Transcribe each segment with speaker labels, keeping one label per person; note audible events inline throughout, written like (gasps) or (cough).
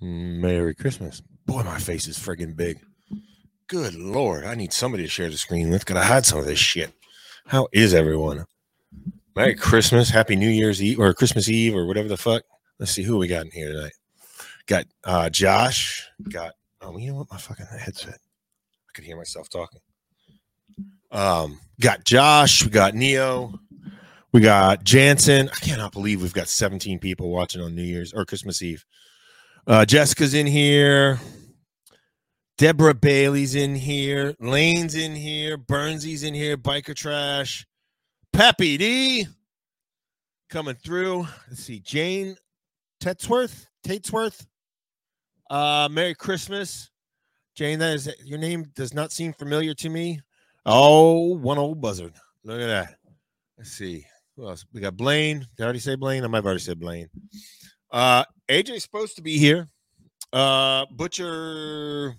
Speaker 1: Merry Christmas. Boy, my face is friggin' big. Good lord, I need somebody to share the screen with. Gotta hide some of this shit. How is everyone? Merry Christmas, Happy New Year's Eve or Christmas Eve or whatever the fuck. Let's see who we got in here tonight. Got uh Josh. Got oh you know what? My fucking headset. I could hear myself talking. Um, got Josh, we got Neo, we got Jansen. I cannot believe we've got 17 people watching on New Year's or Christmas Eve. Uh, Jessica's in here. Deborah Bailey's in here. Lane's in here. Burnsy's in here. Biker Trash. Pappy D coming through. Let's see. Jane Tetsworth. Tatesworth. Uh, Merry Christmas. Jane, that is your name does not seem familiar to me. Oh, one old buzzard. Look at that. Let's see. Who else? We got Blaine. Did I already say Blaine? I might have already said Blaine. Uh, AJ's supposed to be here. Uh, Butcher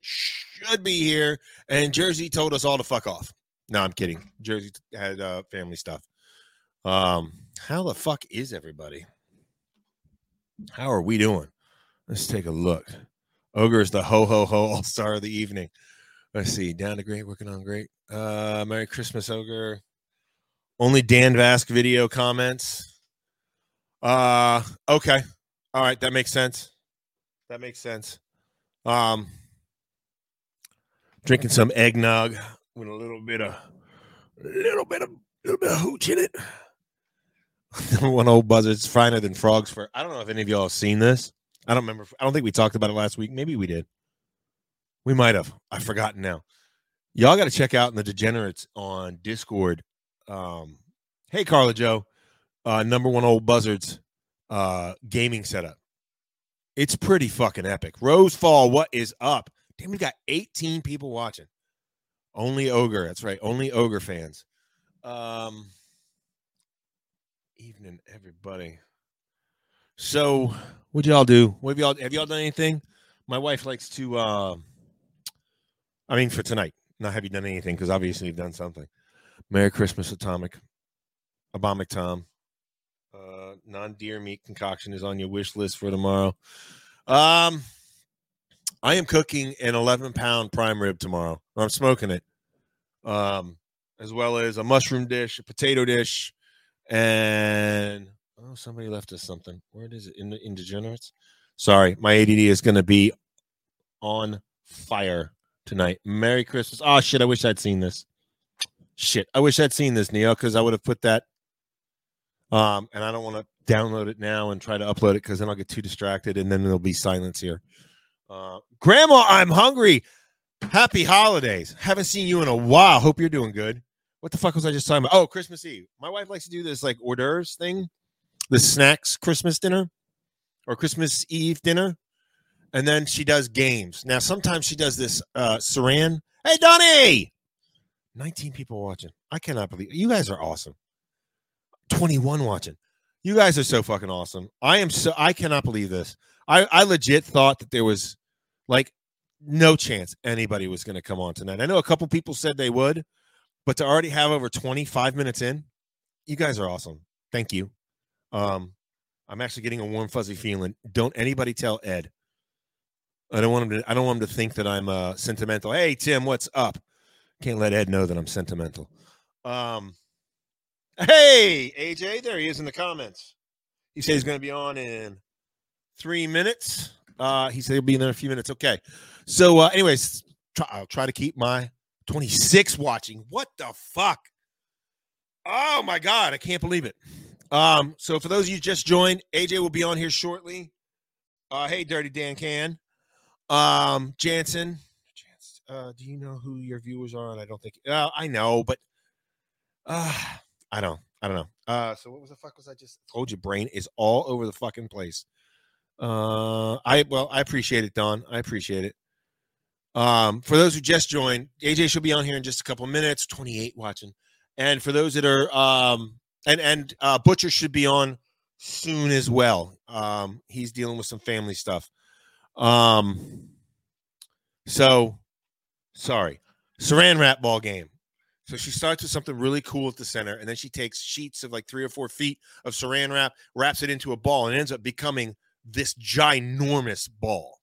Speaker 1: should be here. And Jersey told us all to fuck off. No, I'm kidding. Jersey had uh, family stuff. Um, how the fuck is everybody? How are we doing? Let's take a look. Ogre is the ho ho ho all star of the evening. Let's see. Down to great, working on great. Uh, Merry Christmas, Ogre. Only Dan Vask video comments. Uh okay. All right, that makes sense. That makes sense. Um drinking some eggnog with a little bit of little bit of little bit of hooch in it. (laughs) Number one old buzzard's finer than frogs for I don't know if any of y'all have seen this. I don't remember if- I don't think we talked about it last week. Maybe we did. We might have. I've forgotten now. Y'all gotta check out the degenerates on Discord. Um hey Carla Joe uh, number one old buzzards uh, gaming setup. It's pretty fucking epic. Rose Fall, what is up? Damn, we got 18 people watching. Only ogre. That's right. Only ogre fans. Um, evening, everybody. So, what y'all do? What have y'all have y'all done anything? My wife likes to. Uh, I mean, for tonight. Not have you done anything? Because obviously you've done something. Merry Christmas, Atomic, Abomic Tom uh, non-deer meat concoction is on your wish list for tomorrow. Um, I am cooking an 11 pound prime rib tomorrow. I'm smoking it, um, as well as a mushroom dish, a potato dish, and oh, somebody left us something. Where is it? In the indegenerates. Sorry, my ADD is going to be on fire tonight. Merry Christmas. Oh shit! I wish I'd seen this. Shit, I wish I'd seen this, Neo, because I would have put that um, and I don't want to download it now and try to upload it because then I'll get too distracted and then there'll be silence here. Uh, Grandma, I'm hungry. Happy holidays. Haven't seen you in a while. Hope you're doing good. What the fuck was I just talking about? Oh, Christmas Eve. My wife likes to do this like hors d'oeuvres thing, the snacks Christmas dinner or Christmas Eve dinner. And then she does games. Now, sometimes she does this uh, Saran. Hey, Donnie! 19 people watching. I cannot believe you guys are awesome. 21 watching. You guys are so fucking awesome. I am so I cannot believe this. I I legit thought that there was like no chance anybody was going to come on tonight. I know a couple people said they would, but to already have over 25 minutes in, you guys are awesome. Thank you. Um I'm actually getting a warm fuzzy feeling. Don't anybody tell Ed. I don't want him to I don't want him to think that I'm uh sentimental. Hey Tim, what's up? Can't let Ed know that I'm sentimental. Um Hey, AJ, there he is in the comments. He said he's going to be on in three minutes. Uh, he said he'll be in there in a few minutes. Okay. So, uh, anyways, try, I'll try to keep my 26 watching. What the fuck? Oh my God. I can't believe it. Um, so, for those of you just joined, AJ will be on here shortly. Uh, hey, Dirty Dan Can. Um, Jansen. Jans- Uh, do you know who your viewers are? And I don't think uh, I know, but uh, I don't. I don't know. Uh, so what was the fuck was I just told you? Brain is all over the fucking place. Uh, I well, I appreciate it, Don. I appreciate it. Um, for those who just joined, AJ should be on here in just a couple minutes. Twenty eight watching, and for those that are um, and and uh, Butcher should be on soon as well. Um, he's dealing with some family stuff. Um, so sorry, Saran wrap ball game. So she starts with something really cool at the center, and then she takes sheets of like three or four feet of saran wrap, wraps it into a ball, and it ends up becoming this ginormous ball.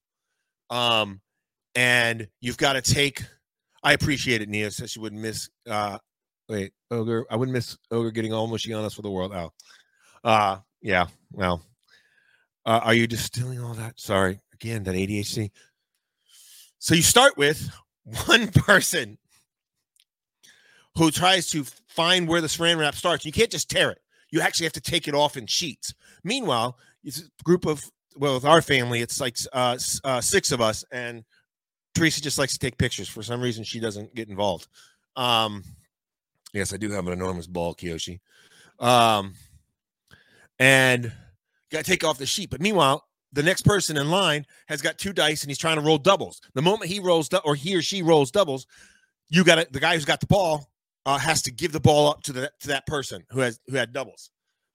Speaker 1: Um, and you've got to take. I appreciate it, Nia. Says she wouldn't miss. Uh, wait, ogre. I wouldn't miss ogre getting almost on us for the world. Oh, uh, yeah. Well, uh, are you distilling all that? Sorry, again, that ADHD. So you start with (laughs) one person who tries to find where the saran wrap starts. You can't just tear it. You actually have to take it off in sheets. Meanwhile, it's a group of well, with our family, it's like uh, s- uh, six of us, and Teresa just likes to take pictures. For some reason, she doesn't get involved. Um, yes, I do have an enormous ball, Kiyoshi. Um, and got to take off the sheet. But meanwhile, the next person in line has got two dice and he's trying to roll doubles. The moment he rolls du- or he or she rolls doubles, you got the guy who's got the ball uh, has to give the ball up to the to that person who has who had doubles.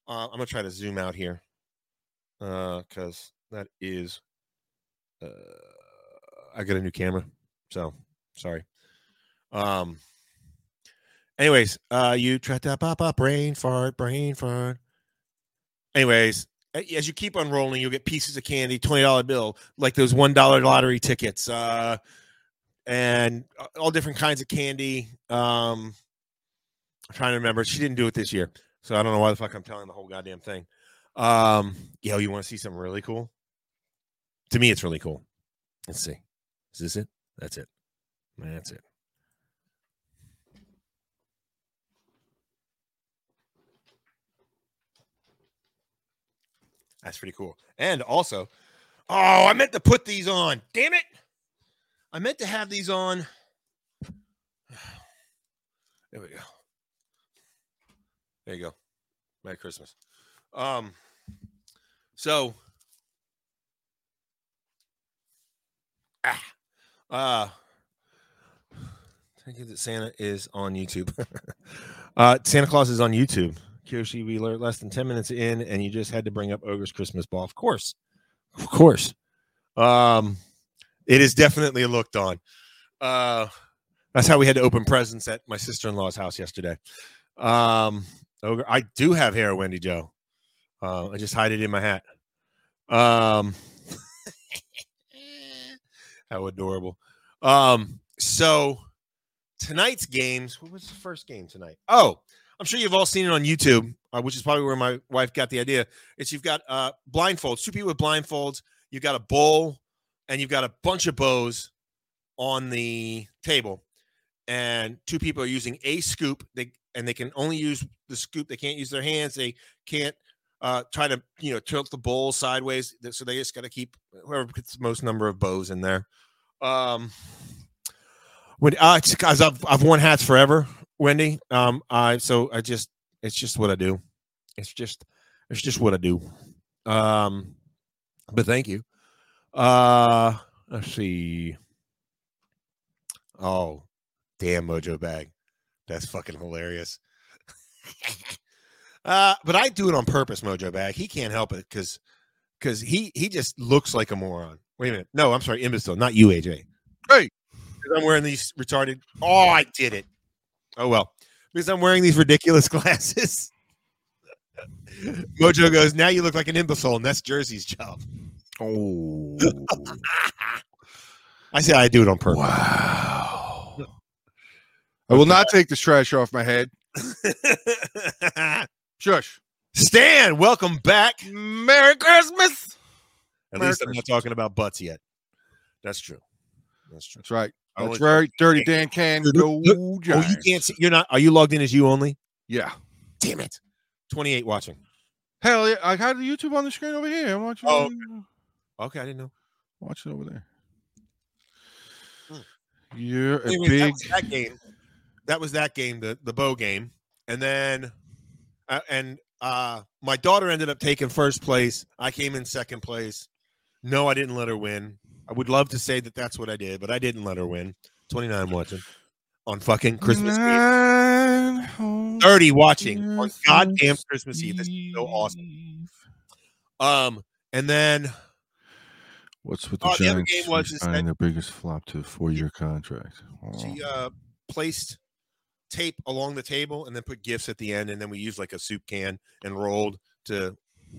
Speaker 1: Uh, I'm gonna try to zoom out here because that is uh, I got a new camera, so sorry. Um. Anyways, uh, you try to pop up brain fart, brain fart. Anyways, a- as you keep unrolling, you'll get pieces of candy, twenty dollar bill, like those one dollar lottery tickets, uh, and uh, all different kinds of candy. Um, I'm trying to remember. She didn't do it this year, so I don't know why the fuck I'm telling the whole goddamn thing. Um, yo, you want to see something really cool? To me, it's really cool. Let's see. Is this it? That's it. That's it. That's pretty cool. And also, oh, I meant to put these on. Damn it. I meant to have these on. (sighs) There we go. There you go. Merry Christmas. Um, so, ah, uh, thank you that Santa is on YouTube. (laughs) uh, Santa Claus is on YouTube. Kyoshi, we learned less than 10 minutes in, and you just had to bring up Ogre's Christmas ball. Of course. Of course. Um, it is definitely looked on. Uh, that's how we had to open presents at my sister in law's house yesterday. Um, Ogre, I do have hair, Wendy Joe. Uh, I just hide it in my hat. Um, (laughs) how adorable. Um, so tonight's games, what was the first game tonight? Oh, I'm sure you've all seen it on YouTube, uh, which is probably where my wife got the idea. It's you've got uh, blindfolds, two people with blindfolds, you've got a bowl, and you've got a bunch of bows on the table. And two people are using a scoop. They and they can only use the scoop. They can't use their hands. They can't uh, try to you know tilt the bowl sideways. Th- So they just got to keep whoever gets the most number of bows in there. Um, when uh, guys, I've I've worn hats forever, Wendy. Um, I so I just it's just what I do. It's just it's just what I do. Um, but thank you. Uh, let's see. Oh, damn mojo bag. That's fucking hilarious. uh, but I do it on purpose, Mojo Bag. He can't help it because because he he just looks like a moron. Wait a minute. No, I'm sorry, imbecile, not you, AJ. Hey, because I'm wearing these retarded. Oh, I did it. Oh well, because I'm wearing these ridiculous (laughs) glasses. Mojo goes. Now you look like an imbecile, and that's Jersey's job.
Speaker 2: Oh.
Speaker 1: I say I do it on purpose.
Speaker 2: wow. I will not take this trash off my head. Shush.
Speaker 1: (laughs) Stan, welcome back.
Speaker 2: Merry Christmas.
Speaker 1: At
Speaker 2: Merry
Speaker 1: least I'm not talking about butts yet. That's true. That's true.
Speaker 2: That's right.
Speaker 1: I
Speaker 2: That's
Speaker 1: was-
Speaker 2: right. Dirty Dan can go.
Speaker 1: Oh, you can't see. You're not. Are you logged in as you only?
Speaker 2: Yeah.
Speaker 1: Damn it. 28 watching.
Speaker 2: Hell yeah. I got the YouTube on the screen over here. I'm watching.
Speaker 1: Oh, Okay, I didn't know.
Speaker 2: Watch it over there.
Speaker 1: Hmm.
Speaker 2: You're a
Speaker 1: Anyways, that
Speaker 2: big.
Speaker 1: was that game. That was that game, the the bow game, and then, uh, and uh, my daughter ended up taking first place. I came in second place. No, I didn't let her win. I would love to say that that's what I did, but I didn't let her win. 29 watching on fucking Christmas Eve.
Speaker 2: Nine whole
Speaker 1: 30 watching on
Speaker 2: years
Speaker 1: goddamn
Speaker 2: since
Speaker 1: Christmas Eve. This is so awesome.
Speaker 2: Eve.
Speaker 1: Um, and then
Speaker 2: What's with the
Speaker 1: Oh, the other
Speaker 2: Giants
Speaker 1: game was is that-
Speaker 2: signing their biggest flop to a four-year contract?
Speaker 1: she
Speaker 2: Oh.
Speaker 1: uh, placed tape along the table and then put gifts at the end and then we used like a soup can and rolled to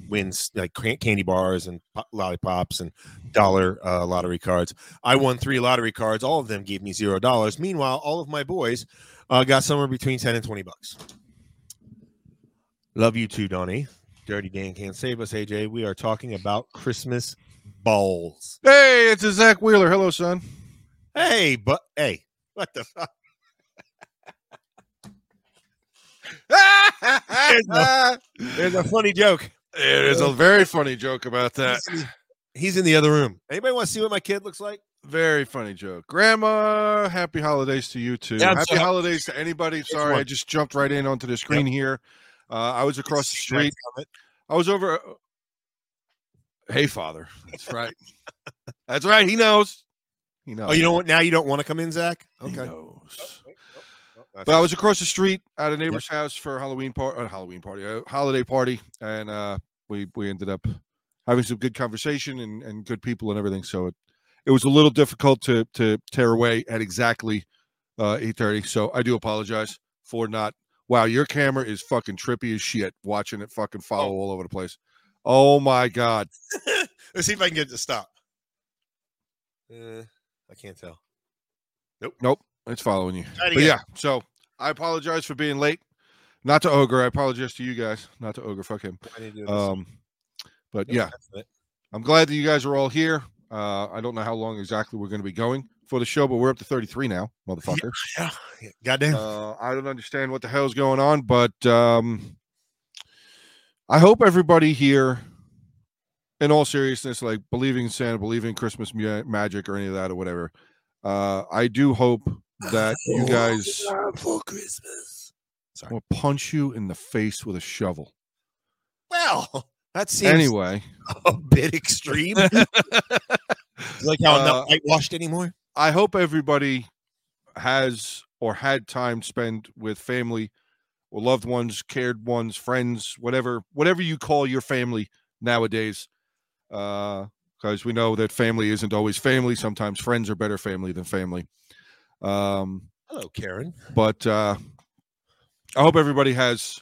Speaker 1: wins like can- candy bars and po- lollipops and dollar uh, lottery cards. I won three lottery cards. All of them gave me zero dollars. Meanwhile, all of my boys uh, got somewhere between ten and twenty bucks. Love you too, Donnie. Dirty Dan can't save us. AJ, we are talking about Christmas balls.
Speaker 2: Hey, it's a Zach Wheeler. Hello, son.
Speaker 1: Hey, but hey, what the fuck?
Speaker 2: (laughs)
Speaker 1: There's a funny joke.
Speaker 2: It is a very funny joke about that.
Speaker 1: He's in the other room. Anybody want to see what my kid looks like?
Speaker 2: Very funny joke. Grandma, happy holidays to you too.
Speaker 1: Yeah, I'm
Speaker 2: happy
Speaker 1: sorry.
Speaker 2: holidays to anybody. Sorry, I
Speaker 1: one.
Speaker 2: just jumped right in onto the screen here. Uh, I was across the street.
Speaker 1: Of it.
Speaker 2: I was over. uh, Hey, father. That's right. That's right. He knows. He knows.
Speaker 1: Oh, you know what? Now you don't want to come in, Zach.
Speaker 2: He
Speaker 1: Okay.
Speaker 2: knows. But
Speaker 1: But
Speaker 2: I was across the street at a neighbor's house for a Halloween party, Halloween party, a holiday party, and uh, we we ended up having some good conversation and, and good people and everything. So it, it was a little difficult to to tear away at exactly uh, eight thirty. So I do apologize for not. Wow, your camera is fucking trippy as shit. Watching it fucking follow all over the place. Oh my god,
Speaker 1: (laughs) let's see if I can get it to stop. Uh, I can't tell.
Speaker 2: it's following you.
Speaker 1: Try it
Speaker 2: But
Speaker 1: again.
Speaker 2: yeah, so I apologize for being late. Not to ogre. I apologize to you guys. Not to ogre. Fuck him.
Speaker 1: I need to do this.
Speaker 2: Um, but
Speaker 1: Nope,
Speaker 2: yeah,
Speaker 1: that's it.
Speaker 2: I'm glad that you guys are all here. Uh, I don't know how long exactly we're going to be going for the show, but we're up to 33 now, motherfucker.
Speaker 1: (laughs) Yeah. yeah. Goddamn.
Speaker 2: Uh, I don't understand what the hell's going on, but um, I hope everybody here, in all seriousness, like believing in Santa, believing in Christmas mu- magic or any of that or whatever, uh, I do hope that
Speaker 1: (laughs)
Speaker 2: you guys
Speaker 1: for Christmas. Sorry.
Speaker 2: will punch you in the face with a shovel.
Speaker 1: Well, that seems
Speaker 2: Anyway,
Speaker 1: a bit
Speaker 2: (laughs)
Speaker 1: extreme. like how I'm
Speaker 2: Uh,
Speaker 1: not whitewashed anymore.
Speaker 2: I hope everybody has or had time spent with family or loved ones, cared ones, friends, whatever, whatever you call your family nowadays. Because we know that family isn't always family. Sometimes friends are better family than family. Um,
Speaker 1: Hello, Karen.
Speaker 2: but uh, I hope everybody has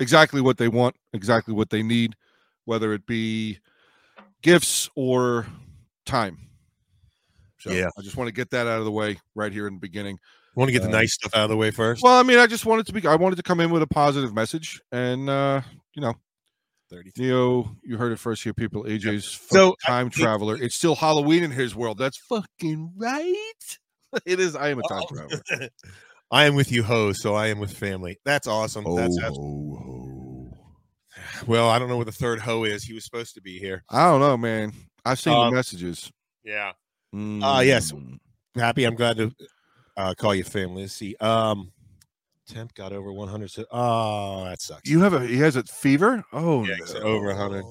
Speaker 2: exactly what they want, exactly what they need, whether it be gifts or time. So
Speaker 1: Yeah.
Speaker 2: I just want to get that out of the way right here in the beginning.
Speaker 1: Want to get the
Speaker 2: Uh,
Speaker 1: nice stuff out of the way first?
Speaker 2: Well, I mean, I just wanted to be, I wanted to come in with a positive message, and uh, you know,
Speaker 1: 30.
Speaker 2: Neo, you heard it first here, people. AJ's
Speaker 1: So,
Speaker 2: fucking time
Speaker 1: think-
Speaker 2: traveler. It's still Halloween in his world. That's fucking right. (laughs) It is. I am a time
Speaker 1: Uh-oh. (laughs)
Speaker 2: traveler.
Speaker 1: I am with you, ho. So I am with family. That's awesome. That's abs- well. I don't know where the third ho is. He was supposed to be here.
Speaker 2: I don't know, man. I've seen
Speaker 1: Um,
Speaker 2: the messages. Mm.
Speaker 1: Yeah. Ah, yes. Happy. I'm glad to uh, call you family. Let's see. Um, temp got over 100. So, oh, that sucks.
Speaker 2: You have a he has a fever? Oh
Speaker 1: Yeah, he's over 100.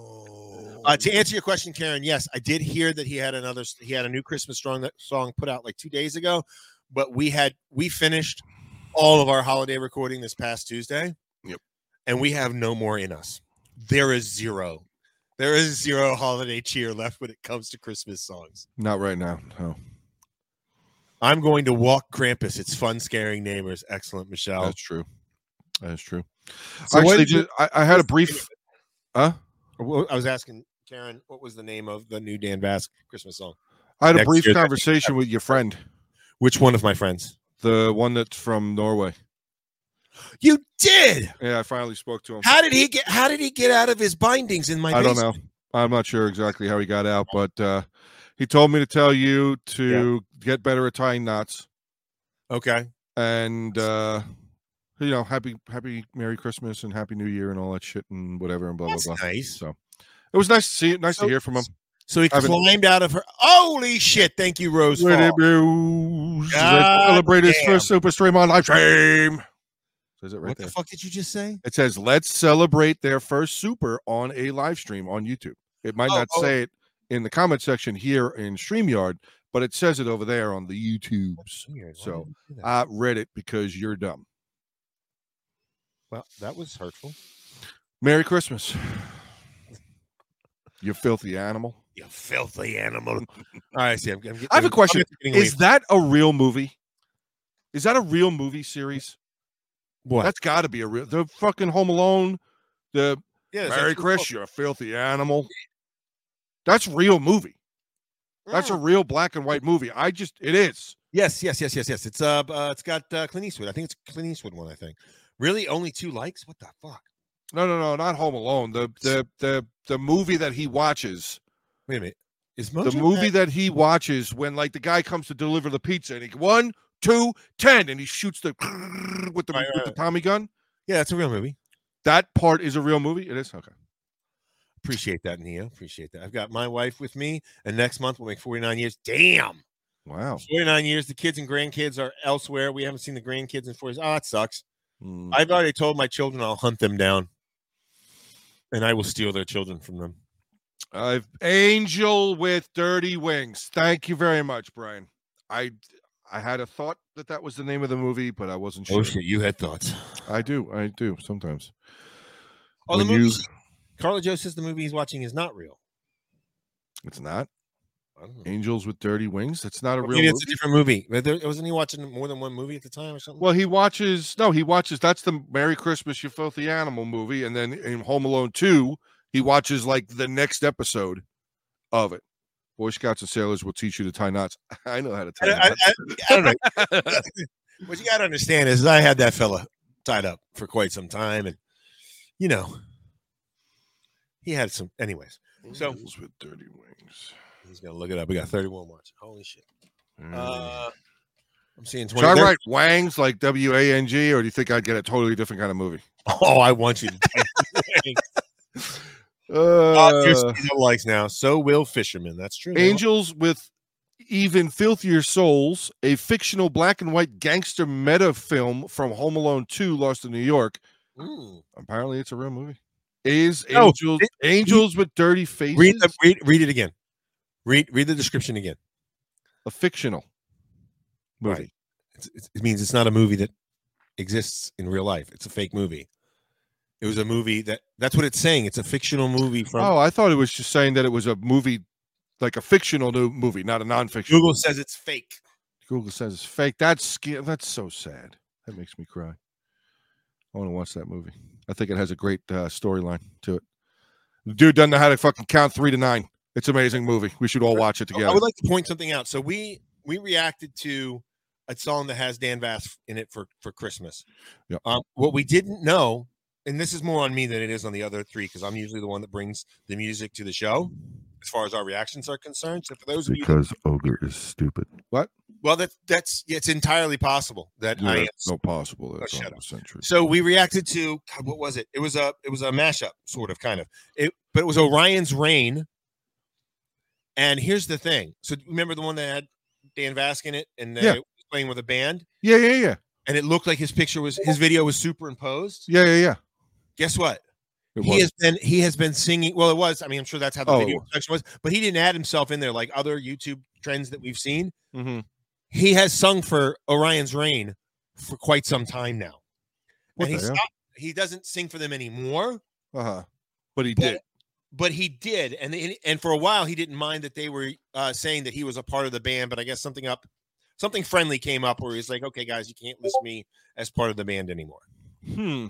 Speaker 1: Uh, to answer your question, Karen, yes, I did hear that he had another. He had a new Christmas song that song put out like two days ago, but we had we finished all of our holiday recording this past Tuesday.
Speaker 2: Yep.
Speaker 1: And we have no more in us. There is zero. There is zero holiday cheer left when it comes to Christmas songs.
Speaker 2: Not right now. No.
Speaker 1: I'm going to walk Krampus. It's fun, scaring neighbors. Excellent, Michelle.
Speaker 2: That's true. That's true.
Speaker 1: So what
Speaker 2: Actually,
Speaker 1: did you-
Speaker 2: ju- I, I had a brief huh?
Speaker 1: Well, I was asking Karen, what was the name of the new Dan Bass Christmas song?
Speaker 2: I had a
Speaker 1: Next
Speaker 2: brief
Speaker 1: year, that-
Speaker 2: conversation with your friend,
Speaker 1: Which one of my friends?
Speaker 2: the one that's from Norway.
Speaker 1: You did.
Speaker 2: Yeah, I finally spoke to him.
Speaker 1: How did he get? How did he get out of his bindings in my?
Speaker 2: I don't
Speaker 1: basement?
Speaker 2: know. I'm not sure exactly how he got out, but uh he told me to tell you to get better at tying knots.
Speaker 1: Okay.
Speaker 2: and uh you know happy happy merry christmas and happy new year and all that shit and whatever and blah blah
Speaker 1: That's
Speaker 2: blah
Speaker 1: nice.
Speaker 2: so it was nice to see nice
Speaker 1: So-
Speaker 2: to hear from him
Speaker 1: So he
Speaker 2: I haven't-
Speaker 1: climbed out of her. Holy shit! Thank you, Rose.
Speaker 2: Ready,
Speaker 1: Fall.
Speaker 2: blues,
Speaker 1: God
Speaker 2: let's celebrate his
Speaker 1: damn.
Speaker 2: first super stream on live stream says it right
Speaker 1: What
Speaker 2: there
Speaker 1: the fuck did you just say?
Speaker 2: it says let's celebrate their first super on a live stream on youtube it might
Speaker 1: Oh,
Speaker 2: not
Speaker 1: oh.
Speaker 2: say it in the comment section here in streamyard but it says it over there on the youtubes
Speaker 1: Weird.
Speaker 2: So, i read it because you're dumb
Speaker 1: well, that was hurtful.
Speaker 2: merry christmas you filthy animal
Speaker 1: You filthy animal. All right, see, I'm, I'm getting,
Speaker 2: I have a question.
Speaker 1: I'm getting away
Speaker 2: Is that a real movie? Is that a real movie series?
Speaker 1: from- what?
Speaker 2: That's got to be a real. The fucking Home Alone, the
Speaker 1: Yeah,
Speaker 2: Merry Chris, you're a filthy animal. That's real movie. That's a real black and white movie. I just it is.
Speaker 1: Yes, yes, yes, yes, yes. It's uh, uh it's got uh, Clint Eastwood. I think it's Clint Eastwood one. I think. Really, only two likes. What the fuck?
Speaker 2: No, no, no, not Home Alone. The the the the movie that he watches.
Speaker 1: Wait a minute. Is
Speaker 2: The
Speaker 1: Mojo
Speaker 2: movie
Speaker 1: Pad-
Speaker 2: that he watches when like the guy comes to deliver the pizza and he one, two, ten, and he shoots the (laughs) with the
Speaker 1: Right,
Speaker 2: with
Speaker 1: right,
Speaker 2: the Tommy gun.
Speaker 1: Yeah, it's a real movie.
Speaker 2: That part is a real movie. It is okay.
Speaker 1: Appreciate that, Neo. Appreciate that. I've got my wife with me, and next month we'll make 49 years. Damn. Oh.
Speaker 2: Wow.
Speaker 1: 49 years. The kids and grandkids are elsewhere. We haven't seen the grandkids in 40 Oh, it sucks.
Speaker 2: Mm.
Speaker 1: I've already told my children I'll hunt them down and I will steal their children from them.
Speaker 2: I've angel with dirty wings. Thank you very much, Brian. I I had a thought that that was the name of the movie, but I wasn't sure.
Speaker 1: Oh, shit. You had thoughts.
Speaker 2: I do. I do sometimes.
Speaker 1: Oh, the
Speaker 2: When you-
Speaker 1: movie. Carla Joe says the movie he's watching is not real.
Speaker 2: It's not
Speaker 1: I don't know.
Speaker 2: Angels with Dirty Wings. That's not a real
Speaker 1: Maybe
Speaker 2: movie.
Speaker 1: it's a different movie. But there, wasn't he watching more than one movie at the time or something?
Speaker 2: Well, he watches. No, he watches. That's the Merry Christmas, You Filthy Animal movie, and then in Home Alone Two, he watches like the next episode of it. Boy Scouts and sailors will teach you to tie knots. (laughs) I know how to
Speaker 1: I,
Speaker 2: tie
Speaker 1: I-
Speaker 2: knots.
Speaker 1: I- I don't know. (laughs) what you got to understand is I had that fella tied up for quite some time, and you know, he had some. Anyways, so-
Speaker 2: Angels with Dirty Wings. Mm.
Speaker 1: he's gonna look it up. We got 31 watch. Holy shit! Uh, I'm seeing 20.
Speaker 2: Should I
Speaker 1: there-
Speaker 2: write Wangs like W A N G, or do you think I'd get a totally different kind of movie?
Speaker 1: (laughs) Oh, I want you to. Bob
Speaker 2: Uh,
Speaker 1: Pierce likes now. So will Fisherman. That's true. They
Speaker 2: Angels with even filthier souls, a fictional black and white gangster meta film from Home Alone Two, Lost in New York.
Speaker 1: like- Mm.
Speaker 2: Apparently, it's a real movie. Is
Speaker 1: No,
Speaker 2: Angels
Speaker 1: it-
Speaker 2: Angels with Dirty Faces
Speaker 1: Read, the, read read it again. Read read the description again.
Speaker 2: a fictional movie?
Speaker 1: Right. It's, it's, it means it's not a movie that exists in real life. It's a fake movie. It was a movie that that's what it's saying. It's a fictional movie from
Speaker 2: Oh, I thought it was just saying that it was a movie, like a fictional new movie, not a nonfiction.
Speaker 1: Google says it's fake.
Speaker 2: Google says it's fake. That's sca- that's so sad. That makes me cry. I want to watch that movie. I think it has a great uh, storyline to it. The dude doesn't know how to fucking count three to nine. It's an amazing movie. We should all watch it
Speaker 1: I
Speaker 2: together.
Speaker 1: would like to point something out. So we we reacted to a song that has Dan Vass in it for for Christmas.
Speaker 2: Yep.
Speaker 1: Um, what we didn't know, and this is more on me than it is on the other three, because I'm usually the one that brings the music to the show as far as our reactions are concerned. So for those of you,
Speaker 2: ogre is stupid. What?
Speaker 1: well, that that's it's entirely possible that
Speaker 2: Yeah,
Speaker 1: I am
Speaker 2: that's no possible. That's
Speaker 1: shut
Speaker 2: not
Speaker 1: up.
Speaker 2: century.
Speaker 1: So we reacted to God, what was it? It was a it was a mashup, sort of, kind of. It, but it was Orion's Reign. And here's the thing. So remember the one that had Dan Vask in it, and uh,
Speaker 2: Yeah.
Speaker 1: it was playing with a band,
Speaker 2: Yeah, yeah, yeah,
Speaker 1: and it looked like his picture was his video was superimposed.
Speaker 2: yeah, yeah, yeah.
Speaker 1: Guess what?
Speaker 2: It
Speaker 1: he
Speaker 2: was.
Speaker 1: has been he has been singing. Well, it was. I mean, I'm sure that's how the
Speaker 2: Oh, it
Speaker 1: video
Speaker 2: was.
Speaker 1: production was, but he didn't add himself in there like other YouTube trends that we've seen.
Speaker 2: Mhm.
Speaker 1: Mm-hmm. He has sung for Orion's Reign for quite some time now.
Speaker 2: What
Speaker 1: and he
Speaker 2: the hell?
Speaker 1: stopped, he doesn't sing for them anymore.
Speaker 2: Uh-huh. But he
Speaker 1: But-
Speaker 2: did.
Speaker 1: but he did and and- and for a while he didn't mind that they were uh, saying that he was a part of the band but i guess something up something friendly came up where he's like okay guys you can't list me as part of the band anymore
Speaker 2: Hmm.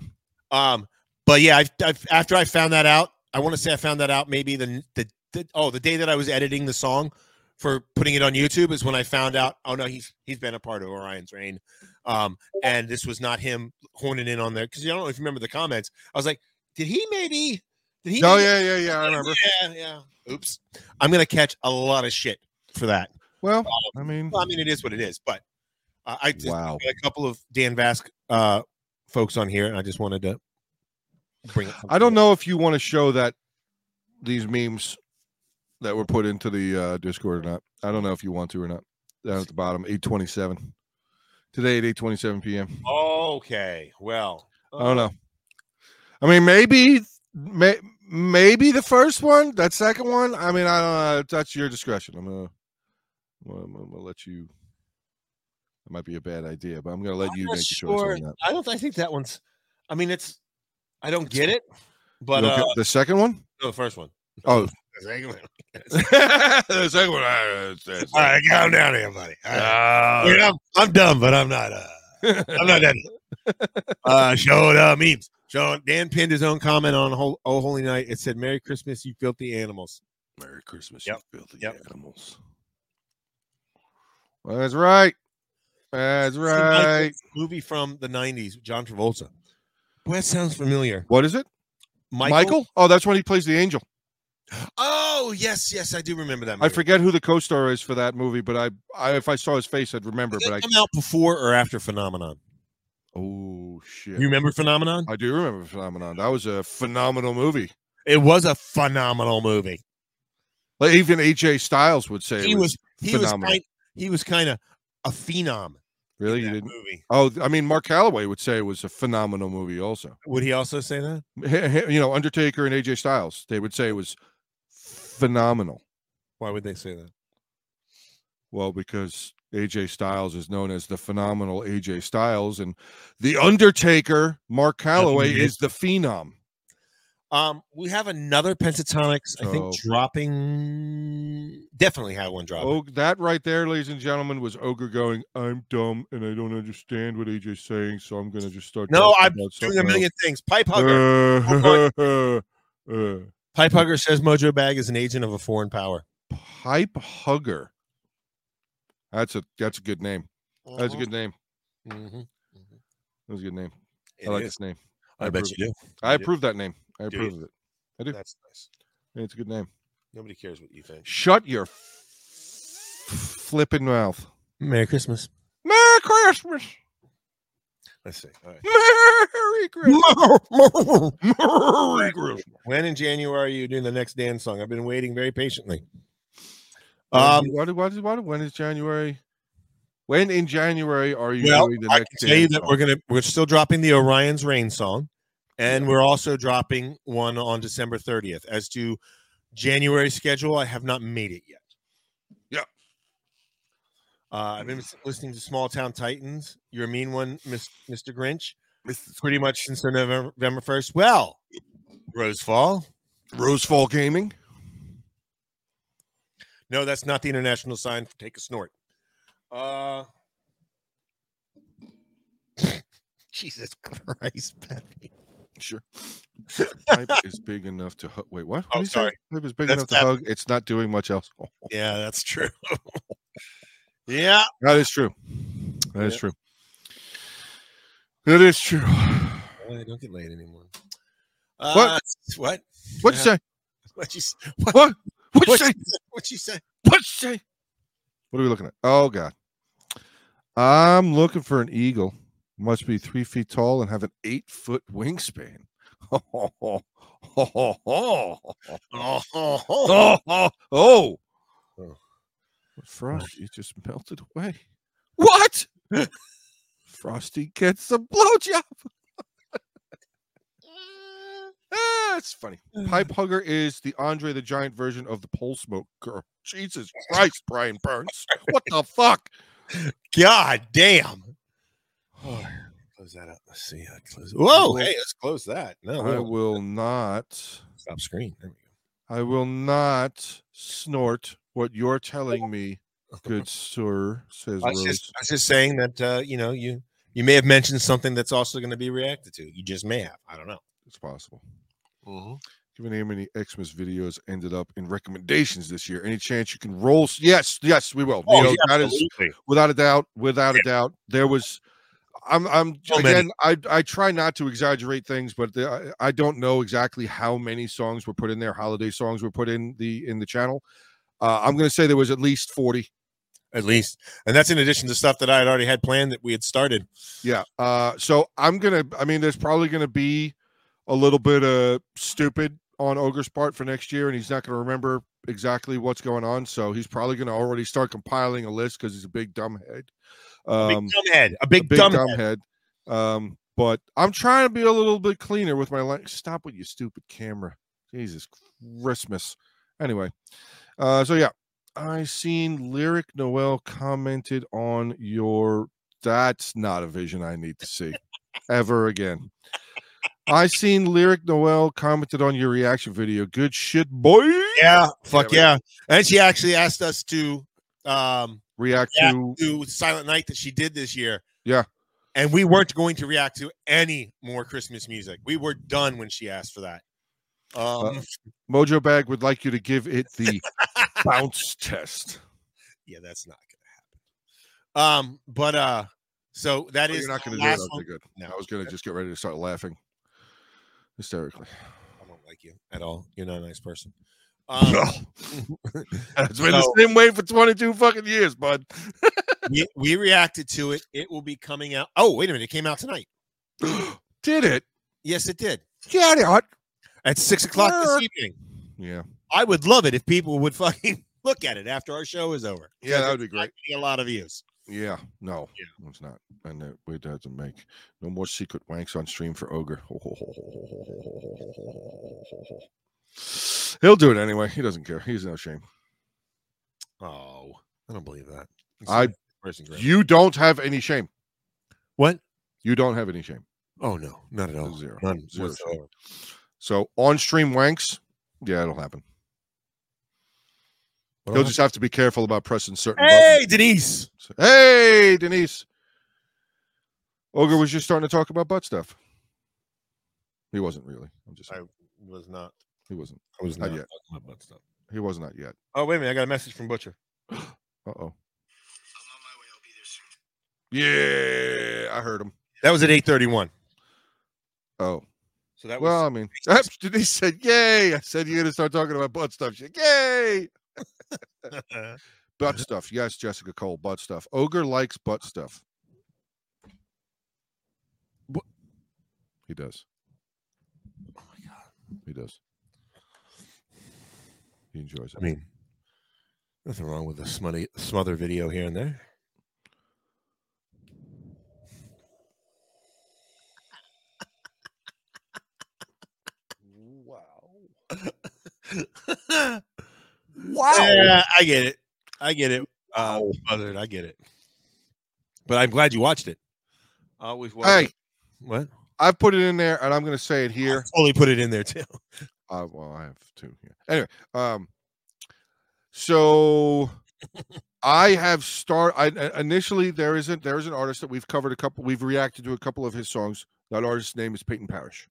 Speaker 1: um but yeah i've, I've after i found that out i want to say i found that out maybe the, the the oh the day that i was editing the song for putting it on youtube is when i found out oh no he's he's been a part of orion's reign um and this was not him honing in on there because i don't know if you remember the comments i was like did he maybe did he
Speaker 2: Oh
Speaker 1: maybe
Speaker 2: yeah, yeah, yeah. I remember.
Speaker 1: yeah, yeah. Oops. I'm gonna catch a lot of shit for that.
Speaker 2: Well, I mean,
Speaker 1: Well, I mean, it is what it is. But uh, I just
Speaker 2: wow.
Speaker 1: got a couple of Dan Vask uh, folks on here, and I just wanted to bring. It
Speaker 2: I don't know if you want to show that these memes that were put into the uh, Discord or not. I don't know if you want to or not. Down at the bottom, eight twenty-seven today at eight twenty-seven p.m.
Speaker 1: Okay. Well.
Speaker 2: I don't know. I mean, maybe, may, maybe the first one, that second one. I mean, I don't know. That's your discretion. I'm gonna, I'm gonna, I'm gonna let you. That might be a bad idea, but I'm gonna let
Speaker 1: I'm
Speaker 2: you
Speaker 1: not
Speaker 2: make a
Speaker 1: sure.
Speaker 2: choice on that.
Speaker 1: I don't. I think that one's. I mean, it's. I don't get it,
Speaker 2: You
Speaker 1: but
Speaker 2: okay-
Speaker 1: uh,
Speaker 2: the second one.
Speaker 1: no, the first (laughs) one.
Speaker 2: Oh,
Speaker 1: The second one.
Speaker 2: the second one.
Speaker 1: uh,
Speaker 2: I,
Speaker 1: All right, calm down, here, buddy. All right. I
Speaker 2: Ah.
Speaker 1: (laughs)
Speaker 2: (laughs)
Speaker 1: mean, I'm, I'm dumb, but I'm not. Uh, I'm not that. Uh, showed uh, memes. John Dan pinned his own comment on Hol- Oh Holy Night. It said, "Merry Christmas, you filthy animals."
Speaker 2: Merry Christmas,
Speaker 1: Yep.
Speaker 2: you filthy
Speaker 1: Yep.
Speaker 2: animals. Well, that's right.
Speaker 1: It's
Speaker 2: That's
Speaker 1: like this
Speaker 2: right.
Speaker 1: movie from the '90s, John Travolta. Boy, that sounds familiar.
Speaker 2: What is it? Michael? Oh, that's when he plays the angel.
Speaker 1: Oh yes, yes, I do remember that. Movie.
Speaker 2: I forget who the co-star is for that movie, but I, I if I saw his face, I'd remember.
Speaker 1: Did
Speaker 2: But I
Speaker 1: that (laughs) come out before or after Phenomenon?
Speaker 2: oh shit,
Speaker 1: You remember Phenomenon?
Speaker 2: I do remember Phenomenon. That was a phenomenal movie.
Speaker 1: It was a phenomenal movie.
Speaker 2: Like even AJ Styles would say
Speaker 1: He
Speaker 2: it was,
Speaker 1: was he was
Speaker 2: phenomenal.
Speaker 1: kind, he was kind of a phenom.
Speaker 2: really. You
Speaker 1: in that
Speaker 2: didn't.
Speaker 1: movie.
Speaker 2: Oh, I mean, Mark Calloway would say it was a phenomenal movie. Also,
Speaker 1: Would he also say that?
Speaker 2: you know, Undertaker and AJ Styles, they would say it was phenomenal.
Speaker 1: Why would they say that?
Speaker 2: Well, because AJ Styles is known as the phenomenal AJ Styles, and the Undertaker, Mark Calloway,
Speaker 1: he
Speaker 2: is the phenom.
Speaker 1: Um, we have another Pentatonics. I think
Speaker 2: So-
Speaker 1: dropping. Definitely had one drop.
Speaker 2: Oh, that right there, ladies and gentlemen, was Ogre going, I'm dumb and I don't understand what AJ's saying, so I'm going to just start.
Speaker 1: No,
Speaker 2: talking
Speaker 1: I'm
Speaker 2: about
Speaker 1: Doing a
Speaker 2: something
Speaker 1: million things.
Speaker 2: Uh.
Speaker 1: Pipe hugger.
Speaker 2: else." Uh, uh, (laughs)
Speaker 1: Pipe hugger says Mojo Bag is an agent of a foreign power.
Speaker 2: Uh, Pipe Hugger. That's a that's a good name. That's
Speaker 1: Uh-huh.
Speaker 2: a good name.
Speaker 1: Mm-hmm.
Speaker 2: That's a good name. I like this name.
Speaker 1: I bet
Speaker 2: approve
Speaker 1: you do.
Speaker 2: I
Speaker 1: You do.
Speaker 2: approve that name. I
Speaker 1: Do you?
Speaker 2: approve of it. do.
Speaker 1: That's nice.
Speaker 2: It's a good name.
Speaker 1: Nobody cares what you think.
Speaker 2: Shut your flipping mouth.
Speaker 1: Merry Christmas.
Speaker 2: Merry Christmas.
Speaker 1: Let's see. All right.
Speaker 2: Merry Christmas. Merry Christmas.
Speaker 1: When in January are you doing the next Dan song? I've been waiting very patiently.
Speaker 2: Um,
Speaker 1: Um,
Speaker 2: what, what, what, when is January? When in January are you
Speaker 1: well,
Speaker 2: doing the
Speaker 1: I can
Speaker 2: next
Speaker 1: tell you
Speaker 2: dance
Speaker 1: that
Speaker 2: off?
Speaker 1: we're gonna we're still dropping the Orion's Rain song, and we're also dropping one on December 30th. As to January schedule, I have not made it yet.
Speaker 2: Yeah.
Speaker 1: Uh, I've been listening to Small Town Titans. You're a mean one, Miss, Mr. Grinch.
Speaker 2: Miss
Speaker 1: Pretty much since the November, November 1st. Well, Rose Fall.
Speaker 2: Rosefall Gaming.
Speaker 1: No, that's not the international sign for take a snort. Uh (laughs) Jesus Christ, Peppy. (laughs)
Speaker 2: Sure. Pipe is big enough to hug. Wait, what? What
Speaker 1: Oh,
Speaker 2: did you say?
Speaker 1: sorry.
Speaker 2: Pipe is big
Speaker 1: That's
Speaker 2: enough to
Speaker 1: that-
Speaker 2: hug. It's not doing much else. Oh,
Speaker 1: Yeah, that's true. (laughs) yeah.
Speaker 2: that is true. That is
Speaker 1: Yeah.
Speaker 2: true. That is true.
Speaker 1: I don't get laid anymore.
Speaker 2: What?
Speaker 1: Uh, what?
Speaker 2: What'd you say?
Speaker 1: What'd you say? What?
Speaker 2: What? What'd you
Speaker 1: What'd
Speaker 2: say?
Speaker 1: you say? What'd you say?
Speaker 2: What say? What are we looking at? Oh God, I'm looking for an eagle. Must be three feet tall and have an eight foot wingspan. (laughs) Oh, oh, oh, oh,
Speaker 1: Oh, oh, oh.
Speaker 2: oh, oh, oh.
Speaker 1: Oh.
Speaker 2: Frost, you just melted away. What? (laughs) Frosty gets a blowjob. Ah, it's (sighs) funny. Pipe Hugger is the Andre the Giant version of the pole smoke girl. Jesus Christ, Brian Burns. What the fuck?
Speaker 1: God (sighs) damn. close that up. Let's see. I close. Whoa, hey, let's close that. No, we
Speaker 2: I
Speaker 1: don't-
Speaker 2: will not.
Speaker 1: stop screen. There we
Speaker 2: I will not snort what you're telling me,
Speaker 1: (laughs)
Speaker 2: good sir, says
Speaker 1: I was,
Speaker 2: Rose.
Speaker 1: just, I was just saying that uh, you know you you may have mentioned something that's also going to be reacted to. You just may have. I don't know.
Speaker 2: It's possible.
Speaker 1: Mm-hmm.
Speaker 2: Given how many Xmas videos ended up in recommendations this year, any chance you can roll? s- Yes, yes, we will.
Speaker 1: Oh,
Speaker 2: Neo,
Speaker 1: yeah,
Speaker 2: that is-
Speaker 1: absolutely.
Speaker 2: without a doubt, without a doubt, there was. I'm, I'm
Speaker 1: So many.
Speaker 2: again. I, I try not to exaggerate things, but the, I, I don't know exactly how many songs were put in there. Holiday songs were put in the in the channel. Uh, I'm going to say there was at least 40.
Speaker 1: at least, and that's in addition to stuff that I had already had planned that we had started.
Speaker 2: Yeah. Uh, so I'm gonna. I mean, there's probably going to be a little bit of stupid on Ogre's part for next year, and he's not going to remember exactly what's going on. So he's probably going to already start compiling a list because he's a big dumbhead.
Speaker 1: Big
Speaker 2: Um,
Speaker 1: dumbhead, a
Speaker 2: a
Speaker 1: big,
Speaker 2: big
Speaker 1: dumb.
Speaker 2: dumb head. Um, but I'm trying to be a little bit cleaner with my line. Stop with your stupid camera. Jesus Christmas. Anyway, uh, so yeah, I seen Lyric Noel commented on your. That's not a vision I need to see ever again. I seen Lyric Noel commented on your reaction video. Good shit, boy.
Speaker 1: Yeah, fuck
Speaker 2: Yeah,
Speaker 1: yeah. And she actually asked us to um
Speaker 2: React
Speaker 1: Yeah.
Speaker 2: to
Speaker 1: do Silent Night that she did this year.
Speaker 2: Yeah.
Speaker 1: and we weren't going to react to any more Christmas music. We were done when she asked for that. Um,
Speaker 2: Uh, Mojo Bag would like you to give it
Speaker 1: (laughs)
Speaker 2: the bounce test.
Speaker 1: yeah, that's not gonna happen. Um, but uh, so that
Speaker 2: But
Speaker 1: is
Speaker 2: Oh, You're not
Speaker 1: the
Speaker 2: going to do it.
Speaker 1: last
Speaker 2: I
Speaker 1: one.
Speaker 2: think good.
Speaker 1: No.
Speaker 2: I was going to just get ready to start laughing hysterically.
Speaker 1: I don't like you at all. You're not a nice
Speaker 2: (laughs)
Speaker 1: person. Um,
Speaker 2: it's been the same way for 22 fucking years, bud. (gasps)
Speaker 1: we, we reacted to it. It will be coming out. Oh, wait a minute! It came out tonight.
Speaker 2: Did it?
Speaker 1: Yes, it did
Speaker 2: Get it?
Speaker 1: at six o'clock this evening.
Speaker 2: Yeah,
Speaker 1: I would love it if people would fucking (laughs) look at it after our show is over.
Speaker 2: yeah,
Speaker 1: Because
Speaker 2: that would be
Speaker 1: it's not
Speaker 2: great.
Speaker 1: getting a lot of views.
Speaker 2: Yeah, no, it's not, and it, it doesn't make no more secret wanks on stream for ogre. (laughs) He'll do it anyway. He doesn't care. He's no shame.
Speaker 1: Oh, I don't believe that.
Speaker 2: I-
Speaker 1: person Grimm.
Speaker 2: You don't have any shame.
Speaker 1: what?
Speaker 2: You don't have any shame.
Speaker 1: Oh no, not at all.
Speaker 2: Zero.
Speaker 1: None
Speaker 2: Zero shame.
Speaker 1: whatsoever.
Speaker 2: So on stream wanks, yeah, it'll happen.
Speaker 1: What
Speaker 2: He'll
Speaker 1: am I-
Speaker 2: just have to be careful about pressing certain buttons.
Speaker 1: hey, Denise.
Speaker 2: So- Hey, Denise. Ogre was just starting to talk about butt stuff. He wasn't really. I'm just.
Speaker 1: I was not.
Speaker 2: He wasn't.
Speaker 1: I was
Speaker 2: Not
Speaker 1: not.
Speaker 2: yet.
Speaker 1: talking about stuff.
Speaker 2: He was not yet.
Speaker 1: Oh wait a minute! I got a message from Butcher.
Speaker 2: Uh oh. Yeah, I heard him.
Speaker 1: That was at eight thirty-one.
Speaker 2: Oh
Speaker 1: So that was
Speaker 2: well, I mean, (laughs) Denise said, "Yay!" I said, "You're gonna start talking about butt stuff." She said, "Yay!"
Speaker 1: (laughs)
Speaker 2: Butt stuff. Yes, Jessica Cole. Butt stuff. Ogre likes butt stuff.
Speaker 1: Wha-
Speaker 2: He does.
Speaker 1: Oh my God.
Speaker 2: He does. He enjoys it.
Speaker 1: I mean, nothing wrong with a smutty smother video here and there. Wow.
Speaker 2: wow.
Speaker 1: Yeah, I get it. I get it. Uh, smothered, I get it. But I'm glad you watched it. I always watch.
Speaker 2: Hey,
Speaker 1: what?
Speaker 2: I put it in there, and I'm gonna say it
Speaker 1: I
Speaker 2: here.
Speaker 1: totally put it in there too.
Speaker 2: Uh, well, I have two here. Anyway, um, so I have start. I I- initially there isn't there is an artist that we've covered a couple. We've reacted to a couple of his songs. That artist's name is Peyton Parrish.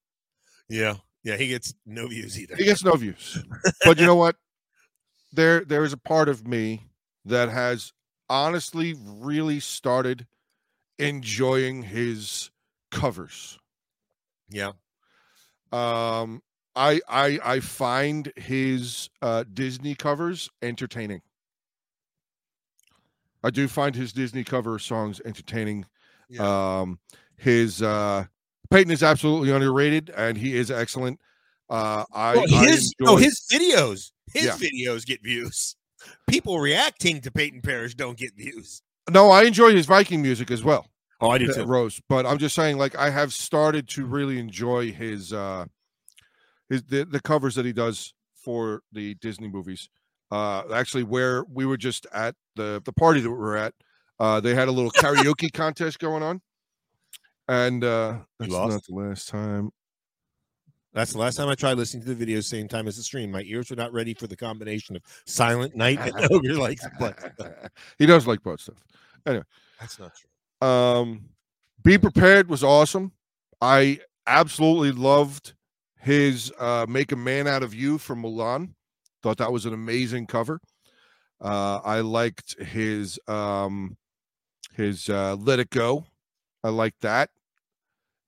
Speaker 1: Yeah, yeah. He gets no views either.
Speaker 2: He gets no views, but you know what? There there is a part of me that has honestly really started enjoying his covers.
Speaker 1: Yeah,
Speaker 2: um i i i find his uh disney covers entertaining i do find his disney cover songs entertaining um his uh peyton is absolutely underrated and he is excellent uh i,
Speaker 1: well,
Speaker 2: I
Speaker 1: his no,
Speaker 2: enjoy-
Speaker 1: his videos, his
Speaker 2: Yeah.
Speaker 1: videos get views. People reacting to Peyton Parrish don't get views.
Speaker 2: no i enjoy his viking music as well
Speaker 1: Oh, I do
Speaker 2: Pet Rose. But I'm just saying, like, I have started to really enjoy his uh his the, the covers that he does for the Disney movies. Uh actually where we were just at the the party that we were at, uh they had a little karaoke contest going on. And uh that's
Speaker 1: lost?
Speaker 2: not the last time.
Speaker 1: (laughs) That's the last time I tried listening to the video same time as the stream. My ears were not ready for the combination of Silent Night (laughs) and Ogre Likes Butt.
Speaker 2: he does like butt stuff.
Speaker 1: (laughs) That's not true.
Speaker 2: Um, Be Prepared was awesome. I absolutely loved his uh, Make a Man Out of You from Milan. Thought that was an amazing cover. Uh, I liked his um, his uh, Let It Go. I liked that.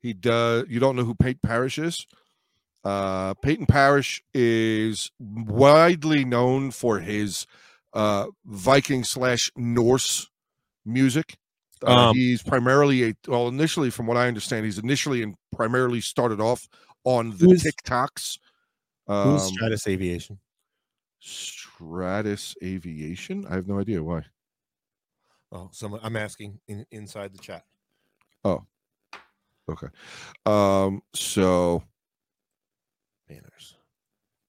Speaker 2: He does. You don't know who Peyton Parrish is. Uh, Peyton Parrish is widely known for his uh, Viking slash Norse music. Uh,
Speaker 1: Um,
Speaker 2: he's primarily a well, initially, from what I understand, he's initially and primarily started off on the
Speaker 1: Who's-
Speaker 2: TikToks. Um,
Speaker 1: Who's Stratus Aviation?
Speaker 2: Stratus Aviation. I have no idea why.
Speaker 1: Oh, someone I'm asking in, inside the chat.
Speaker 2: Um, so
Speaker 1: Banners.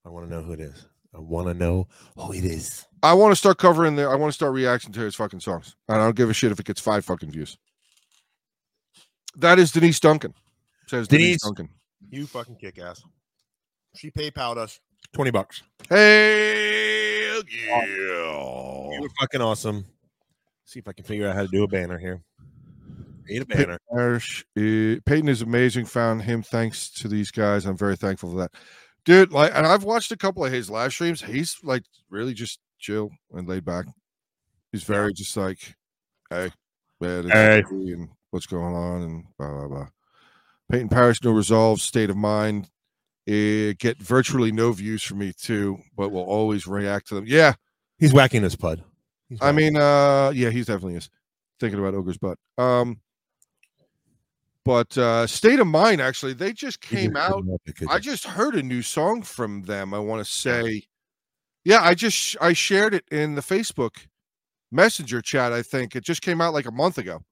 Speaker 1: I want to know who it is. I want to know who it is.
Speaker 2: I want to start covering the. I want to start reacting to his fucking songs. And I don't give a shit if it gets five fucking views. That is Denise Duncan. Says Denise,
Speaker 1: Denise.
Speaker 2: Duncan.
Speaker 1: You fucking kick ass. She PayPal'd us twenty bucks.
Speaker 2: Hey,
Speaker 1: You
Speaker 2: yeah.
Speaker 1: were fucking awesome. See if I can figure out how to do a banner here. Made a
Speaker 2: Pey-
Speaker 1: banner.
Speaker 2: Irish. uh, Peyton is amazing. Found him thanks to these guys. I'm very thankful for that, dude. Like, and I've watched a couple of his live streams. He's like really just chill and laid back. He's very just like, hey, man, it's
Speaker 1: Hey.
Speaker 2: me and what's going on, and blah blah blah. Peyton Parish, no resolve, state of mind. Uh, get virtually no views from me too, but will always react to them. Yeah,
Speaker 1: He's whacking his pud. He's
Speaker 2: I
Speaker 1: whacking-
Speaker 2: mean, uh, yeah, he's definitely is thinking about ogre's butt. Um, but uh, state of mind actually, they just
Speaker 1: he
Speaker 2: came
Speaker 1: just
Speaker 2: out.
Speaker 1: couldn't help it, could
Speaker 2: I
Speaker 1: you?
Speaker 2: just heard a new song from them. I want to say, yeah, I just sh- I shared it in the Facebook Messenger chat. I think it just came out like a month ago.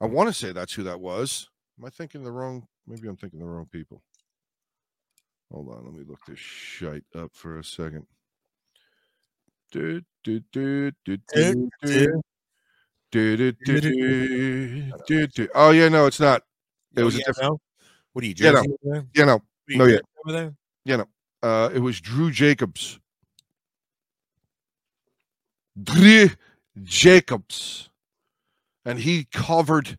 Speaker 2: I want to say that's who that was. Am I thinking the wrong? Maybe I'm thinking the wrong people. Hold on, let me look this shite up for a second. Do, do, do, do, do, do. Do, do, do, do, do, do. Oh yeah, no, it's not. It
Speaker 1: Oh,
Speaker 2: was a
Speaker 1: yeah,
Speaker 2: different.
Speaker 1: no? What are you,
Speaker 2: Yeah, no.
Speaker 1: Jersey over there?
Speaker 2: You know,
Speaker 1: What are
Speaker 2: No,
Speaker 1: you,
Speaker 2: yeah.
Speaker 1: over there?
Speaker 2: uh, it was Drew Jacobs. Drew Jacobs. And he covered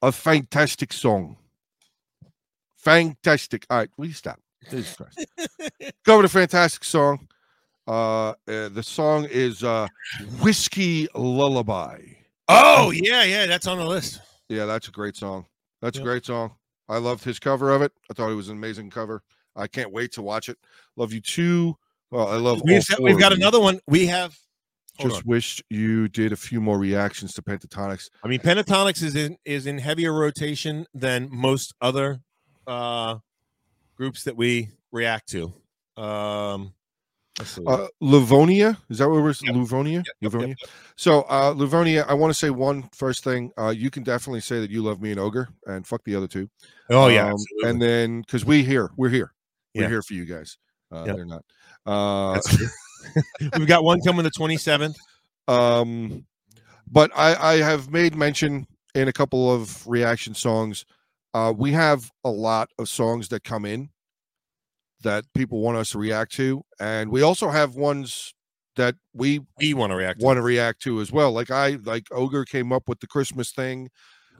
Speaker 2: a fantastic song. Fantastic. All right, will you stop? Jesus Christ. covered a fantastic song. Uh, uh, the song is uh, Whiskey Lullaby.
Speaker 1: Oh, yeah, yeah. That's on the list.
Speaker 2: Yeah, that's a great song. That's
Speaker 1: Yep.
Speaker 2: a great song. I loved his cover of it. I thought it was an amazing cover. I can't wait to watch it. Love you too. Well, I love. all
Speaker 1: We've, got-
Speaker 2: four
Speaker 1: we've
Speaker 2: of
Speaker 1: got
Speaker 2: you.
Speaker 1: another one. We have. hold on.
Speaker 2: Just wish you did a few more reactions to Pentatonics.
Speaker 1: I mean, pentatonics is in is in heavier rotation than most other uh, groups that we react to. Um, let's see.
Speaker 2: Uh, Livonia, is that where we're?
Speaker 1: Yep.
Speaker 2: Livonia,
Speaker 1: Yep, yep,
Speaker 2: Livonia.
Speaker 1: yep.
Speaker 2: So, uh, Livonia, I want to say one first thing. Uh, you can definitely say that you love me and Ogre, and fuck the other two.
Speaker 1: Oh yeah,
Speaker 2: Um,
Speaker 1: absolutely.
Speaker 2: and then because we here, we're here,
Speaker 1: Yeah.
Speaker 2: we're here for you guys. Uh,
Speaker 1: Yep.
Speaker 2: They're not. Uh,
Speaker 1: That's true. (laughs) we've got one coming the twenty seventh.
Speaker 2: um but i i have made mention in a couple of reaction songs uh we have a lot of songs that come in that people want us to react to and we also have ones that we
Speaker 1: We want to react. to.
Speaker 2: want to react to as well like i like ogre came up with the christmas thing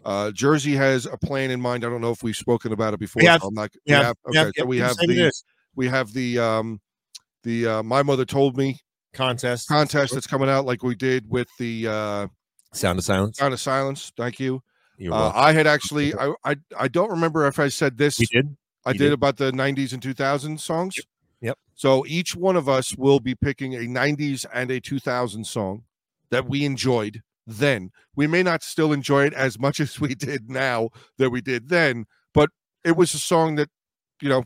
Speaker 2: uh jersey has a plan in mind i don't know if we've spoken about it before
Speaker 1: have-
Speaker 2: so i'm not
Speaker 1: we have- we
Speaker 2: okay
Speaker 1: have-
Speaker 2: so we
Speaker 1: yep,
Speaker 2: have
Speaker 1: same
Speaker 2: the
Speaker 1: here.
Speaker 2: we have the um the uh, my mother told me
Speaker 1: contest.
Speaker 2: contest that's coming out like we did with the uh
Speaker 1: Sound of silence.
Speaker 2: Sound of silence. Thank you.
Speaker 1: You're
Speaker 2: Uh,
Speaker 1: welcome.
Speaker 2: I had actually, I, I, I don't remember if I said this.
Speaker 1: we did.
Speaker 2: I
Speaker 1: you
Speaker 2: did,
Speaker 1: did.
Speaker 2: about the '90s and 2000 songs.
Speaker 1: Yep, yep.
Speaker 2: So each one of us will be picking a '90s and a 2000 song that we enjoyed then. We may not still enjoy it as much (laughs) as we did now that we did then, but it was a song that, you know,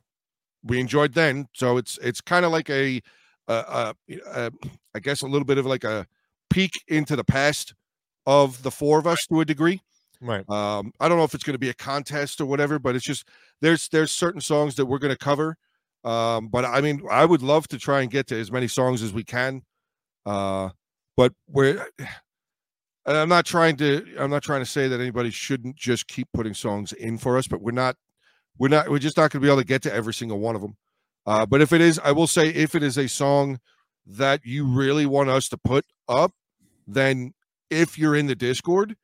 Speaker 2: we enjoyed then. So it's it's kind of like a, uh, uh, uh, I guess a little bit of like a peek into the past of the four of us to a degree.
Speaker 1: Right.
Speaker 2: Um, I don't know if it's going to be a contest or whatever, but it's just there's there's certain songs that we're going to cover. Um, but I mean, I would love to try and get to as many songs as we can. Uh, but we're and I'm not trying to I'm not trying to say that anybody shouldn't just keep putting songs in for us, but we're not we're not we're just not going to be able to get to every single one of them. Uh, but if it is, I will say if it is a song that you really want us to put up, then if you're in the Discord,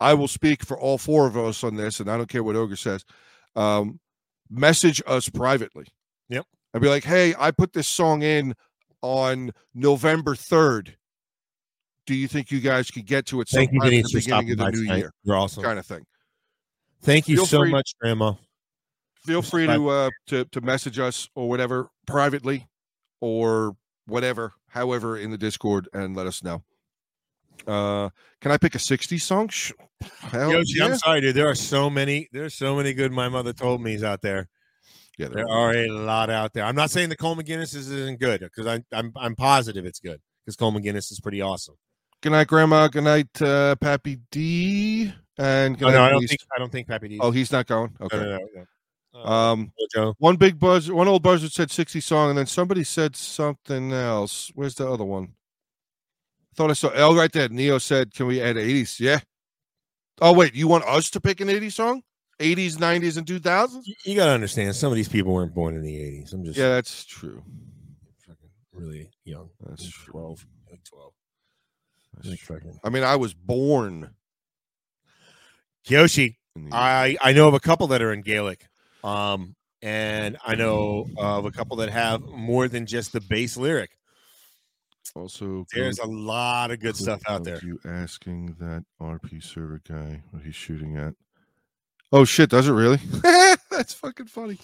Speaker 2: I will speak for all four of us on this, and I don't care what Ogre says. Um, message us privately.
Speaker 1: Yep.
Speaker 2: And be like, hey, I put this song in on November 3rd. Do you think you guys could get to it sometime
Speaker 1: Thank you,
Speaker 2: at the
Speaker 1: Denise, for
Speaker 2: beginning
Speaker 1: stopping
Speaker 2: of the
Speaker 1: by
Speaker 2: new
Speaker 1: tonight.
Speaker 2: year?
Speaker 1: You're awesome.
Speaker 2: Kind of thing.
Speaker 1: Thank you
Speaker 2: Feel
Speaker 1: so
Speaker 2: free-
Speaker 1: much, Grandma.
Speaker 2: Feel free
Speaker 1: Subscribe.
Speaker 2: to uh to, to message us or whatever privately or whatever, however, in the Discord and let us know. Uh can I pick a 60s song? Sh- Hell
Speaker 1: Yoshi,
Speaker 2: yeah.
Speaker 1: I'm sorry, dude. There are so many. There's so many good. My mother told me's out there.
Speaker 2: Yeah, there
Speaker 1: There
Speaker 2: we go.
Speaker 1: are a lot out there. I'm not saying the Cole McGinnis is- isn't good because I'm, I'm I'm positive it's good because Cole McGinnis is pretty awesome.
Speaker 2: Good night, Grandma. Good night, uh, Pappy D. And good
Speaker 1: Oh, no,
Speaker 2: night,
Speaker 1: I don't
Speaker 2: Denise.
Speaker 1: think I don't think Pappy D's.
Speaker 2: Oh, he's not going. Okay.
Speaker 1: no, no, no, no. Uh,
Speaker 2: Um,
Speaker 1: Joe.
Speaker 2: one big buzz. One old buzzard said sixty song, and then somebody said something else. Where's the other one? Thought I saw. Oh, right there. Neo said, "Can we add 80s? Yeah. Oh wait, you want us to pick an 80s song? 80s, 90s, and 2000s?
Speaker 1: You, you gotta understand, some of these people weren't born in the '80s. I'm just
Speaker 2: Yeah, that's true.
Speaker 1: fucking really young.
Speaker 2: That's
Speaker 1: Like
Speaker 2: true.
Speaker 1: 12, like 12.
Speaker 2: That's
Speaker 1: Like
Speaker 2: true.
Speaker 1: fucking-
Speaker 2: I mean, I was born
Speaker 1: Kyoshi,
Speaker 2: in the-
Speaker 1: I I know of a couple that are in Gaelic, um, and I know of a couple that have more than just the base lyric.
Speaker 2: also,
Speaker 1: There's a lot of good
Speaker 2: Clip
Speaker 1: stuff out
Speaker 2: of
Speaker 1: there.
Speaker 2: You asking that RP server guy what he's shooting at? Oh shit! Does it really? (laughs) That's fucking funny.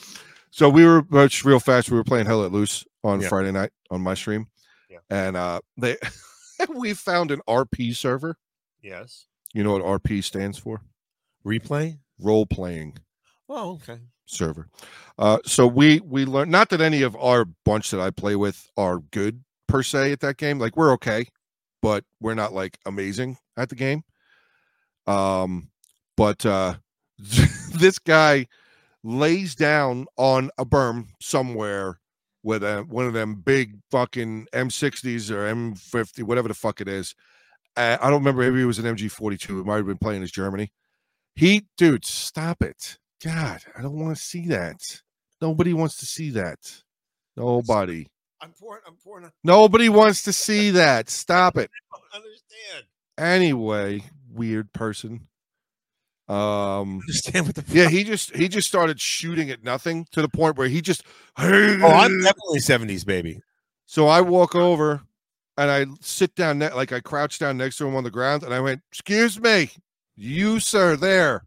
Speaker 2: So we were uh, just real fast. We were playing Hell at Loose on
Speaker 1: Yeah.
Speaker 2: Friday night on my stream,
Speaker 1: Yeah.
Speaker 2: and uh, they (laughs) we found an RP server.
Speaker 1: Yes,
Speaker 2: You know what RP stands for?
Speaker 1: replay.
Speaker 2: Role playing
Speaker 1: Oh, okay.
Speaker 2: server. Uh, so we we learned not that any of our bunch that I play with are good per se at that game. Like we're okay, but we're not like amazing at the game. Um, but uh, (laughs) this guy lays down on a berm somewhere with a, one of them big fucking M60s or M50, whatever the fuck it is. Uh, I don't remember. Maybe it was an MG42. It might have been playing as Germany. He, dude, stop it. God, I don't want to see that. Nobody wants to see that. Nobody.
Speaker 1: I'm pouring. I'm pouring. I
Speaker 2: Nobody wants to see that. Stop it.
Speaker 1: don't understand.
Speaker 2: Anyway, weird person. Um
Speaker 1: (laughs) Understand what the?
Speaker 2: yeah, he just he just started shooting at nothing to the point where he just
Speaker 1: Oh, I'm definitely '70s (laughs) baby.
Speaker 2: So I walk over and I sit down, ne- like I crouch down next to him on the ground, and I went, "Excuse me, you sir, there.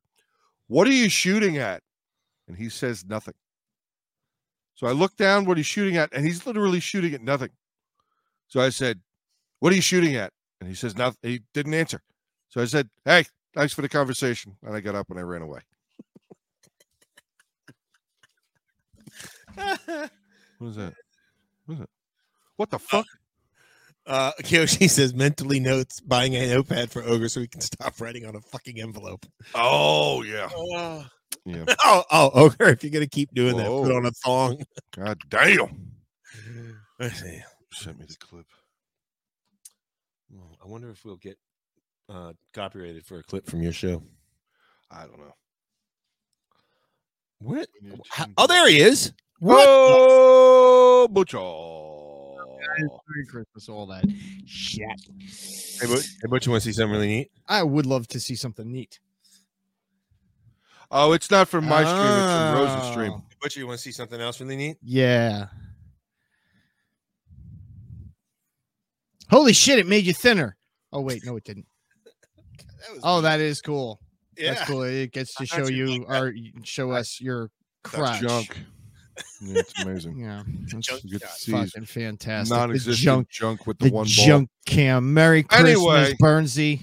Speaker 2: What are you shooting at?" And he says nothing. So I look down what he's shooting at, and he's literally shooting at nothing. So I said, "What are you shooting at?" And he says nothing. He didn't answer. So I said, "Hey, thanks for the conversation," and I got up and I ran away. What is that? What is that? What the fuck?
Speaker 1: Uh, Kyoshi says mentally notes buying a notepad for Ogre so he can stop writing on a fucking envelope.
Speaker 2: Oh yeah.
Speaker 1: Oh,
Speaker 2: Yeah.
Speaker 1: (laughs)
Speaker 2: Oh.
Speaker 1: oh, Ogre, if you're gonna keep doing that, put
Speaker 2: Whoa.
Speaker 1: on a thong.
Speaker 2: God damn.
Speaker 1: Let's see.
Speaker 2: Sent me the clip.
Speaker 1: Well, oh, I wonder if we'll get uh, copyrighted for a clip from your show.
Speaker 2: I don't know.
Speaker 1: What?
Speaker 2: We need
Speaker 1: Ho-
Speaker 2: to-
Speaker 1: Oh, there he is. What?
Speaker 2: Whoa, Butcho.
Speaker 3: Merry Christmas, all that shit.
Speaker 1: Hey, Butch, hey, Butch, you want to see something really neat?
Speaker 3: I would love to see something neat.
Speaker 2: Oh, it's not from my stream. It's from Rose's stream.
Speaker 3: Oh,
Speaker 1: Hey, Butcher, you want to see something else really neat?
Speaker 3: Yeah. Holy shit! It made you thinner. Oh wait, no, it didn't.
Speaker 1: That was
Speaker 3: Oh, that is cool.
Speaker 1: yeah.
Speaker 3: That's cool. It gets to
Speaker 1: I
Speaker 3: show
Speaker 1: thought you'd
Speaker 3: you
Speaker 1: like that.
Speaker 3: or show us your crotch.
Speaker 2: Junk. Yeah, it's
Speaker 3: (laughs)
Speaker 2: amazing.
Speaker 3: Yeah, that's
Speaker 1: junk
Speaker 2: You get to
Speaker 1: shot.
Speaker 2: see his
Speaker 3: fucking fantastic. The
Speaker 2: non-existent
Speaker 3: junk,
Speaker 2: junk, with the,
Speaker 3: the,
Speaker 2: one
Speaker 3: junk cam. Merry Christmas,
Speaker 2: Anyway.
Speaker 3: Bernsey.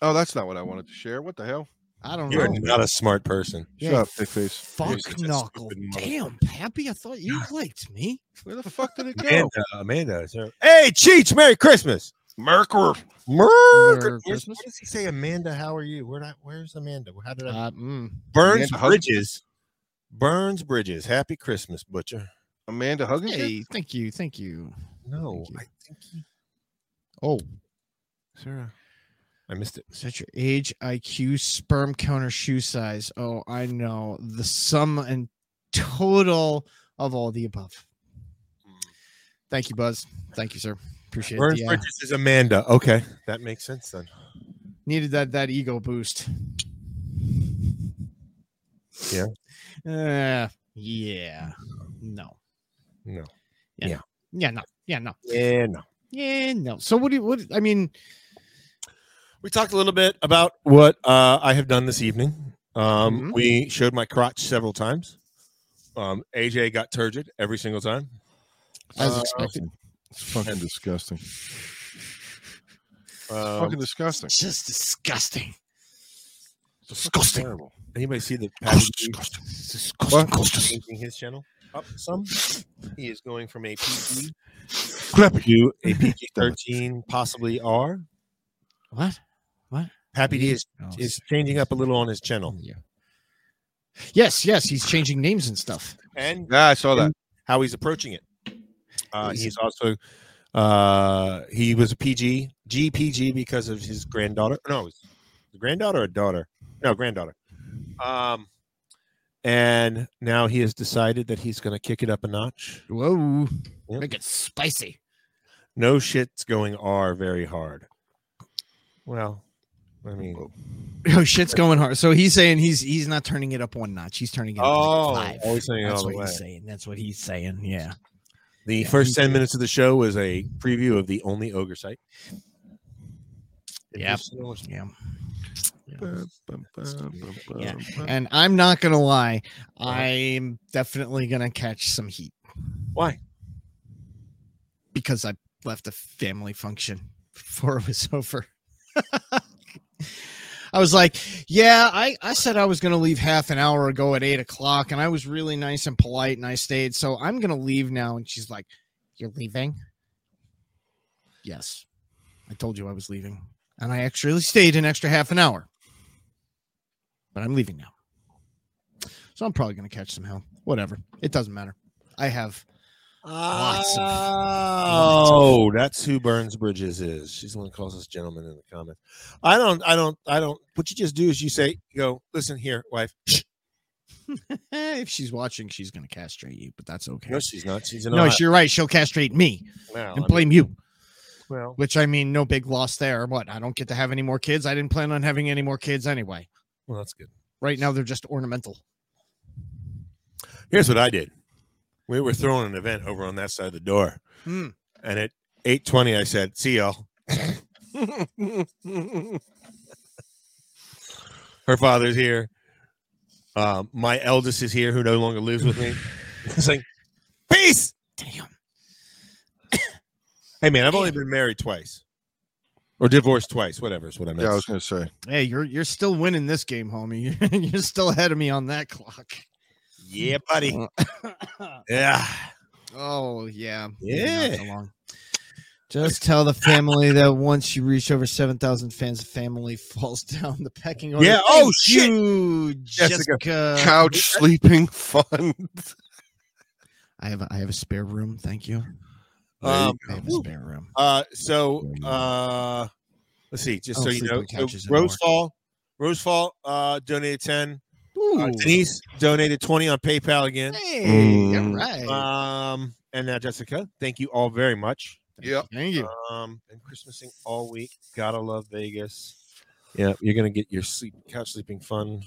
Speaker 2: ball. Oh, that's not what I wanted to share. What the hell?
Speaker 3: I don't
Speaker 1: You're
Speaker 3: know.
Speaker 1: not a smart person.
Speaker 3: Yeah,
Speaker 2: Shut up, thick face.
Speaker 1: You're
Speaker 3: Fuck
Speaker 1: such a
Speaker 3: knuckle.
Speaker 1: stupid motherfucker.
Speaker 3: Damn, Pappy. I thought you liked me.
Speaker 2: Where the fuck did it go?
Speaker 1: Amanda, Amanda. is her- Hey, Cheech, Merry Christmas.
Speaker 2: Mercury.
Speaker 1: Merry
Speaker 3: Merry
Speaker 1: Christmas.
Speaker 3: Christmas.
Speaker 1: What does he say? Amanda, how are you? Where not, where's Amanda? How did I?
Speaker 3: Uh, mm.
Speaker 1: Burns
Speaker 2: Amanda Hudson?
Speaker 1: Bridges. Burns Bridges. Happy Christmas, Butcher.
Speaker 2: Amanda Huggins.
Speaker 3: Hey, thank you, thank you.
Speaker 1: No,
Speaker 3: you.
Speaker 1: I think he.
Speaker 3: Oh,
Speaker 1: Sarah. I missed it.
Speaker 3: is that your age, IQ, sperm counter, shoe size? Oh, I know the sum and total of all the above. Thank you, Buzz. Thank you, sir. Appreciate it.
Speaker 1: Burns
Speaker 3: Yeah,
Speaker 1: Bridges is Amanda. Okay, that makes sense then.
Speaker 3: needed that that ego boost.
Speaker 1: Yeah.
Speaker 3: Uh, yeah. No.
Speaker 1: No.
Speaker 3: Yeah. No. Yeah. No.
Speaker 1: Yeah, no.
Speaker 3: Yeah. No. So what do you? What I mean?
Speaker 1: We talked a little bit about what uh, I have done this evening. Um,
Speaker 3: Mhm.
Speaker 1: We showed my crotch several times. Um, AJ got turgid every single time.
Speaker 3: As
Speaker 1: Uh,
Speaker 3: expected.
Speaker 2: It's fucking disgusting. It's
Speaker 1: Um,
Speaker 2: fucking disgusting.
Speaker 3: Just disgusting.
Speaker 2: It's fucking
Speaker 3: disgusting.
Speaker 2: Terrible.
Speaker 1: anybody see (laughs) the
Speaker 2: What?
Speaker 1: changing his channel up some? He is going from a PG
Speaker 2: Clap.
Speaker 1: to a (laughs) PG thirteen, possibly R.
Speaker 3: What?
Speaker 1: Happy D is,
Speaker 3: Oh,
Speaker 1: is changing up a little on his channel.
Speaker 3: Yeah. Yes, yes, he's changing names and stuff.
Speaker 1: And
Speaker 2: Yeah, I saw that.
Speaker 1: how he's approaching it. Uh,
Speaker 3: Is-
Speaker 1: he's also uh, he was a PG GPG because of his granddaughter. No, it was the granddaughter or daughter? No, granddaughter. Um, and now he has decided that he's going to kick it up a notch.
Speaker 3: Whoa.
Speaker 1: Yep.
Speaker 3: Make it spicy.
Speaker 1: No shit's going R very hard. Well, I mean,
Speaker 3: Oh, shit's going hard. So he's saying he's he's not turning it up one notch. He's turning it up
Speaker 1: oh,
Speaker 3: like five.
Speaker 1: always saying it
Speaker 3: That's
Speaker 1: all the
Speaker 3: what
Speaker 1: way.
Speaker 3: he's saying. That's what he's saying. Yeah.
Speaker 1: The
Speaker 3: Yeah,
Speaker 1: first
Speaker 3: he's-
Speaker 1: 10 minutes of the show was a preview of the only ogre site. If
Speaker 3: Yep.
Speaker 1: you're still listening-
Speaker 3: Yeah. Yeah.
Speaker 2: Bum, bum, bum, bum, bum,
Speaker 3: Yeah,
Speaker 2: bum.
Speaker 3: And I'm not gonna lie, I'm definitely gonna catch some heat
Speaker 1: Why?
Speaker 3: because I left a family function before it was (laughs) over. I was like, yeah, I, I said I was going to leave half an hour ago at eight o'clock, and I was really nice and polite, and I stayed. So I'm going to leave now. And she's like, You're leaving? Yes. I told you I was leaving. And I actually stayed an extra half an hour. But I'm leaving now. So I'm probably going to catch some hell. Whatever. It doesn't matter. I have Lots of- lots of-
Speaker 1: Oh, that's who Burns Bridges is. She's the one who calls us gentlemen in the comments. I don't, I don't, I don't. What you just do is you say, you go, listen here, wife.
Speaker 3: Eh, if she's watching, she's gonna castrate you, but that's okay.
Speaker 1: No, she's not. She's an
Speaker 3: No,
Speaker 1: Ohio-
Speaker 3: you're right. She'll castrate me
Speaker 1: Well, I
Speaker 3: and
Speaker 1: mean,
Speaker 3: blame you.
Speaker 1: well,
Speaker 3: Which I mean, no big loss there. What? I don't get to have any more kids. I didn't plan on having any more kids anyway.
Speaker 1: well, that's good.
Speaker 3: Right now, they're just ornamental.
Speaker 1: Here's what I did. We were throwing an event over on that side of the door,
Speaker 3: Hmm.
Speaker 1: and at 8:20, I said, "See y'all."
Speaker 2: (laughs)
Speaker 1: Her father's here. Um, my eldest is here, who no longer lives with me. It's like, peace.
Speaker 3: Damn.
Speaker 1: Hey man, I've only been married twice. Or divorced twice, whatever is what I meant.
Speaker 2: Yeah, I was gonna say.
Speaker 3: Hey, you're you're still winning this game, homie. (laughs) you're still ahead of me on that clock.
Speaker 1: Yeah, buddy.
Speaker 3: Uh,
Speaker 1: (coughs) Yeah.
Speaker 3: oh yeah.
Speaker 1: Yeah.
Speaker 3: not for long. Just tell the family that once you reach over seven thousand fans, the family (laughs) falls down the pecking order.
Speaker 1: Yeah, oh,
Speaker 3: Thank
Speaker 1: shit.
Speaker 3: you,
Speaker 1: Jessica.
Speaker 3: Jessica.
Speaker 2: (laughs) Couch sleeping fun.
Speaker 3: I have a, I have a spare room. Thank you.
Speaker 1: Um,
Speaker 3: I have a
Speaker 1: whew.
Speaker 3: spare room.
Speaker 1: uh so uh let's see, just
Speaker 3: I
Speaker 1: so
Speaker 3: don't
Speaker 1: you
Speaker 3: sleep
Speaker 1: know.
Speaker 3: on
Speaker 1: So
Speaker 3: couches anymore.
Speaker 1: Rosefall, Rosefall uh donated 10. Uh,
Speaker 3: Ooh.
Speaker 1: Denise donated 20 on PayPal again.
Speaker 3: Hey, all
Speaker 2: Mm.
Speaker 3: right.
Speaker 1: Um and now Jessica, thank you all very much.
Speaker 2: Yep.
Speaker 3: Thank you.
Speaker 1: Um and Christmasing all week. Gotta love Vegas. Yeah, you're gonna get your sleep couch sleeping fun.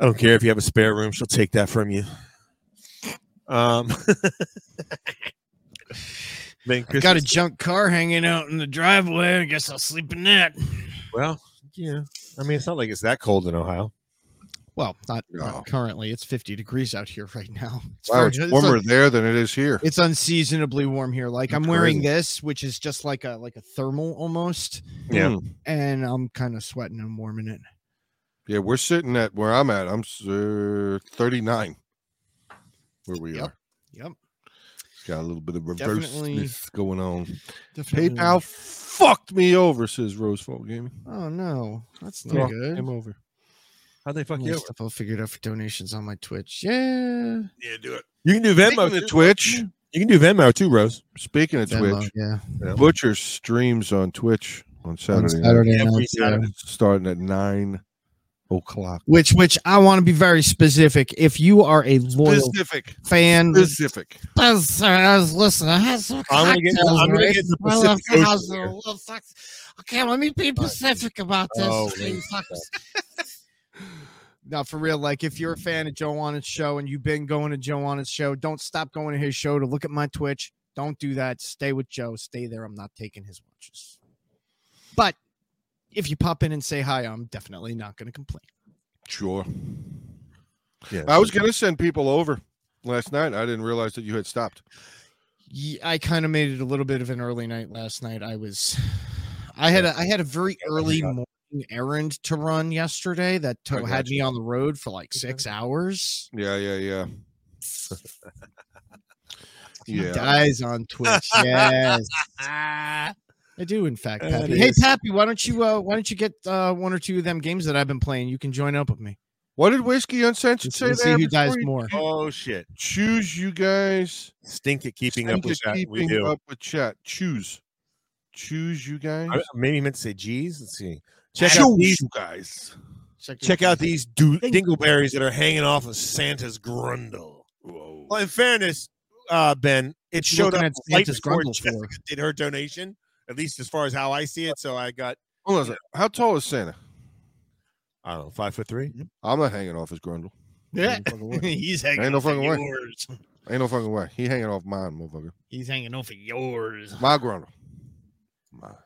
Speaker 1: I don't care if you have a spare room, she'll take that from you. Um (laughs) then
Speaker 3: I've got a
Speaker 1: Christmas-
Speaker 3: junk car hanging out in the driveway. I guess I'll sleep in that.
Speaker 1: well, yeah. I mean it's not like it's that cold in Ohio.
Speaker 3: Well, not, not
Speaker 2: No.
Speaker 3: currently. It's 50 degrees out here right now. It's,
Speaker 2: Wow,
Speaker 3: very-
Speaker 2: it's
Speaker 3: it's
Speaker 2: warmer
Speaker 3: un-
Speaker 2: there than it is here.
Speaker 3: it's unseasonably warm here. Like I'm
Speaker 2: That's
Speaker 3: wearing
Speaker 2: crazy.
Speaker 3: this, which is just like a like a thermal almost,
Speaker 1: Yeah.
Speaker 2: Mm.
Speaker 3: and I'm kind of sweating and warming it.
Speaker 2: Yeah, we're sitting at where I'm at. I'm uh, 39. Where we
Speaker 3: Yep.
Speaker 2: are.
Speaker 3: Yep.
Speaker 2: Got a little bit of
Speaker 3: Definitely.
Speaker 2: reverseness going on.
Speaker 3: Definitely.
Speaker 2: PayPal fucked me over, says Rosefall Gaming.
Speaker 3: Oh no, that's
Speaker 1: Yeah.
Speaker 3: not good.
Speaker 2: I'm over.
Speaker 1: How'd they fuck
Speaker 3: All this stuff I'll figure it out for donations on my Twitch. Yeah.
Speaker 2: Yeah, do it.
Speaker 1: You can do
Speaker 2: Speaking
Speaker 1: Venmo.
Speaker 2: of
Speaker 1: Too.
Speaker 2: Twitch,
Speaker 1: You can do Venmo too, Rose.
Speaker 2: speaking of
Speaker 3: Venmo,
Speaker 2: Twitch,
Speaker 3: Yeah.
Speaker 2: Butcher streams on Twitch on
Speaker 3: On
Speaker 2: Saturday, night,
Speaker 3: Saturday
Speaker 1: Every
Speaker 3: nights, yeah.
Speaker 1: Saturday.
Speaker 2: starting at 9 o'clock.
Speaker 3: Which, which I want to be very specific. If you are a loyal
Speaker 2: Specific.
Speaker 3: fan,
Speaker 2: Specific.
Speaker 3: Listen, I was listening. I had some
Speaker 1: I'm gonna get-
Speaker 3: cocktails,
Speaker 1: I'm gonna
Speaker 3: right?
Speaker 1: get the
Speaker 3: I left
Speaker 1: Pacific
Speaker 3: the house
Speaker 1: Ocean
Speaker 3: and
Speaker 1: here. Uh,
Speaker 3: I left sex. Okay, let me be specific about this.
Speaker 1: Oh,
Speaker 3: you
Speaker 1: wait. (laughs)
Speaker 3: fuckers. no, for real. Like, if you're a fan of Joe Onnit's show and you've been going to Joe Onnit's show, don't stop going to his show to look at my Twitch. Don't do that. Stay with Joe. Stay there. I'm not taking his watches. But if you pop in and say hi, I'm definitely not going to complain.
Speaker 2: Sure.
Speaker 1: Yeah.
Speaker 2: I was going to send people over last night. I didn't realize that you had stopped.
Speaker 3: Ye- I kind of made it a little bit of an early night last night. I was, (sighs) I had a, I had a very early morning errand to run yesterday that
Speaker 2: I
Speaker 3: to- had
Speaker 2: gotcha.
Speaker 3: me on the road for like six hours.
Speaker 2: Yeah, yeah,
Speaker 3: (laughs)
Speaker 2: yeah. yeah.
Speaker 3: Dies on Twitch.
Speaker 4: (laughs)
Speaker 3: Yes, I do. In fact,
Speaker 1: That
Speaker 3: Pappy. Hey,
Speaker 1: is-
Speaker 3: Pappy, why don't you, uh, why don't you get uh, one or two of them games that I've been playing? You can join up with me.
Speaker 2: What did Whiskey Uncensored
Speaker 3: Let's,
Speaker 2: say
Speaker 3: let's see
Speaker 2: there?
Speaker 3: who dies
Speaker 2: before you
Speaker 3: more.
Speaker 1: Oh shit!
Speaker 2: Choose you guys.
Speaker 1: Stink at keeping
Speaker 2: Think
Speaker 1: up with
Speaker 2: of
Speaker 1: that. We
Speaker 2: keeping
Speaker 1: do.
Speaker 2: up with chat. Choose. Choose you guys.
Speaker 1: I maybe meant to say G's. Let's see. Check out
Speaker 2: Choose
Speaker 1: these
Speaker 2: you guys.
Speaker 3: Check,
Speaker 1: check out these do- dingleberries that are hanging off of Santa's grundle.
Speaker 2: Whoa.
Speaker 1: Well, in fairness, uh, Ben, it
Speaker 3: You
Speaker 1: showed
Speaker 3: looking
Speaker 1: up
Speaker 3: at
Speaker 1: right
Speaker 3: Santa's
Speaker 1: before
Speaker 3: grundle for?
Speaker 1: Jessica did her donation. At least as far as how I see it, so I got
Speaker 2: Hold on a second. How tall is Santa?
Speaker 1: I don't know, five foot three.
Speaker 2: I'm not hanging off his grundle.
Speaker 3: (laughs) Yeah.
Speaker 2: Ain't no fucking way.
Speaker 4: (laughs) He's hanging
Speaker 2: Ain't no
Speaker 4: off of
Speaker 2: fucking way.
Speaker 4: yours.
Speaker 2: Ain't no fucking way. He hanging off mine, motherfucker.
Speaker 4: He's hanging off of yours.
Speaker 2: My grundle. My. I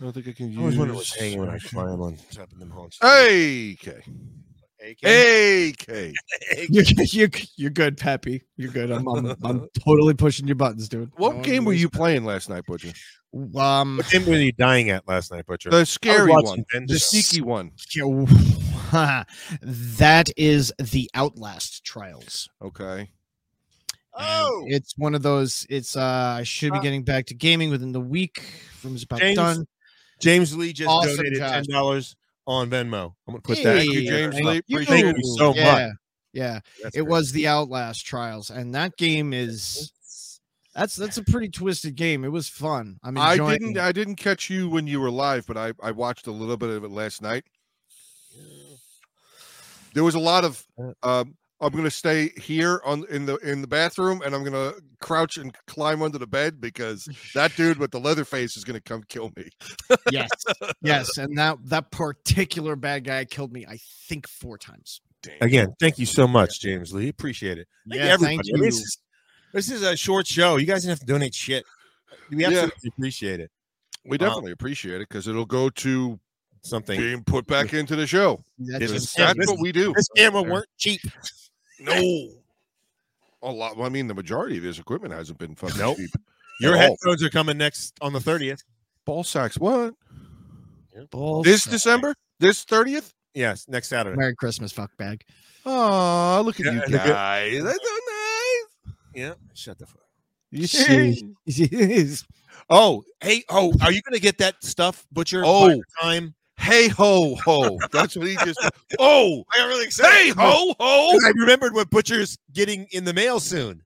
Speaker 2: don't think I can use.
Speaker 1: I always wonder what's hanging when I fly him on top of them haunches.
Speaker 2: AK.
Speaker 1: AK.
Speaker 2: AK.
Speaker 1: (laughs)
Speaker 3: You're, you're, you're good, Peppy. You're good. I'm, I'm, I'm totally pushing your buttons, dude.
Speaker 2: What
Speaker 3: No
Speaker 2: game were
Speaker 3: worries.
Speaker 2: you playing last night, Butcher?
Speaker 3: (laughs) Um,
Speaker 1: What game were you dying at last night, Butcher? I
Speaker 2: The
Speaker 1: was
Speaker 2: scary
Speaker 1: watching
Speaker 2: one.
Speaker 1: Ben
Speaker 2: The
Speaker 1: show.
Speaker 2: sneaky one.
Speaker 3: yo- (laughs) that is the Outlast Trials.
Speaker 2: Okay.
Speaker 3: And
Speaker 1: Oh,
Speaker 3: it's one of those. It's uh, I should be
Speaker 1: Uh,
Speaker 3: getting back to gaming within the week. Room's about
Speaker 1: James,
Speaker 3: done.
Speaker 1: James Lee just
Speaker 3: Awesome,
Speaker 1: donated
Speaker 3: Josh.
Speaker 1: ten dollars on Venmo. I'm gonna put that.
Speaker 2: Thank you,
Speaker 3: Hey,
Speaker 2: James
Speaker 3: thank
Speaker 2: Lee.
Speaker 3: you.
Speaker 2: Appreciate
Speaker 1: it. Thank you so
Speaker 3: yeah,
Speaker 1: much.
Speaker 3: Yeah,
Speaker 1: That's
Speaker 3: it
Speaker 1: great.
Speaker 3: was the Outlast Trials, and that
Speaker 1: (laughs)
Speaker 3: game is that's that's a pretty twisted game. It was fun. I'm
Speaker 2: I
Speaker 3: enjoying.
Speaker 2: didn't.
Speaker 3: it.
Speaker 2: I didn't catch you when you were live, but I I watched a little bit of it last night. There was a lot of.
Speaker 1: Uh,
Speaker 2: Um, I'm gonna stay here on in the in the bathroom, and I'm gonna crouch and climb under the bed because that dude with the leather face is gonna come kill me.
Speaker 3: yes, yes, and that that particular bad guy killed me. I think four times.
Speaker 1: Again, thank you so much, James Lee. Appreciate it. Thank you,
Speaker 3: Yeah, thank
Speaker 1: everybody. I mean, This
Speaker 3: you.
Speaker 1: is, this is a short show. You guys didn't have to donate shit. We
Speaker 2: Yeah.
Speaker 1: absolutely appreciate it.
Speaker 2: We
Speaker 1: Wow.
Speaker 2: definitely appreciate it because it'll go to
Speaker 1: Something.
Speaker 2: being put back into the show.
Speaker 3: That's
Speaker 1: It was-
Speaker 3: insane.
Speaker 2: That's
Speaker 1: this-
Speaker 2: what we do.
Speaker 1: This camera weren't cheap.
Speaker 2: No, a lot. well, I mean, the majority of his equipment hasn't been fucking
Speaker 1: Nope.
Speaker 2: cheap.
Speaker 1: Your
Speaker 2: all.
Speaker 1: headphones are coming next on the thirtieth.
Speaker 2: Ball sacks. What
Speaker 3: Bull
Speaker 2: this
Speaker 3: sack.
Speaker 2: December? This thirtieth?
Speaker 1: Yes, next Saturday.
Speaker 3: Merry Christmas, fuck bag.
Speaker 2: Oh, look at
Speaker 1: Yeah,
Speaker 2: you
Speaker 1: and the good-
Speaker 2: guys. That's so nice.
Speaker 1: Yeah. Shut the fuck. up.
Speaker 3: Jeez.
Speaker 1: Oh, hey, oh, are you gonna get that stuff, Butcher?
Speaker 2: Oh.
Speaker 1: by the time.
Speaker 2: Hey ho
Speaker 1: (laughs)
Speaker 2: ho. That's what he just Oh,
Speaker 1: I got really
Speaker 2: hey ho ho.
Speaker 1: I remembered what Butcher's getting in the mail soon.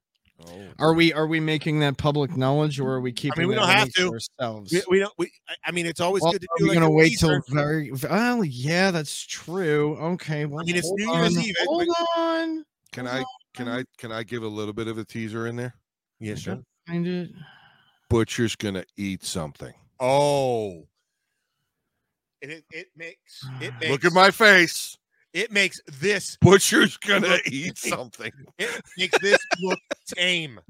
Speaker 2: Oh,
Speaker 3: Are we are we making that public knowledge, or are we keeping?
Speaker 1: we
Speaker 3: that
Speaker 1: don't have
Speaker 3: only
Speaker 1: to.
Speaker 3: for ourselves.
Speaker 1: We, we don't. We, I- I mean, it's always
Speaker 3: Well,
Speaker 1: good to
Speaker 3: are
Speaker 1: do.
Speaker 3: we
Speaker 1: like
Speaker 3: gonna
Speaker 1: a
Speaker 3: wait till
Speaker 1: teaser.
Speaker 3: very? Well, yeah, that's true. Okay. Well,
Speaker 1: mean, it's
Speaker 3: hold
Speaker 1: New Year's
Speaker 3: on,
Speaker 1: Eve, ain't
Speaker 3: Hold
Speaker 1: we?
Speaker 3: on.
Speaker 2: Can I can I can I give a little bit of a teaser in there?
Speaker 1: Yeah, sure.
Speaker 3: Find it.
Speaker 2: Butcher's gonna eat something.
Speaker 1: Oh, it, it, it makes it makes
Speaker 2: Look at my face.
Speaker 1: it makes this
Speaker 2: Butcher's gonna eat something.
Speaker 1: it makes this look tame.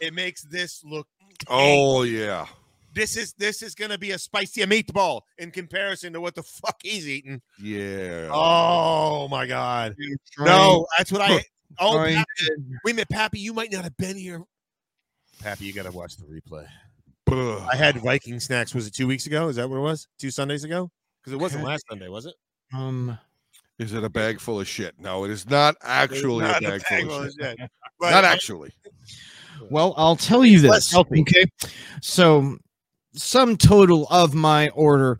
Speaker 1: It makes this look.
Speaker 2: Oh yeah.
Speaker 1: This is this is gonna be a spicy meatball in comparison to what the fuck he's eating.
Speaker 2: Yeah.
Speaker 1: Oh my god!
Speaker 3: Trying-
Speaker 1: No, that's what I. Oh,
Speaker 3: trying
Speaker 1: Pappy,
Speaker 3: to-
Speaker 1: wait a minute, Pappy, you might not have been here. Pappy, you gotta watch the replay.
Speaker 2: Ugh.
Speaker 1: I
Speaker 2: (sighs)
Speaker 1: had Viking snacks. Was it two weeks ago? Is that what it was? Two Sundays ago? Because it wasn't
Speaker 3: Okay.
Speaker 1: last Sunday, was it?
Speaker 3: um.
Speaker 2: Is it a bag full of shit? No, it is not actually
Speaker 1: Not
Speaker 2: a bag full of shit.
Speaker 1: (laughs) But
Speaker 2: Not actually.
Speaker 3: Well, I'll tell you
Speaker 1: Less
Speaker 3: this.
Speaker 1: healthy.
Speaker 3: Okay. So, sum total of my order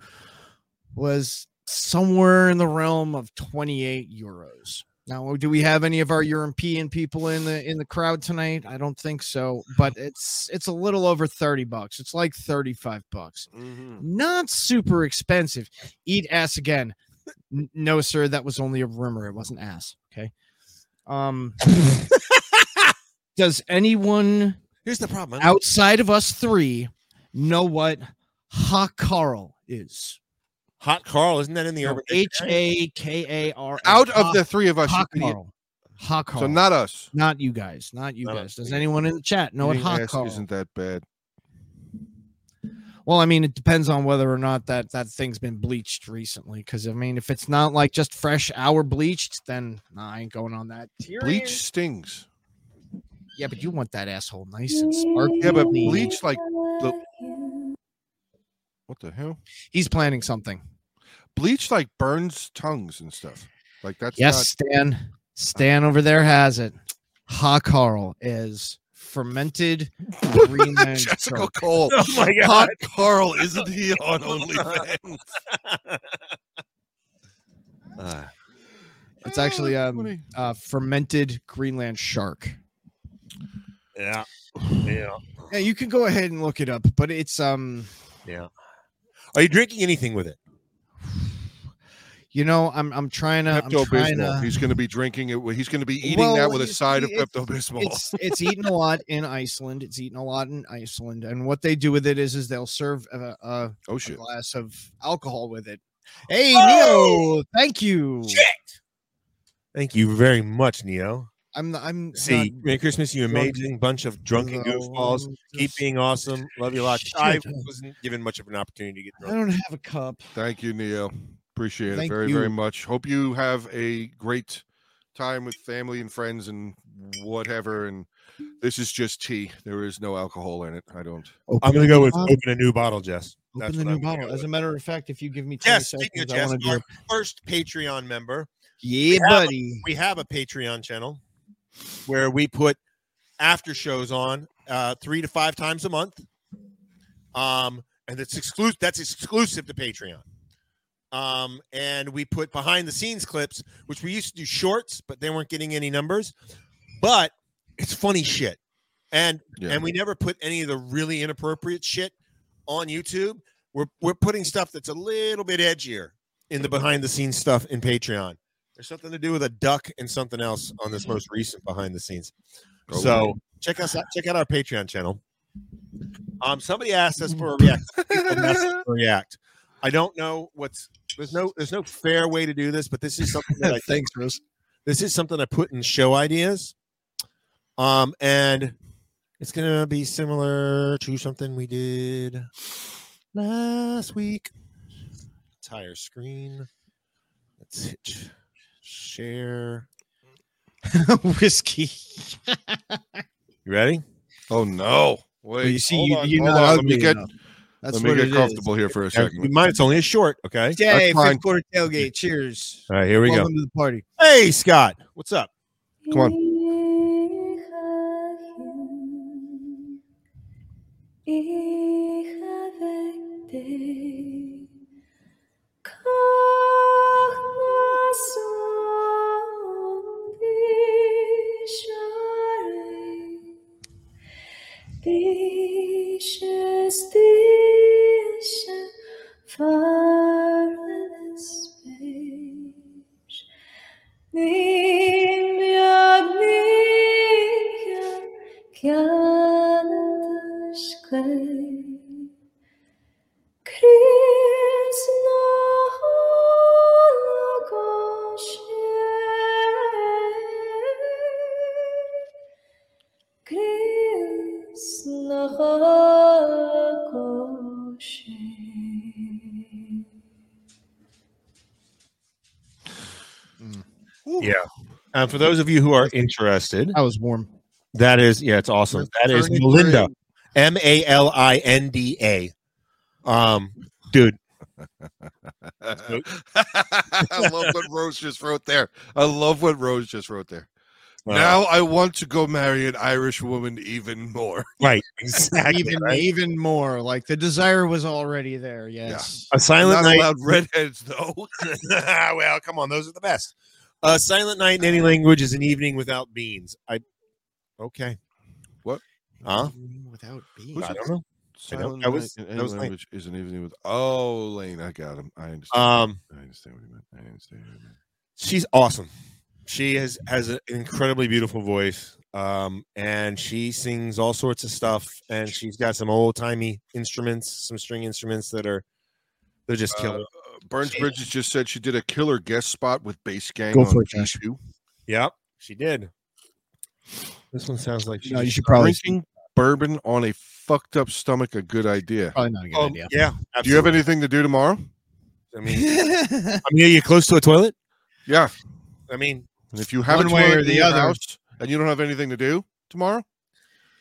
Speaker 3: was somewhere in the realm of 28 euros. Now, do we have any of our European people in the in the crowd tonight? I don't think so, but it's it's a little over 30 bucks. It's like 35 bucks. Mm-hmm. Not super expensive. Eat ass again. N- no, sir, that was only a rumor. It wasn't ass, okay?
Speaker 1: (laughs)
Speaker 3: Um Does anyone
Speaker 1: here's the problem.
Speaker 3: outside of us three know what Ha Carl is.
Speaker 1: Hot Carl, isn't that in the urban?
Speaker 3: H A K A R. L.
Speaker 2: Out of
Speaker 3: Ha-
Speaker 2: the three of us,
Speaker 3: Ha
Speaker 2: you idiot.
Speaker 3: Carl. Ha Carl.
Speaker 2: so not us.
Speaker 3: not you guys. Not you
Speaker 1: Not
Speaker 3: guys.
Speaker 1: us.
Speaker 3: Does anyone in the chat know what
Speaker 2: Eating
Speaker 3: Ha
Speaker 2: ass
Speaker 3: Carl?
Speaker 2: isn't that bad.
Speaker 3: Well, I mean, it depends on whether or not that that thing's been bleached recently. Because I mean, if it's not like just fresh hour bleached, then nah, I ain't going on that.
Speaker 2: Bleach stings.
Speaker 3: Yeah, but you want that asshole nice and sparkly.
Speaker 2: Yeah, but bleach like the what the hell?
Speaker 3: He's planning something.
Speaker 2: Bleach like burns tongues and stuff. Like that's
Speaker 3: Yes, Stan. Stan over there has it. Ha Carl is fermented (laughs)
Speaker 2: (laughs) not
Speaker 3: Greenland
Speaker 2: Jessica
Speaker 3: shark.
Speaker 2: Cole.
Speaker 1: (laughs) Oh my
Speaker 2: Hot
Speaker 1: (laughs)
Speaker 2: Carl, isn't he on OnlyFans?
Speaker 3: It's actually
Speaker 2: Ah, that's
Speaker 3: um
Speaker 2: funny.
Speaker 3: uh, fermented Greenland shark.
Speaker 1: yeah, yeah.
Speaker 3: Yeah, you can go ahead and look it up, but it's um
Speaker 1: Are you drinking anything with it?
Speaker 3: you You know, I'm I'm trying to. I'm
Speaker 2: Pepto
Speaker 3: trying
Speaker 2: Bismol.
Speaker 3: to-
Speaker 2: He's going to be drinking it. He's going to be eating
Speaker 3: Well,
Speaker 2: that with a
Speaker 3: you
Speaker 2: side
Speaker 3: see,
Speaker 2: of
Speaker 3: it's-
Speaker 2: Pepto Bismol.
Speaker 3: it's it's eaten a lot in Iceland. It's eaten a lot in Iceland, and what they do with it is is they'll serve a, a,
Speaker 2: Oh
Speaker 3: a
Speaker 2: shit!
Speaker 3: glass of alcohol with it. Hey,
Speaker 1: Oh!
Speaker 3: Neo, thank you.
Speaker 1: Thank you very much, Neo.
Speaker 3: I'm the- I'm
Speaker 1: See,
Speaker 3: not-
Speaker 1: Merry Christmas, you
Speaker 3: drunk-
Speaker 1: amazing bunch of drunken
Speaker 3: no,
Speaker 1: goofballs.
Speaker 3: I'm
Speaker 1: Keep
Speaker 3: just-
Speaker 1: being awesome. Love you a lot.
Speaker 3: Shit.
Speaker 1: I wasn't given much of an opportunity to get
Speaker 3: I
Speaker 1: drunk.
Speaker 3: don't have a cup.
Speaker 2: Thank you, Neo. Appreciate
Speaker 3: Thank
Speaker 2: it very, very
Speaker 3: you.
Speaker 2: much. Hope you have a great time with family and friends and whatever. And this is just tea. There is no alcohol in it. I don't.
Speaker 1: I'm going to go with
Speaker 3: open,
Speaker 1: open a new bottle, Jess.
Speaker 3: the
Speaker 1: That's
Speaker 3: new
Speaker 1: what I'm gonna
Speaker 3: bottle.
Speaker 1: go
Speaker 3: As a
Speaker 1: with.
Speaker 3: matter of fact, if you give me 20
Speaker 1: Yes, speaking of
Speaker 3: seconds, I
Speaker 1: Jess,
Speaker 3: want to
Speaker 1: our
Speaker 3: do.
Speaker 1: first Patreon member.
Speaker 3: Yeah,
Speaker 1: have a-
Speaker 3: buddy.
Speaker 1: we have a Patreon channel where we put after shows on uh, three to five times a month. Um, and it's exclusive. That's exclusive to Patreon. Um, and we put behind the scenes clips, which we used to do shorts, but they weren't getting any numbers. But it's funny shit, and
Speaker 2: Yeah.
Speaker 1: and we never put any of the really inappropriate shit on YouTube. We're we're putting stuff that's a little bit edgier in the behind the scenes stuff in Patreon. There's something to do with a duck and something else on this most recent behind the scenes.
Speaker 2: Oh,
Speaker 1: So check us out. Check out our Patreon channel. Um, somebody asked us for a react. and that's the react. I don't know what's there's no there's no fair way to do this, but this is something that I
Speaker 3: (laughs) Thanks, Rose.
Speaker 1: this is something I put in show ideas. Um, and it's gonna be similar to something we did last week. Entire screen. Let's hit share.
Speaker 3: Whiskey.
Speaker 1: You ready?
Speaker 2: oh no! Wait.
Speaker 3: Well, you see,
Speaker 2: hold
Speaker 3: you,
Speaker 2: on,
Speaker 3: you're
Speaker 2: hold
Speaker 3: not
Speaker 2: on. Let
Speaker 3: ugly
Speaker 2: me get.
Speaker 3: enough. That's
Speaker 2: let me
Speaker 3: what
Speaker 2: get
Speaker 3: it is.
Speaker 2: comfortable here for a second.
Speaker 1: Mine, it's only a short. Okay.
Speaker 3: Yay,
Speaker 2: fine.
Speaker 3: fifth quarter
Speaker 1: (laughs)
Speaker 3: tailgate. Cheers.
Speaker 1: All right, here we go.
Speaker 3: Welcome to the party.
Speaker 1: Hey, Scott, what's up?
Speaker 2: Come on.
Speaker 5: Far in space, Dimmi amica che antasque Krishna holokoshe Krishna holokoshe
Speaker 1: Yeah. And Uh, for those of you who are interested,
Speaker 3: I was warm.
Speaker 1: that is, yeah, it's awesome. That is
Speaker 2: Turning
Speaker 1: Melinda.
Speaker 2: green.
Speaker 1: M A L I N D A. Um, dude,
Speaker 2: (laughs) I love what Rose just wrote there. I love what Rose just wrote there.
Speaker 1: Wow.
Speaker 2: Now I want to go marry an Irish woman even more.
Speaker 1: right? Exactly.
Speaker 3: Even
Speaker 1: right?
Speaker 3: even more. Like the desire was already there. Yes.
Speaker 1: A silent
Speaker 2: Not
Speaker 1: night.
Speaker 2: allowed redheads though.
Speaker 1: (laughs)
Speaker 2: (laughs)
Speaker 1: well, come on, those are the best. A silent night in any language is an evening without beans. I. Okay.
Speaker 2: What?
Speaker 1: Huh?
Speaker 3: Without being.
Speaker 2: Who's
Speaker 1: I
Speaker 2: it?
Speaker 1: don't know.
Speaker 2: Silent
Speaker 1: that was-
Speaker 2: night in
Speaker 1: that
Speaker 2: any
Speaker 1: was Lane.
Speaker 2: language is an evening with. Oh, Lane, I got him. I understand.
Speaker 3: Uh
Speaker 1: Um,
Speaker 2: I understand what he meant. I understand what he meant.
Speaker 1: she's awesome. She has has an incredibly beautiful voice. Um, and she sings all sorts of stuff. And she's got some old timey instruments, some string instruments that are they're just
Speaker 2: Uh,
Speaker 1: killer.
Speaker 2: Uh, Burns Bridges just said she did a killer guest spot with Bass Gang.
Speaker 3: Go
Speaker 2: on
Speaker 3: for it, Josh.
Speaker 2: P2.
Speaker 1: Yep, she did. This one sounds like she.
Speaker 3: No, you
Speaker 1: just-
Speaker 3: should probably
Speaker 2: Drinking bourbon on a fucked up stomach, a good idea.
Speaker 3: probably not a good
Speaker 1: Oh,
Speaker 3: idea.
Speaker 1: yeah.
Speaker 2: Do you have
Speaker 1: absolutely.
Speaker 2: anything to do tomorrow?
Speaker 1: I (laughs) mean, I mean, are you close to a toilet?
Speaker 2: Yeah.
Speaker 1: I mean,
Speaker 2: And if you have
Speaker 3: One
Speaker 2: a
Speaker 3: way
Speaker 2: toilet
Speaker 3: or
Speaker 2: in
Speaker 3: the
Speaker 2: your
Speaker 3: other.
Speaker 2: house and you don't have anything to do tomorrow,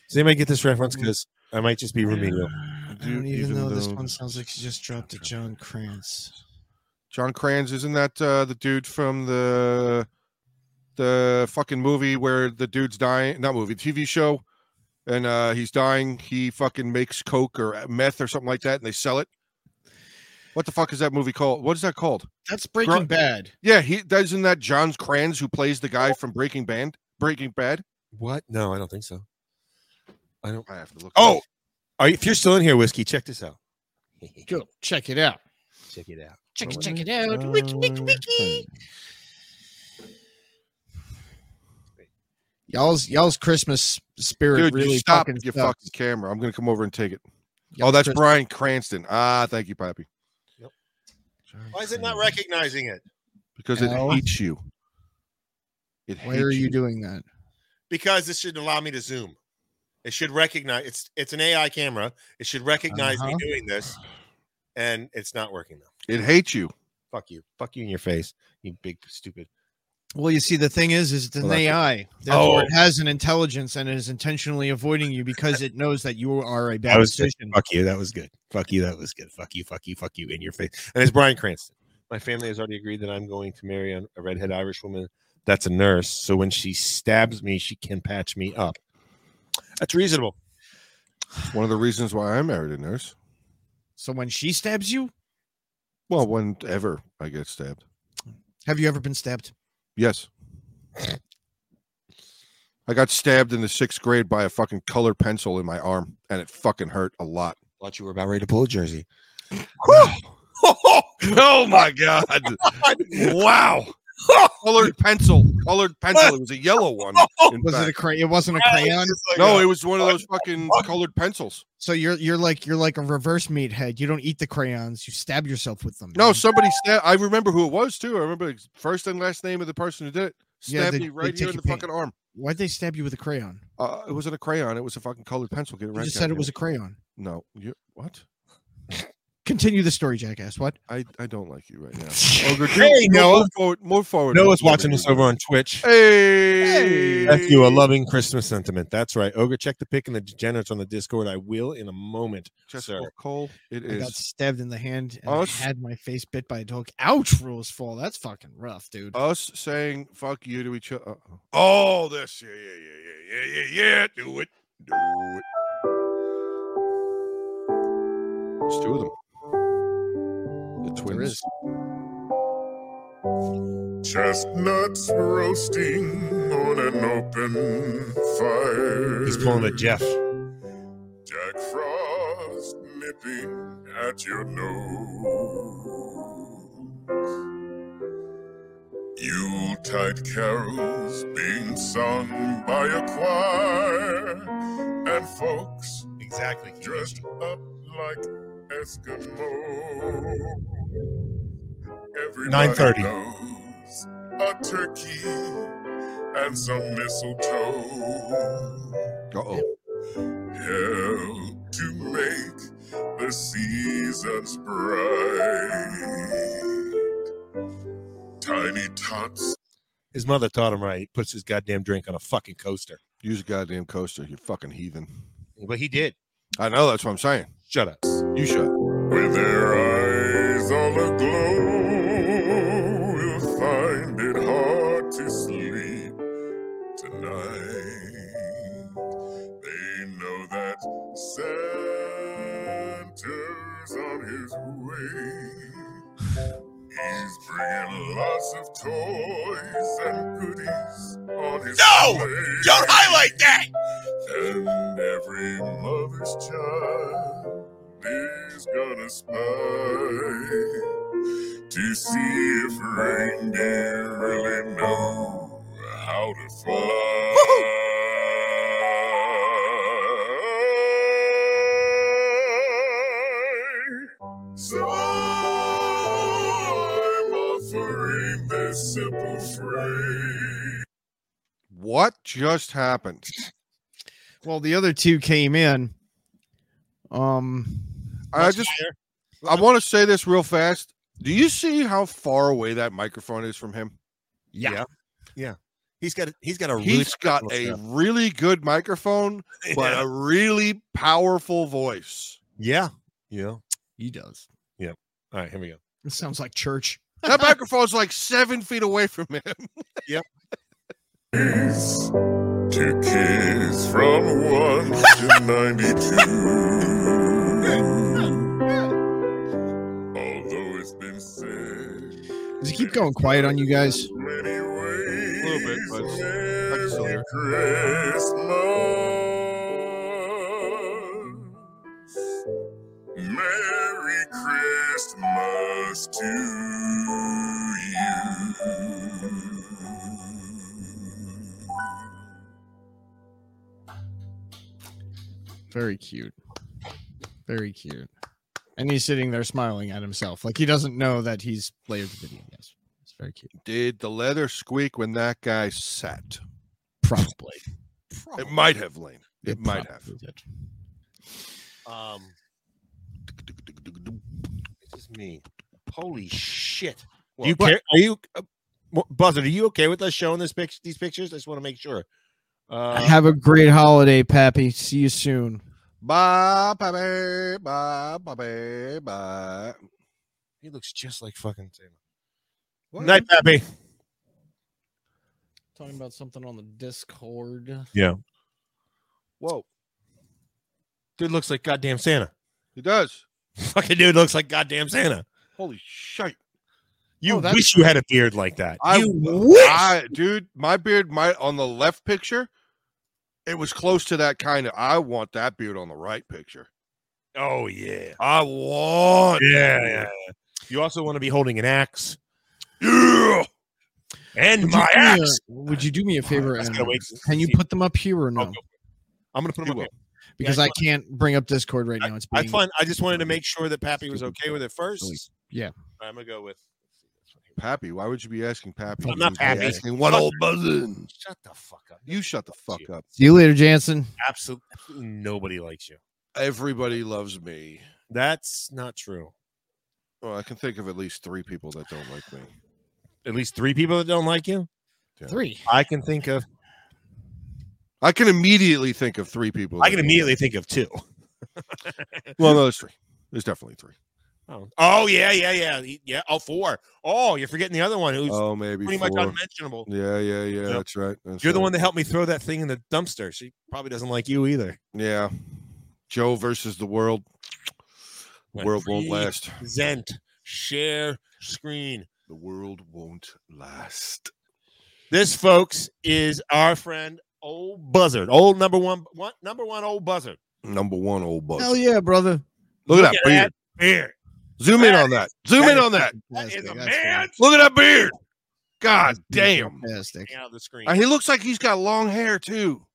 Speaker 1: does anybody get this reference? Because I might just be remedial.
Speaker 3: I
Speaker 2: do-
Speaker 3: don't even,
Speaker 2: even
Speaker 3: know this
Speaker 2: though
Speaker 3: one
Speaker 2: this
Speaker 3: sounds like she just dropped a John Krantz.
Speaker 2: John Kranz isn't that uh, the dude from the the fucking movie where the dude's dying? Not movie, TV show, and uh, he's dying. He fucking makes coke or meth or something like that, and they sell it. What the fuck is that movie called? What is that called?
Speaker 3: That's Breaking
Speaker 2: Gro-
Speaker 3: Bad.
Speaker 2: Yeah, he isn't that John Kranz who plays the guy from Breaking Band? Breaking Bad.
Speaker 1: What? No, I don't think so. I don't.
Speaker 2: I have to look. it
Speaker 1: Oh,
Speaker 2: up.
Speaker 1: are you, if you're still in here, whiskey, check this out.
Speaker 3: Go check it out.
Speaker 1: check it out.
Speaker 3: Check it,
Speaker 1: What
Speaker 3: check
Speaker 1: is-
Speaker 3: it out. Wiki,
Speaker 1: uh,
Speaker 3: wiki, wiki. Y'all's y'all's Christmas spirit
Speaker 2: Dude,
Speaker 3: really
Speaker 2: you stop
Speaker 3: fucking
Speaker 2: your
Speaker 3: sucks.
Speaker 2: fucking camera. I'm gonna come over and take it. oh,
Speaker 3: Y'all's
Speaker 2: that's
Speaker 3: Christ-
Speaker 2: Brian Cranston. Ah, thank you, Pappy.
Speaker 1: Why is it not recognizing it?
Speaker 2: Because it
Speaker 3: No.
Speaker 2: hates you. It
Speaker 3: Why are
Speaker 2: hates
Speaker 3: you doing that?
Speaker 1: Because this should allow me to zoom. It should recognize it's it's an AI camera. It should recognize
Speaker 3: Uh-huh.
Speaker 1: me doing this, and it's not working though.
Speaker 2: It hates you.
Speaker 1: Fuck you. Fuck you in your face. You big stupid.
Speaker 3: Well, you see, the thing is, is it's an
Speaker 2: Well, that's-
Speaker 3: AI. Therefore, it has an intelligence and is intentionally avoiding you because it knows that you are a bad
Speaker 1: was just-
Speaker 3: decision.
Speaker 1: Fuck you. That was good. Fuck you. That was good. Fuck you. Fuck you. Fuck you in your face. And it's Brian Cranston. My family has already agreed that I'm going to marry an- a redhead Irish woman that's a nurse. So when she stabs me, she can patch me up. That's reasonable.
Speaker 2: It's one of the reasons why I married a nurse.
Speaker 3: So when she stabs you,
Speaker 2: Well, whenever I get stabbed.
Speaker 3: have you ever been stabbed?
Speaker 2: Yes. I got stabbed in the sixth grade by a fucking colored pencil in my arm, and it fucking hurt a lot.
Speaker 1: Thought you were about ready to pull a jersey.
Speaker 2: (laughs) oh my god! wow, colored pencil, colored pencil. It was a (laughs) yellow one. in
Speaker 3: Was it a
Speaker 2: fact.
Speaker 3: crayon? It wasn't a crayon.
Speaker 2: no, it was one of those fucking colored pencils.
Speaker 3: So you're you're like you're like a reverse meathead. You don't eat the crayons. You stab yourself with them.
Speaker 2: No,
Speaker 3: man.
Speaker 2: somebody stabbed. I remember who it was too. I remember the first and last name of the person who did it.
Speaker 3: Yeah,
Speaker 2: Stabbed
Speaker 3: they-
Speaker 2: me right
Speaker 3: they
Speaker 2: here
Speaker 3: take
Speaker 2: in the
Speaker 3: your paint.
Speaker 2: fucking arm.
Speaker 3: Why'd they stab you with a crayon?
Speaker 2: Uh, it wasn't a crayon. It was a fucking colored pencil. Get it
Speaker 3: You
Speaker 2: right.
Speaker 3: just
Speaker 2: down
Speaker 3: said it
Speaker 2: here.
Speaker 3: was a crayon.
Speaker 2: No, you what?
Speaker 3: Continue the story, jackass. What?
Speaker 2: I I don't like you right now.
Speaker 3: (laughs) hey,
Speaker 2: Ogre, do- move forward, move forward.
Speaker 1: Noah's
Speaker 2: Ogre, move
Speaker 1: watching this over on Twitch.
Speaker 2: Hey,
Speaker 1: F you, a loving Christmas sentiment. That's right. Ogre, check the pic in the degenerates on the Discord. I will in a moment.
Speaker 2: Jessica
Speaker 1: sir.
Speaker 2: Cole. It
Speaker 3: I got
Speaker 2: is
Speaker 3: stabbed in the hand and
Speaker 2: Us-
Speaker 3: I had my face bit by a dog. Ouch! Rules fall. That's fucking rough, dude.
Speaker 2: us saying "fuck you" to each other. Oh, this, yeah, yeah, yeah, yeah, yeah, yeah, yeah. Do it, do it. It's two of them. The
Speaker 3: there
Speaker 2: twins.
Speaker 3: is.
Speaker 6: Chestnuts roasting on an open fire.
Speaker 1: He's pulling a Jeff.
Speaker 6: Jack Frost nipping at your nose. Yuletide carols being sung by a choir. And folks
Speaker 1: Exactly.
Speaker 6: dressed up like Eskimos. Everybody
Speaker 1: 9:30.
Speaker 6: knows a turkey and some mistletoe
Speaker 2: Uh oh.
Speaker 6: help to make the seasons bright. Tiny tots
Speaker 1: His mother taught him right. He puts his goddamn drink on a fucking coaster.
Speaker 2: Use a goddamn coaster, you fucking heathen.
Speaker 1: But he did.
Speaker 2: I know that's what I'm saying.
Speaker 1: Shut up.
Speaker 2: You shut.
Speaker 6: With their eyes all aglow, will find it hard to sleep tonight. They know that Santa's on his way. He's bringing lots of toys and goodies on his
Speaker 1: No!
Speaker 6: sleigh.
Speaker 1: highlight that.
Speaker 6: And every mother's child is gonna spy to see if reindeer really know how to fly. So I'm offering this simple phrase.
Speaker 2: What just happened?
Speaker 3: Well, the other two came in. Um,
Speaker 2: I just I want to say this real fast. Do you see how far away that microphone is from him?
Speaker 1: Yeah. yeah. He's got a, he's got a really
Speaker 2: He's got
Speaker 1: (laughs)
Speaker 2: a
Speaker 1: professional
Speaker 2: really good microphone,
Speaker 1: style.
Speaker 2: but a really powerful voice.
Speaker 1: uh, yeah. Yeah. All
Speaker 3: he does.
Speaker 1: right, here we go.
Speaker 3: It sounds like church.
Speaker 2: That microphone's like seven feet away from him. (laughs)
Speaker 6: kiss to kiss from one to ninety-two. Although it's been said
Speaker 3: Does he keep going quiet on you guys?
Speaker 6: many ways,
Speaker 2: little bit, but it's- I can still hear
Speaker 6: Merry
Speaker 2: it.
Speaker 6: Christmas, Merry Christmas to
Speaker 3: Very cute. Very cute. And he's sitting there smiling at himself, like he doesn't know that he's played the video. Yes, it's very cute.
Speaker 2: Did the leather squeak when that guy sat?
Speaker 3: Probably.
Speaker 2: It might have, Lane. It, might have.
Speaker 3: probably did.
Speaker 1: Um, this is me. Holy shit!
Speaker 2: What?
Speaker 1: Do you care? Are you, uh, wha- Buzzard? Are you okay with us showing this pic- these pictures? I just want to make sure. Uh,
Speaker 3: Have a great holiday, Pappy. See you soon.
Speaker 2: Bye, bye, bye, bye, bye.
Speaker 1: he looks just like fucking Taylor.
Speaker 2: What?
Speaker 1: Night, Pappy.
Speaker 3: Talking about something on the Discord.
Speaker 2: Whoa,
Speaker 1: Dude looks like goddamn Santa. (laughs)
Speaker 2: he does.
Speaker 1: Fucking dude looks like goddamn Santa.
Speaker 2: Holy shit.
Speaker 1: You
Speaker 3: Oh, that's-
Speaker 1: wish you had a beard like that.
Speaker 2: I,
Speaker 1: you wish.
Speaker 2: I, dude, my beard might on the left picture. It was close to that kind of. I want that beard on the right picture.
Speaker 1: oh yeah.
Speaker 2: I want.
Speaker 1: Yeah, yeah, yeah. You also want to be holding an axe.
Speaker 2: yeah.
Speaker 1: And
Speaker 3: Would you,
Speaker 1: my
Speaker 3: do me a,
Speaker 1: axe.
Speaker 3: would you do me a favor?
Speaker 1: I just
Speaker 3: and-
Speaker 1: gotta wait to
Speaker 3: Can you
Speaker 1: see.
Speaker 3: put them up here or no?
Speaker 1: go for I'm gonna put him
Speaker 2: You
Speaker 1: up
Speaker 2: will.
Speaker 1: here.
Speaker 3: because
Speaker 1: Yeah,
Speaker 3: I can't bring up Discord right now. It's
Speaker 1: I
Speaker 3: being-
Speaker 1: find I just wanted to make sure that Pappy was okay with it first.
Speaker 3: Yeah.
Speaker 1: I'm gonna go with
Speaker 2: Pappy, why would you be asking Pappy?
Speaker 1: I'm not
Speaker 2: You would be
Speaker 1: Pappy.
Speaker 2: Asking what
Speaker 1: Fuck
Speaker 2: old buzzin'?
Speaker 1: Shut the fuck up.
Speaker 2: You shut the fuck up.
Speaker 3: See you later, Jansen.
Speaker 1: Absolutely nobody likes you.
Speaker 2: Everybody loves me.
Speaker 1: That's not true.
Speaker 2: Well, I can think of at least three people that don't like me.
Speaker 1: At least three people that don't like you.
Speaker 2: Yeah.
Speaker 3: Three.
Speaker 1: I can think of
Speaker 2: I can immediately think of three people.
Speaker 1: I
Speaker 2: that
Speaker 1: can
Speaker 2: don't
Speaker 1: immediately think of two.
Speaker 2: like- Well, no, there's three. There's definitely three.
Speaker 1: Oh. oh yeah, yeah, yeah. He- Yeah. Oh four. Oh, you're forgetting the other one who's
Speaker 2: Oh, maybe
Speaker 1: pretty
Speaker 2: four.
Speaker 1: much unmentionable.
Speaker 2: yeah, yeah, yeah.
Speaker 1: Yeah.
Speaker 2: That's right. that's
Speaker 1: You're the
Speaker 2: right.
Speaker 1: one that helped me throw that thing in the dumpster. She probably doesn't like you either.
Speaker 2: Yeah. Joe versus the world. The
Speaker 1: Right.
Speaker 2: world won't
Speaker 1: Free-
Speaker 2: last.
Speaker 1: Present, share, screen.
Speaker 2: The world won't last.
Speaker 1: This, folks, is our friend Old Buzzard, old number one, one number one old Buzzard.
Speaker 2: Number one, old bug.
Speaker 3: Hell yeah, brother.
Speaker 2: Look
Speaker 1: Look
Speaker 2: at that
Speaker 1: at
Speaker 2: beard.
Speaker 1: Beard.
Speaker 2: Zoom in
Speaker 1: That
Speaker 2: on that. Zoom in on that.
Speaker 1: That is a
Speaker 3: Fantastic. That's
Speaker 1: man.
Speaker 2: Look at that beard. God
Speaker 3: fantastic.
Speaker 2: damn.
Speaker 3: Fantastic.
Speaker 1: Out of the screen.
Speaker 2: And he looks like he's got long hair too.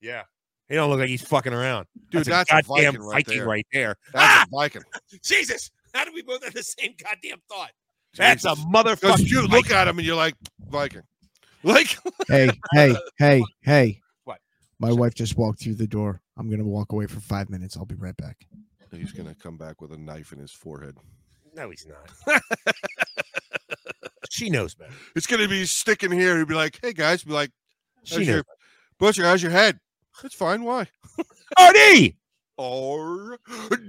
Speaker 1: yeah. He don't look like he's fucking around.
Speaker 2: Dude, that's,
Speaker 1: a
Speaker 2: a,
Speaker 1: goddamn
Speaker 2: Viking right there.
Speaker 1: right there.
Speaker 2: That's a Viking.
Speaker 1: Jesus. How did we both have the same goddamn thought? (laughs) That's a
Speaker 2: Jesus.
Speaker 1: motherfucker.
Speaker 2: Because you look at him and you're like, Viking. (laughs) Like,
Speaker 3: Hey, hey, hey, hey.
Speaker 1: What?
Speaker 3: My wife just walked through the door. I'm going to walk away for five minutes. I'll be right back.
Speaker 2: he's going to come back with a knife in his forehead.
Speaker 1: No, he's not. (laughs) she knows better.
Speaker 2: It's going to be sticking here. He'd be like, hey guys, be like,
Speaker 1: She
Speaker 2: how's
Speaker 1: knows.
Speaker 2: your, Butcher, how's your head? It's fine. Why? (gasps)
Speaker 1: Artie!
Speaker 2: R D.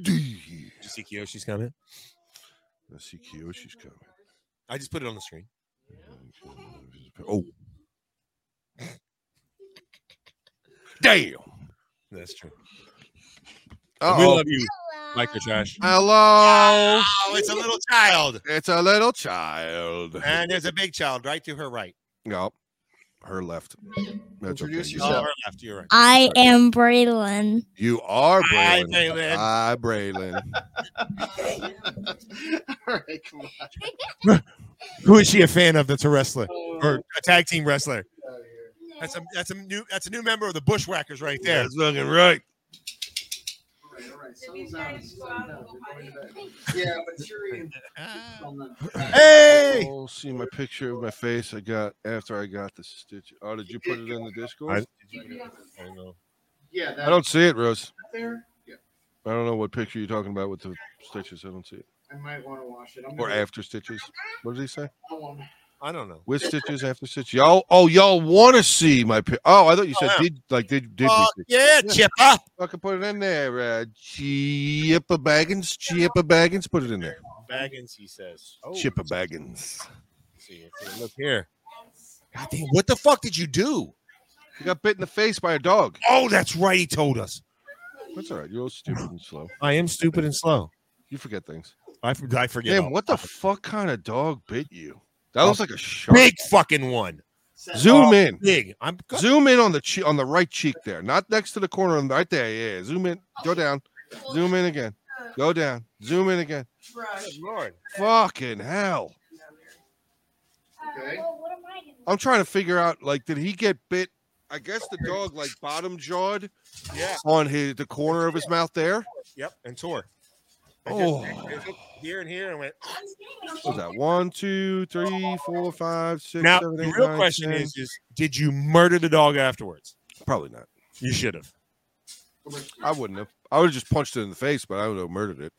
Speaker 1: Did you see Kiyoshi's comment?
Speaker 2: Let's see Kiyoshi's coming.
Speaker 1: I just put it on the screen.
Speaker 2: Oh. Damn.
Speaker 1: That's true. We
Speaker 2: Uh-oh.
Speaker 1: love you, Micro Trash.
Speaker 2: Hello.
Speaker 1: Oh, it's a little child.
Speaker 2: It's a little child.
Speaker 1: And there's a big child right to her right.
Speaker 2: No. Her left. That's okay.
Speaker 3: Introduce
Speaker 2: You-
Speaker 1: Oh,
Speaker 3: yourself.
Speaker 1: her left, you're right.
Speaker 5: I am Braylon.
Speaker 2: You are
Speaker 1: Hi,
Speaker 2: Braylon.
Speaker 1: Braylon.
Speaker 2: Hi, Braylon.
Speaker 3: All right, come on.
Speaker 1: Who is she a fan of that's a wrestler? Or a tag team wrestler? That's a that's a new that's a new member of the Bushwhackers right there.
Speaker 2: That's fucking right.
Speaker 3: Yeah, but you're (laughs) in.
Speaker 1: Ah. Hey!
Speaker 2: Oh, see my picture of my face I got after I got the stitch. Oh, did you put it in the Discord?
Speaker 3: Yeah,
Speaker 2: I don't see it, Rose.
Speaker 3: there.
Speaker 2: I don't know what picture you're talking about with the stitches. I don't see it.
Speaker 3: I might want to wash it. I'm
Speaker 2: Or after stitches. What did he say?
Speaker 1: I don't know.
Speaker 2: With stitches after stitches. Y'all, oh, y'all want to see my pic? Oh, I thought you said
Speaker 1: Oh, yeah.
Speaker 2: did like did did
Speaker 1: Oh,
Speaker 2: we? see?
Speaker 1: yeah, Chippa.
Speaker 2: Fucking put it in there. Uh, Chippa Baggins, Chippa Baggins, put it in there.
Speaker 1: Baggins, he says. Oh,
Speaker 2: Chippa Baggins.
Speaker 1: see, see, look here. God damn, what the fuck did you do?
Speaker 2: You got bit in the face by a dog.
Speaker 1: Oh, that's right. He told us.
Speaker 2: That's all right. You're all stupid and slow.
Speaker 1: I am stupid and slow.
Speaker 2: You forget things.
Speaker 1: I, for- I forget.
Speaker 2: Damn,
Speaker 1: all-
Speaker 2: what the fuck kind of dog bit you? That looks like a shark.
Speaker 1: big fucking one?
Speaker 2: Zoom in.
Speaker 1: Big. I'm good.
Speaker 2: Zoom in on the che- on the right cheek there, not next to the corner. on the- Right there, yeah. Zoom in. Go down. Zoom in again. Go down. Zoom in again.
Speaker 1: Lord.
Speaker 2: Fucking hell!
Speaker 5: Okay.
Speaker 2: I'm trying to figure out. Like, did he get bit I guess the dog like bottom jawed
Speaker 1: Yeah.
Speaker 2: on his the corner of his mouth there.
Speaker 1: Yep. And tore. I just-
Speaker 2: Oh,
Speaker 1: I just looked here and here and went.
Speaker 2: what was that one, two, three, four, five, six,
Speaker 1: Now
Speaker 2: seven,
Speaker 1: the
Speaker 2: eight,
Speaker 1: real
Speaker 2: nine,
Speaker 1: question
Speaker 2: 10.
Speaker 1: is: Is did you murder the dog afterwards?
Speaker 2: probably not.
Speaker 1: You should have.
Speaker 2: I wouldn't have. I would have just punched it in the face, but I would have murdered it.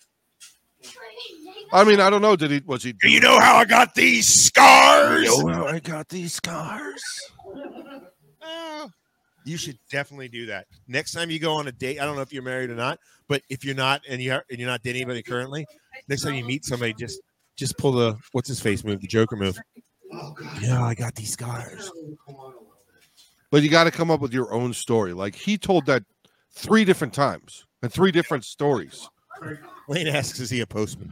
Speaker 2: I mean, I don't know. Did he? Was he?
Speaker 1: You know how I got these scars.
Speaker 2: how I got these scars?
Speaker 1: Ah, you should definitely do that next time you go on a date. I don't know if you're married or not, but if you're not and you are, and you're not dating anybody currently, next time you meet somebody, just just pull the what's his face move, the Joker move.
Speaker 3: Oh,
Speaker 1: Yeah, I got these scars.
Speaker 2: But you got to come up with your own story. Like he told that three different times and three different stories.
Speaker 1: (laughs) Lane asks, "Is he a
Speaker 2: (laughs)
Speaker 1: postman?"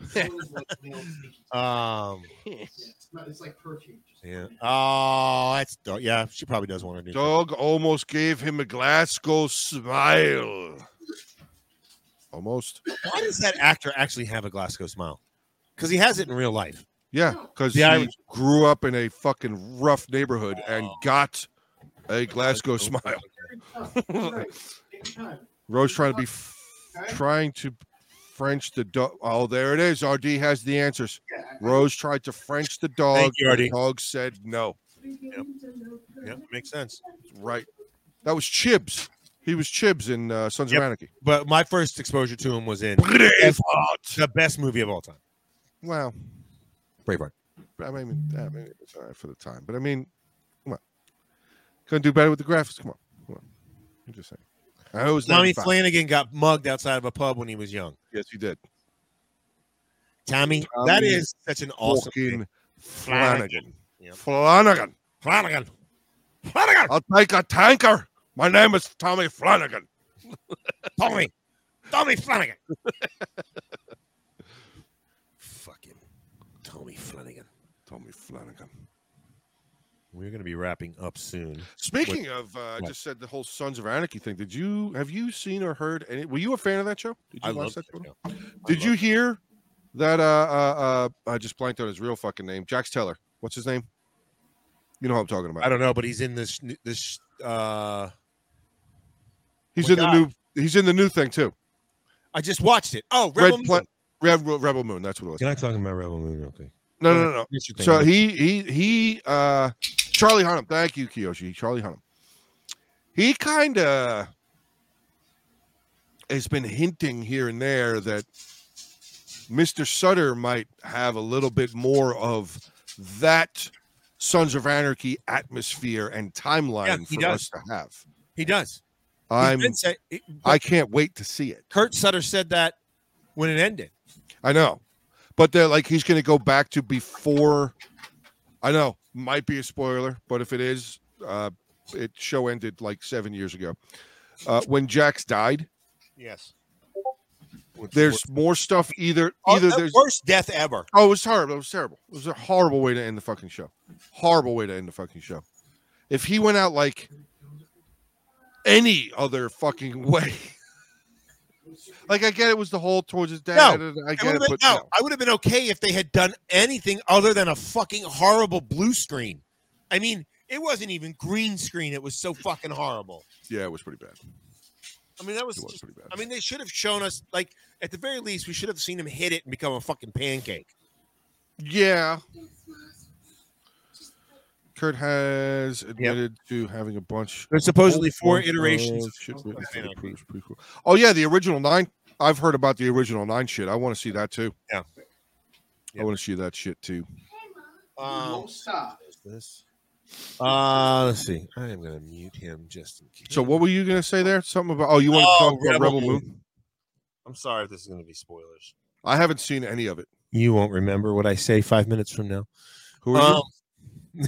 Speaker 1: um, yeah. Oh, that's dog. yeah. She probably does want to do.
Speaker 2: Dog almost gave him a Glasgow smile. Almost.
Speaker 1: Why does that actor actually have a Glasgow smile? Because he has it in real life.
Speaker 2: Yeah, because
Speaker 1: The
Speaker 2: he
Speaker 1: Irish-
Speaker 2: grew up in a fucking rough neighborhood and
Speaker 1: Oh.
Speaker 2: got a Glasgow smile.
Speaker 3: (laughs)
Speaker 2: Rose trying to be f- trying to French the dog. Oh, there it is. RD has the answers. Rose tried to French the dog.
Speaker 1: Thank you,
Speaker 2: The
Speaker 1: RD.
Speaker 2: dog said no.
Speaker 1: Yeah, makes sense.
Speaker 2: Right. That was Chibs. He was Chibs in uh, Sons
Speaker 1: Yep.
Speaker 2: of Anarchy.
Speaker 1: But my first exposure to him was in the best movie of all time,
Speaker 2: Wow.
Speaker 1: Braveheart.
Speaker 2: I mean, I mean, it's all right for the time, but I mean, come on, couldn't do better with the graphics. Come on, come on. I'm just saying. I know it was
Speaker 1: Tommy
Speaker 2: 95.
Speaker 1: Flanagan got mugged outside of a pub when he was young.
Speaker 2: Yes, you did.
Speaker 1: Tommy, that
Speaker 2: Tommy
Speaker 1: is such an awesome.
Speaker 2: Fucking
Speaker 1: name.
Speaker 2: Flanagan.
Speaker 1: Yep.
Speaker 2: Flanagan.
Speaker 1: Flanagan. Flanagan.
Speaker 2: I'll take a tanker. My name is Tommy Flanagan.
Speaker 1: Tommy. Tommy Flanagan. Fucking Tommy Flanagan.
Speaker 2: Tommy Flanagan.
Speaker 1: We're going to be wrapping up soon.
Speaker 2: Speaking of, uh, I
Speaker 1: What?
Speaker 2: just said the whole Sons of Anarchy thing. Did you have you seen or heard any? Were you a fan of that show? Did you
Speaker 1: I
Speaker 2: watch
Speaker 1: love that
Speaker 2: show?
Speaker 1: show. I
Speaker 2: Did
Speaker 1: love
Speaker 2: you
Speaker 1: it.
Speaker 2: hear that? Uh, uh, uh, I just blanked on his real fucking name. Jax Teller. What's his name? You know who I'm talking about.
Speaker 1: I don't know, but he's in this. This. Uh,
Speaker 2: He's
Speaker 1: my
Speaker 2: in the new. He's in the new thing too.
Speaker 1: I just watched it. Oh,
Speaker 2: Red
Speaker 1: Rebel Moon.
Speaker 2: Pla- Rebel, Rebel Moon. That's what it was.
Speaker 1: Can I talk about Rebel Moon? Okay.
Speaker 2: No, no, no, no.
Speaker 1: It's your thing.
Speaker 2: So he he he uh Charlie Hunnam. Thank you, Kiyoshi. Charlie Hunnam. He kind of has been hinting here and there that Mr. Sutter might have a little bit more of that Sons of Anarchy atmosphere and timeline
Speaker 1: he
Speaker 2: for
Speaker 1: does.
Speaker 2: us to have.
Speaker 1: he does. He's
Speaker 2: I'm
Speaker 1: been say- it-
Speaker 2: I can't wait to see it.
Speaker 1: Kurt Sutter said that when it ended.
Speaker 2: I know, but they're like he's going to go back to before. I know might be a spoiler, but if it is, uh, it show ended like seven years ago. Uh, when Jax died,
Speaker 1: Yes.
Speaker 2: there's more stuff. Either either there's
Speaker 1: Oh, worst death ever.
Speaker 2: oh, it was horrible. It was terrible. It was a horrible way to end the fucking show. Horrible way to end the fucking show. If he went out like any other fucking (laughs) way, like I get it was the whole towards his dad. and I
Speaker 1: I
Speaker 2: get
Speaker 1: would've
Speaker 2: it,
Speaker 1: been,
Speaker 2: but
Speaker 1: no,
Speaker 2: no.
Speaker 1: Oh, I would have been okay if they had done anything other than a fucking horrible blue screen. I mean, it wasn't even green screen. It was so fucking horrible.
Speaker 2: yeah, it was pretty bad.
Speaker 1: I mean, that was.
Speaker 2: It was
Speaker 1: just-
Speaker 2: pretty bad.
Speaker 1: I mean, they should have shown us like at the very least, we should have seen him hit it and become a fucking pancake.
Speaker 2: Yeah. Kurt has admitted to having a bunch.
Speaker 1: There's supposedly four
Speaker 2: of
Speaker 1: iterations.
Speaker 2: shit written for the
Speaker 1: Anarchy.
Speaker 2: previous prequel. Oh yeah, the original nine. I've heard about the original nine shit. I want to see that too.
Speaker 1: Yeah. Yeah.
Speaker 2: I want to see that shit too.
Speaker 1: Um, this. Uh, let's see. I am gonna mute him just in case.
Speaker 2: So what were you gonna say there? Something about? Oh, you want
Speaker 1: Oh,
Speaker 2: to talk about
Speaker 1: Rebel
Speaker 2: Rebel Moon?
Speaker 1: I'm sorry if this is gonna be spoilers.
Speaker 2: I haven't seen any of it.
Speaker 1: You won't remember what I say five minutes from now.
Speaker 2: Who are
Speaker 1: (laughs)
Speaker 2: you?
Speaker 1: Um,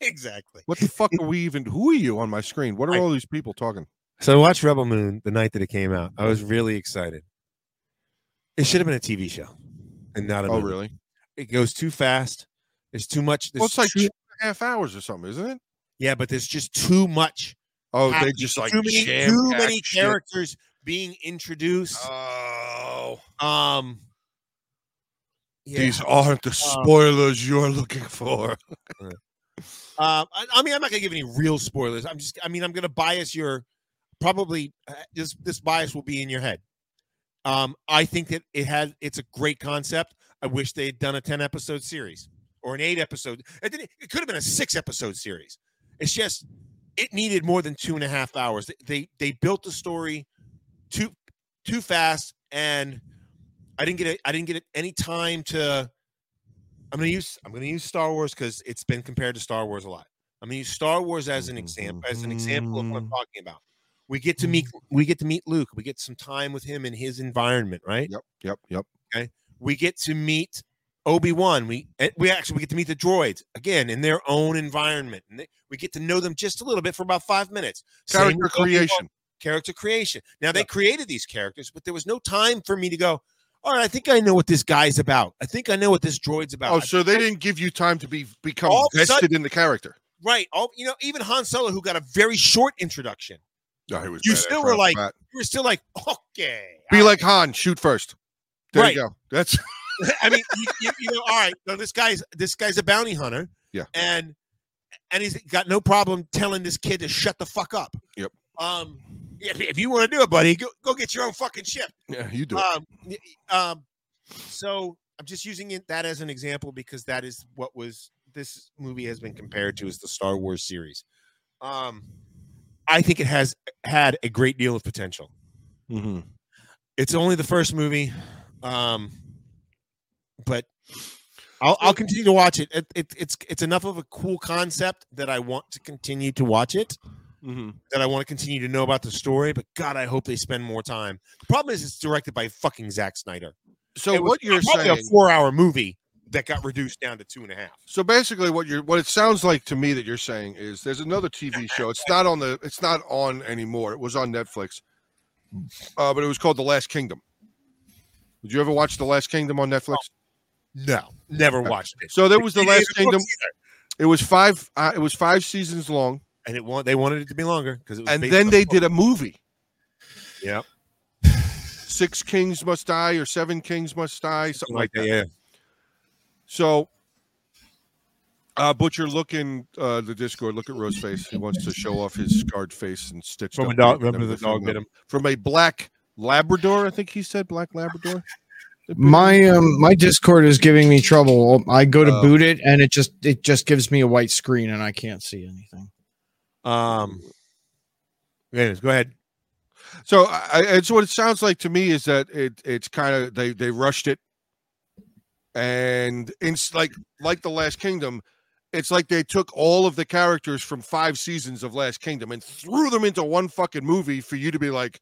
Speaker 1: exactly.
Speaker 2: What the fuck are we even? Who are you on my screen? What are
Speaker 1: I-
Speaker 2: all these people talking?
Speaker 1: So I watched Rebel Moon the night that it came out. I was really excited. It should have been a TV show and not a
Speaker 2: Oh
Speaker 1: movie.
Speaker 2: really?
Speaker 1: It goes too fast. There's too much. There's
Speaker 2: Well, it's like two
Speaker 1: too-
Speaker 2: and a half hours or something, isn't it?
Speaker 1: yeah, but there's just too much.
Speaker 2: Oh, they
Speaker 1: happening.
Speaker 2: just like
Speaker 1: too many, too
Speaker 2: jam-packed
Speaker 1: many
Speaker 2: shit.
Speaker 1: characters being introduced.
Speaker 2: Oh.
Speaker 1: um, uh, yeah.
Speaker 2: Um These aren't the spoilers you're looking for.
Speaker 1: Uh, I, I mean, I'm not gonna give any real spoilers. I'm just, I mean, I'm gonna bias your probably uh, this this bias will be in your head. Um, I think that it had it's a great concept. I wish they had done a ten episode series or an eight episode. It, didn't- it could have been a six episode series. It's just it needed more than two and a half hours. They they, they built the story too too fast, and I didn't get it. I didn't get it any time to. I'm gonna use I'm gonna use Star Wars because it's been compared to Star Wars a lot. I'm gonna use Star Wars as an example as an example of what I'm talking about. We get to meet
Speaker 2: Mm-hmm.
Speaker 1: we get to meet Luke. We get some time with him in his environment, right?
Speaker 2: Yep, yep, yep.
Speaker 1: We get to meet Obi Wan. We eh, we actually we get to meet the droids again in their own environment. And they, we get to know them just a little bit for about five minutes. Same
Speaker 2: Character
Speaker 1: with Obi-Wan
Speaker 2: creation.
Speaker 1: character creation. Now they created these characters, but there was no time for me to go. All right, I think I know what this guy's about. I think I know what this droid's about.
Speaker 2: Oh,
Speaker 1: I-
Speaker 2: so they didn't give you time to be become
Speaker 1: All of a
Speaker 2: vested
Speaker 1: sudden-
Speaker 2: in the character.
Speaker 1: right. All you know, even Han Solo, who got a very short introduction,
Speaker 2: No, he was
Speaker 1: You
Speaker 2: badass
Speaker 1: still
Speaker 2: right
Speaker 1: were
Speaker 2: off the
Speaker 1: like-
Speaker 2: bat.
Speaker 1: you were still like, okay,
Speaker 2: be
Speaker 1: all
Speaker 2: like Han, shoot first. There
Speaker 1: Right.
Speaker 2: you go. That's (laughs)
Speaker 1: I mean, you, you, you know, all right. So this guy's this guy's a bounty hunter.
Speaker 2: Yeah.
Speaker 1: And and he's got no problem telling this kid to shut the fuck up.
Speaker 2: Yep.
Speaker 1: Um, if, if you want to do it, buddy, go, go get your own fucking ship.
Speaker 2: yeah, you do it.
Speaker 1: Um, y- y- um, so I'm just using it that as an example because that is what was this movie has been compared to is the Star Wars series. Um, I think it has had a great deal of potential
Speaker 3: Mm-hmm.
Speaker 1: it's only the first movie um but i'll, I'll continue to watch it. It, it it's it's enough of a cool concept that i want to continue to watch it
Speaker 2: Mm-hmm.
Speaker 1: that i want to continue to know about the story but god i hope they spend more time the problem is it's directed by fucking Zack snyder
Speaker 2: So
Speaker 1: It was
Speaker 2: what you're
Speaker 1: probably
Speaker 2: saying?
Speaker 1: a four hour movie that got reduced down to two and a half
Speaker 2: So basically, what you're what it sounds like to me that you're saying is there's
Speaker 1: (laughs)
Speaker 2: another TV show. It's not on the. It's not on anymore. It was on Netflix, uh, but it was called The Last Kingdom. Did you ever watch The Last Kingdom on Netflix?
Speaker 1: no never
Speaker 2: Okay.
Speaker 1: watched it
Speaker 2: So there was The
Speaker 1: It didn't
Speaker 2: Last
Speaker 1: have books
Speaker 2: Kingdom.
Speaker 1: either.
Speaker 2: It was five. Uh, it was five seasons long,
Speaker 1: and it want, they wanted it to be longer because it was
Speaker 2: and
Speaker 1: based
Speaker 2: then
Speaker 1: on
Speaker 2: they
Speaker 1: a book.
Speaker 2: did a movie.
Speaker 1: Yep.
Speaker 2: Six Kings Must Die or Seven Kings Must Die, something like that.
Speaker 1: yeah
Speaker 2: So, uh, Butcher, look in uh, the Discord. Look at Rose face. He wants to show off his scarred face and stitched
Speaker 1: from
Speaker 2: up
Speaker 1: a dog
Speaker 2: and
Speaker 1: remember the
Speaker 2: everything
Speaker 1: dog bit
Speaker 2: up.
Speaker 1: him
Speaker 2: from a black Labrador. I think he said black Labrador.
Speaker 3: My um my Discord is giving me trouble. I go to
Speaker 2: Oh.
Speaker 3: boot it and it just it just gives me a white screen and I can't see anything.
Speaker 1: um anyways go ahead
Speaker 2: So I, I- it's what it sounds like to me is that it it's kind of they they rushed it, and it's like like the Last Kingdom, it's like they took all of the characters from five seasons of Last Kingdom and threw them into one fucking movie for you to be like,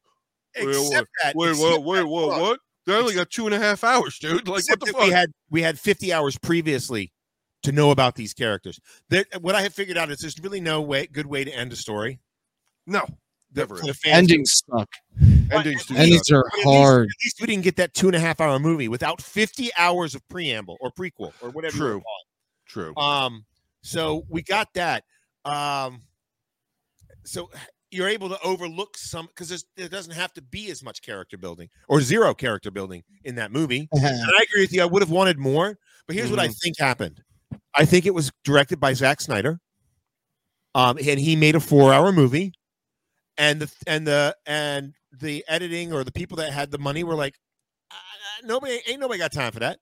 Speaker 2: Wait, wait,
Speaker 1: Except that,
Speaker 2: wait,
Speaker 1: except
Speaker 2: whoa, wait,
Speaker 1: that-
Speaker 2: whoa,
Speaker 1: look,
Speaker 2: what? They only got two and a half hours, dude. Like what
Speaker 1: except
Speaker 2: the
Speaker 1: that
Speaker 2: fuck?
Speaker 1: We had we had 50 hours previously to know about these characters. There, what I have figured out is there's really no way good way to end a story.
Speaker 2: no, never.
Speaker 1: For the fans.
Speaker 3: Endings suck.
Speaker 2: Endings do suck.
Speaker 3: Endings are
Speaker 1: But at least-
Speaker 3: hard.
Speaker 1: At least we didn't get that two and a half hour movie without 50 hours of preamble or prequel or whatever. you wanna call
Speaker 2: True. True.
Speaker 1: it. Um. So we got that. Um. So you're able to overlook some because there doesn't have to be as much character building or zero character building in that movie. and I agree with you. I would have wanted more, but here's what I think happened. I think it was directed by Zack Snyder, um, and he made a four-hour movie, and the and the and the editing or the people that had the money were like, "Uh, nobody ain't nobody got time for that,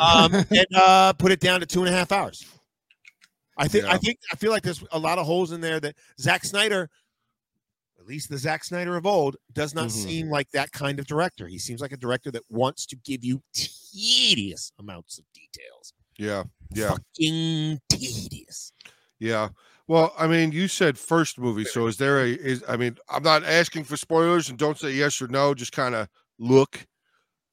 Speaker 1: um, and uh, put it down to two and a half hours. I think I
Speaker 2: Yeah.
Speaker 1: think I feel like there's a lot of holes in there that Zack Snyder. At least the Zack Snyder of old does not
Speaker 2: Mhm.
Speaker 1: seem like that kind of director. He seems like a director that wants to give you tedious amounts of details.
Speaker 2: Yeah. Yeah.
Speaker 1: Fucking tedious.
Speaker 2: Yeah. Well, I mean, you said first movie, so is there a is I mean, I'm not asking for spoilers and don't say yes or no, just kind of look.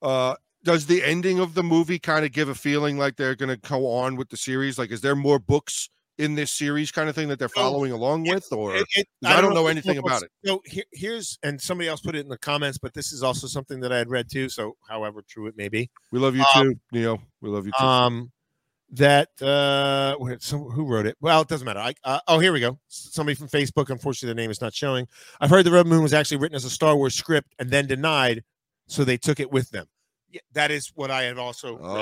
Speaker 2: Uh does the ending of the movie kind of give a feeling like they're going to go on with the series? Like is there more books in this series kind of thing that they're following along
Speaker 1: it-
Speaker 2: with or
Speaker 1: It- it-
Speaker 2: I don't know
Speaker 1: if
Speaker 2: anything
Speaker 1: someone-
Speaker 2: about it.
Speaker 1: So here, here's and somebody else put it in the comments, but this is also something that I had read too. So however true it may be,
Speaker 2: We love you
Speaker 1: um,
Speaker 2: too, Neo. We love you too.
Speaker 1: um that uh wait, so who wrote it well it doesn't matter i uh, oh here we go S- somebody from facebook unfortunately their name is not showing i've heard the red moon was actually written as a star wars script and then denied so they took it with them Yeah, that is what I have also read.
Speaker 2: Uh.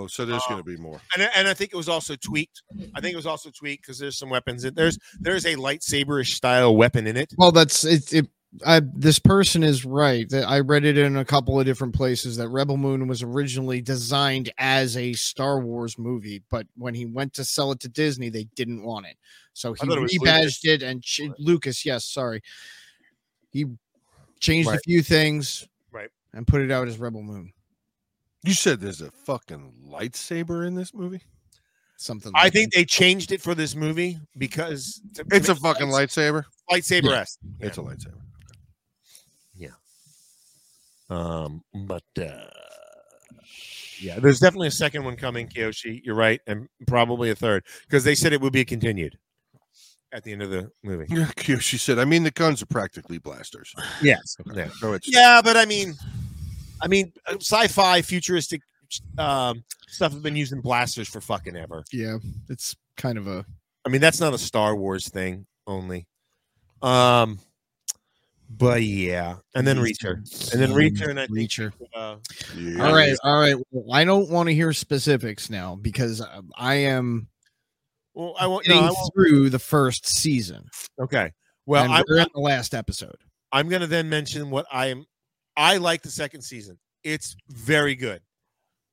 Speaker 2: Oh, so
Speaker 1: uh,
Speaker 2: there's going to be more.
Speaker 1: and, I- and I think it was also tweaked. I think it was also tweaked because there's some weapons. In, there's there's a lightsaber-ish style weapon in it.
Speaker 3: Well, that's it. it I, this person is right. That I read it in a couple of different places that Rebel Moon was originally designed as a Star Wars movie, but when he went to sell it to Disney, they didn't want it. So he
Speaker 1: thought it was
Speaker 3: rebadged it and ch- Lucas, yes, sorry, he changed a
Speaker 1: Right.
Speaker 3: few things,
Speaker 1: Right.
Speaker 3: and put it out as Rebel Moon.
Speaker 2: You said there's a fucking lightsaber in this movie.
Speaker 3: Something.
Speaker 1: I
Speaker 3: like
Speaker 1: think they changed it for this movie because to- to
Speaker 2: It's a
Speaker 1: make
Speaker 2: fucking
Speaker 1: lights-
Speaker 2: lightsaber.
Speaker 1: lightsaber esque.
Speaker 2: It's a lightsaber.
Speaker 1: Um, but uh, yeah, there's definitely a second one coming, Kyoshi. You're right, and probably a third because they said it would be continued at the end of the movie.
Speaker 2: (laughs) Yeah, cute. she said. I mean, the guns are practically blasters.
Speaker 1: Yes. Yeah.
Speaker 2: Yeah. No, it's
Speaker 1: Yeah, but I mean, I mean, uh, sci-fi futuristic um, stuff have been using blasters for fucking ever.
Speaker 3: it. yeah, it's kind of a
Speaker 1: I mean, that's not a Star Wars thing only. Um, but yeah, and then Reacher, and then Reacher, and I think.
Speaker 3: Reacher.
Speaker 1: Uh,
Speaker 2: Yeah.
Speaker 3: All right, all right. Well, I don't want to hear specifics now because uh, I am
Speaker 1: well, I won't. Oh, No,
Speaker 3: getting
Speaker 1: I won't.
Speaker 3: through the first season.
Speaker 1: Okay. Well,
Speaker 3: and
Speaker 1: I'm,
Speaker 3: we're at the last episode.
Speaker 1: I'm going to then mention what I am. I like the second season. It's very good.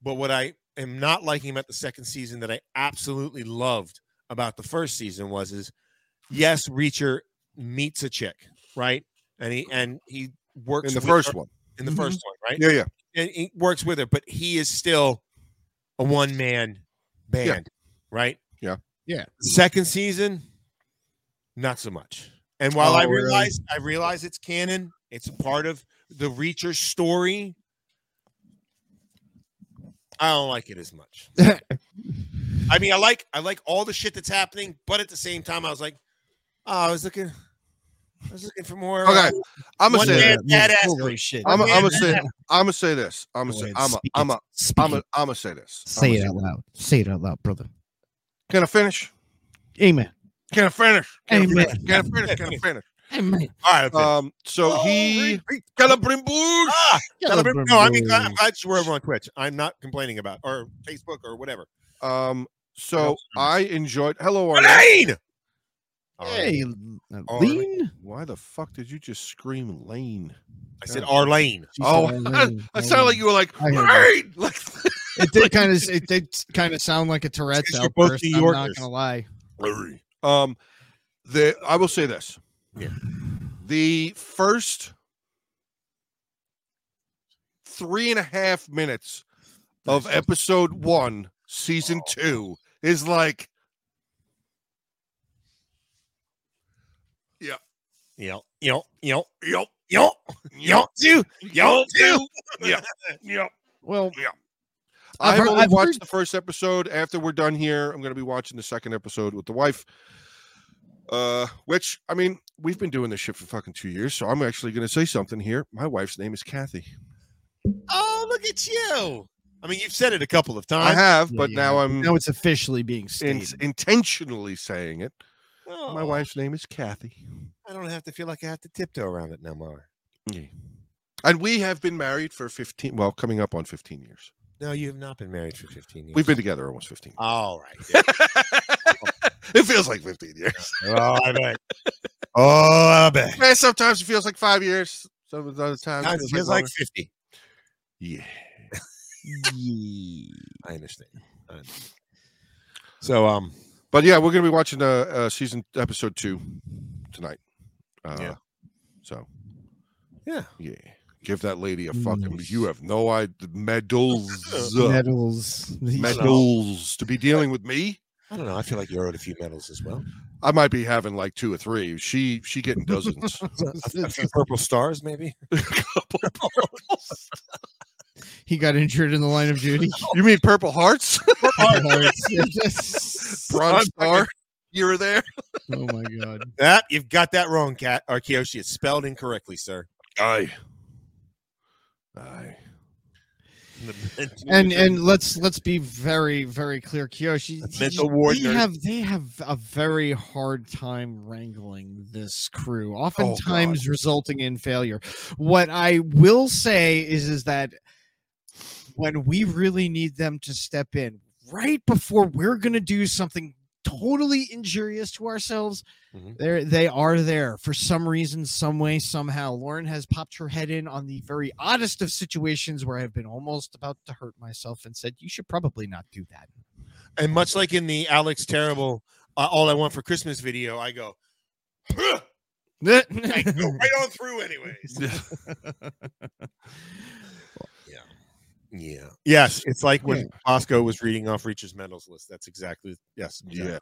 Speaker 1: But what I am not liking about the second season that I absolutely loved about the first season was is yes, Reacher meets a chick, right? And he and he works
Speaker 2: in the
Speaker 1: with her
Speaker 2: first one. Mm-hmm.
Speaker 1: in the
Speaker 3: Mhm.
Speaker 1: first one, right?
Speaker 2: Yeah, yeah.
Speaker 1: and he works with her, but he is still a one man band, right?
Speaker 2: Yeah.
Speaker 3: Yeah.
Speaker 1: Second season, not so much. And while I
Speaker 3: Oh, really?
Speaker 1: realize I realize it's canon, it's a part of the Reacher story. I don't like it as much.
Speaker 2: (laughs)
Speaker 1: I mean, I like I like all the shit that's happening, but at the same time, I was like, oh, I was looking, I was looking for more. uh,
Speaker 2: Okay, I'm gonna
Speaker 1: One
Speaker 2: say.
Speaker 1: man-
Speaker 2: That.
Speaker 1: Yeah, badass
Speaker 3: Holy shit.
Speaker 2: I'm
Speaker 1: one man
Speaker 2: gonna say. I'm gonna say this. I'm gonna say. I'm. I'm. I'm. I'm gonna say this. I'ma
Speaker 3: Say it out loud. Say it out loud, brother.
Speaker 2: Can I finish?
Speaker 3: Amen.
Speaker 2: Can I finish? Can I
Speaker 3: Amen.
Speaker 2: finish? Can I finish? Can I finish?
Speaker 3: Amen.
Speaker 1: All right. okay.
Speaker 2: Um. So he. Calabrimbush.
Speaker 1: Ah! Celebrate- No, I mean, glad- I'm glad you were over on Twitch. I'm not complaining about or Facebook or whatever.
Speaker 2: Um. So
Speaker 1: else
Speaker 2: I enjoyed. Hello, Arlene.
Speaker 1: Lane!
Speaker 2: Oh,
Speaker 3: Hey,
Speaker 2: All right.
Speaker 3: lean.
Speaker 2: Why the fuck did you just scream Lane?
Speaker 1: I said Arlane.
Speaker 2: (laughs) Oh, I sounded like you were like,
Speaker 3: I
Speaker 2: (laughs)
Speaker 1: (laughs)
Speaker 3: heard you.
Speaker 2: Lane! Like,
Speaker 3: It did kind of. It did kind of sound like a Tourette's
Speaker 1: 'cause you're both
Speaker 3: outburst.
Speaker 1: New
Speaker 3: I'm not
Speaker 1: Yorkers.
Speaker 3: gonna lie.
Speaker 2: um, the I will say this.
Speaker 1: Yeah.
Speaker 2: The first three and a half minutes of episode one, season two, is like,
Speaker 1: Yep, yep, yep, yep, yep, yep, too, yep, too.
Speaker 3: Well, I've
Speaker 2: I've
Speaker 3: heard-
Speaker 2: only
Speaker 3: I've
Speaker 2: watched
Speaker 3: heard-
Speaker 2: the first episode. After we're done here, I'm going to be watching the second episode with the wife. Uh, which I mean, we've been doing this shit for fucking two years, so I'm actually going to say something here. My wife's name is Kathy.
Speaker 1: Oh, look at you. I mean, you've said it a couple of
Speaker 2: I
Speaker 1: times.
Speaker 2: have,
Speaker 3: yeah,
Speaker 2: but
Speaker 3: yeah.
Speaker 2: now I'm
Speaker 3: now it's officially being
Speaker 2: in-
Speaker 3: stated.
Speaker 2: intentionally saying it.
Speaker 1: Oh,
Speaker 2: My wife's name is Kathy,
Speaker 1: I don't have to feel like I have to tiptoe around it no more.
Speaker 2: and we have been married for 15. Well, coming up on 15 years.
Speaker 1: No, you have not been married for 15 years.
Speaker 2: We've been together almost 15.
Speaker 1: All right. (laughs)
Speaker 2: it feels like 15 years.
Speaker 1: oh, I bet. Oh, I bet.
Speaker 2: Man, Eh, sometimes it feels like five years. Some of the other times,
Speaker 1: It feels like
Speaker 2: longer.
Speaker 1: 50.
Speaker 2: yeah.
Speaker 1: I understand. I understand. So, um,
Speaker 2: But yeah, we're gonna be watching uh, uh season episode two tonight. Uh,
Speaker 1: Yeah.
Speaker 2: So
Speaker 1: yeah.
Speaker 2: yeah, give that lady a fucking.
Speaker 3: Nice.
Speaker 2: You have no idea (laughs) medals, uh,
Speaker 3: Medals.
Speaker 2: medals to be dealing with me.
Speaker 1: I don't know. I feel like you owed a few medals as well.
Speaker 2: I might be having like two or three. She she getting dozens.
Speaker 3: (laughs)
Speaker 1: A few purple stars, maybe.
Speaker 3: (laughs) he got injured in the line of duty.
Speaker 2: (laughs) you mean Purple (laughs) Hearts,
Speaker 3: (laughs)
Speaker 2: Bronze
Speaker 1: I'm fucking-
Speaker 2: Star? You were there.
Speaker 3: oh my god.
Speaker 1: That Ah, you've got that wrong, Cat or Kiyoshi. It's spelled incorrectly, sir.
Speaker 2: Aye.
Speaker 3: (laughs)
Speaker 2: Aye.
Speaker 3: and and let's let's be very very clear kyoshi
Speaker 1: mental ward
Speaker 3: they
Speaker 1: nerd.
Speaker 3: have they have a very hard time wrangling this crew oftentimes resulting in failure what i will say is is that when we really need them to step in right before we're going to do something totally injurious to ourselves
Speaker 1: Mhm.
Speaker 3: they're they are there for some reason some way somehow lauren has popped her head in on the very oddest of situations where i've been almost about to hurt myself and said you should probably not do that
Speaker 1: And much like in the Alex Terrible uh, All I Want for Christmas video, I go, I
Speaker 3: (laughs)
Speaker 1: go right on through, anyways. Yeah. Yes. It's like when Bosco was reading off Reacher's Mendel's list. That's exactly, yes. exactly.
Speaker 2: yeah.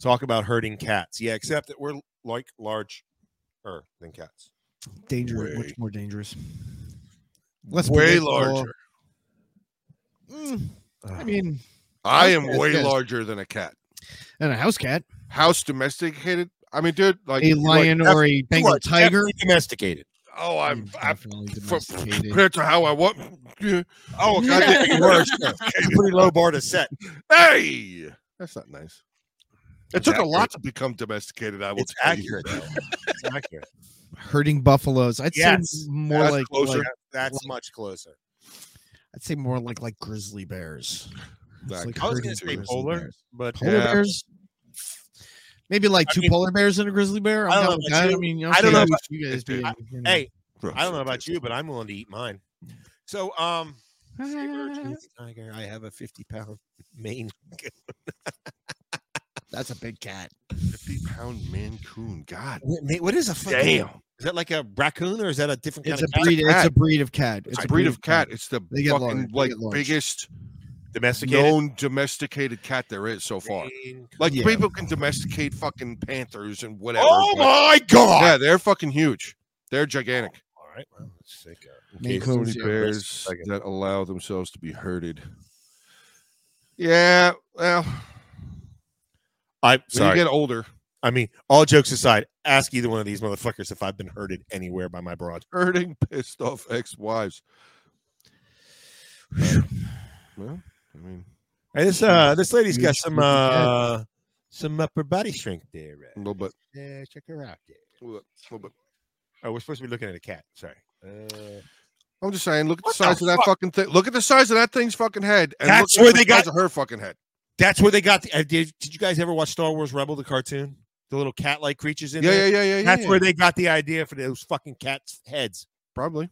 Speaker 1: Talk about hurting cats. Yeah. Except that we're like larger than cats.
Speaker 3: danger
Speaker 2: Way.
Speaker 3: much more dangerous let's be
Speaker 2: way
Speaker 3: real.
Speaker 2: larger.
Speaker 3: Mm, i mean
Speaker 2: I
Speaker 3: House
Speaker 2: am
Speaker 3: cat
Speaker 2: way
Speaker 3: is-
Speaker 2: larger than a cat.
Speaker 3: and a house cat
Speaker 2: House domesticated. I mean, dude, like
Speaker 3: a
Speaker 2: you are
Speaker 3: lion
Speaker 2: def-
Speaker 3: or a bengal tiger
Speaker 1: domesticated.
Speaker 2: oh, I'm.
Speaker 3: You've
Speaker 2: I'm
Speaker 3: definitely
Speaker 2: f-
Speaker 3: domesticated.
Speaker 2: compared to how I was.
Speaker 1: Oh, God, that's even worse. That's a pretty low bar to set.
Speaker 2: Hey, that's not nice. It
Speaker 1: It's
Speaker 2: took a
Speaker 1: accurate.
Speaker 2: lot to become domesticated. I will
Speaker 1: It's
Speaker 2: tell you.
Speaker 1: accurate. though. It's accurate.
Speaker 3: hurting buffaloes i'd
Speaker 1: Yes.
Speaker 3: say more
Speaker 2: That's
Speaker 3: like,
Speaker 2: closer.
Speaker 3: like-
Speaker 1: That's much closer.
Speaker 3: i'd say more like like grizzly bears It's
Speaker 2: That
Speaker 3: like
Speaker 1: I was
Speaker 3: hurting
Speaker 1: going to say
Speaker 3: grizzly
Speaker 1: polar,
Speaker 3: bears.
Speaker 1: but
Speaker 3: polar
Speaker 2: Yeah.
Speaker 3: bears maybe like
Speaker 1: I
Speaker 3: two
Speaker 1: mean,
Speaker 3: polar bears and a grizzly bear
Speaker 1: I don't
Speaker 3: I'm
Speaker 1: know
Speaker 3: down with
Speaker 1: about
Speaker 3: that.
Speaker 1: you.
Speaker 3: I mean
Speaker 1: I don't know
Speaker 3: okay,
Speaker 1: about-
Speaker 3: you guys being, you know.
Speaker 1: hey,
Speaker 2: Gross.
Speaker 1: I don't know about you, but I'm willing to eat mine. So, um, saber tooth tiger, I have a 50 pound mane.
Speaker 3: that's a big cat
Speaker 2: Fifty-pound mancoon. God
Speaker 1: What what is a fucking,
Speaker 2: damn.
Speaker 1: Is that like a raccoon or is that a different
Speaker 3: it's
Speaker 1: kind
Speaker 3: a
Speaker 1: of cat?
Speaker 3: breed it's a
Speaker 2: cat.
Speaker 3: breed of cat
Speaker 2: It's a breed of cat. It's the
Speaker 3: They get large.
Speaker 2: fucking
Speaker 3: They
Speaker 2: like
Speaker 3: get large.
Speaker 2: biggest
Speaker 1: domesticated?
Speaker 2: known domesticated cat there is so far.
Speaker 1: Mane.
Speaker 2: Like
Speaker 3: Yeah.
Speaker 2: people can domesticate fucking panthers and whatever.
Speaker 1: Oh
Speaker 2: but-
Speaker 1: my god!
Speaker 2: Yeah, they're fucking huge. They're gigantic.
Speaker 1: All right, well, let's take a.
Speaker 3: Mane
Speaker 2: So
Speaker 3: coons,
Speaker 2: many
Speaker 3: yeah.
Speaker 2: bears
Speaker 1: Second.
Speaker 2: that allow themselves to be herded. Yeah, well, when
Speaker 1: I'm
Speaker 2: you
Speaker 1: sorry.
Speaker 2: get older,
Speaker 1: I mean, all jokes aside, ask either one of these motherfuckers if I've been herded anywhere by my broad.
Speaker 2: herding (laughs) pissed off ex-wives. Well, I mean,
Speaker 1: Hey, this uh, this lady's got
Speaker 3: Huge
Speaker 1: some
Speaker 3: freaking cat.
Speaker 1: uh, some upper body shrink there.
Speaker 2: a
Speaker 1: Uh,
Speaker 2: little bit,
Speaker 1: yeah, check her out. There.
Speaker 2: a little bit, a little bit.
Speaker 1: Oh, we're supposed to be looking at a cat. Sorry. Uh,
Speaker 2: I'm just saying, look at
Speaker 1: What
Speaker 2: the size
Speaker 1: the
Speaker 2: of that
Speaker 1: fuck?
Speaker 2: fucking thing. Look at the size of that thing's fucking head. And
Speaker 1: That's
Speaker 2: look
Speaker 1: where
Speaker 2: at the
Speaker 1: they got-
Speaker 2: size of her fucking head.
Speaker 1: that's where they got. The, uh, did, did you guys ever watch Star Wars Rebel, the cartoon? The little cat-like creatures in
Speaker 2: Yeah,
Speaker 1: there.
Speaker 2: yeah, yeah, yeah, yeah.
Speaker 1: That's where they got the idea for those fucking cats' heads.
Speaker 2: probably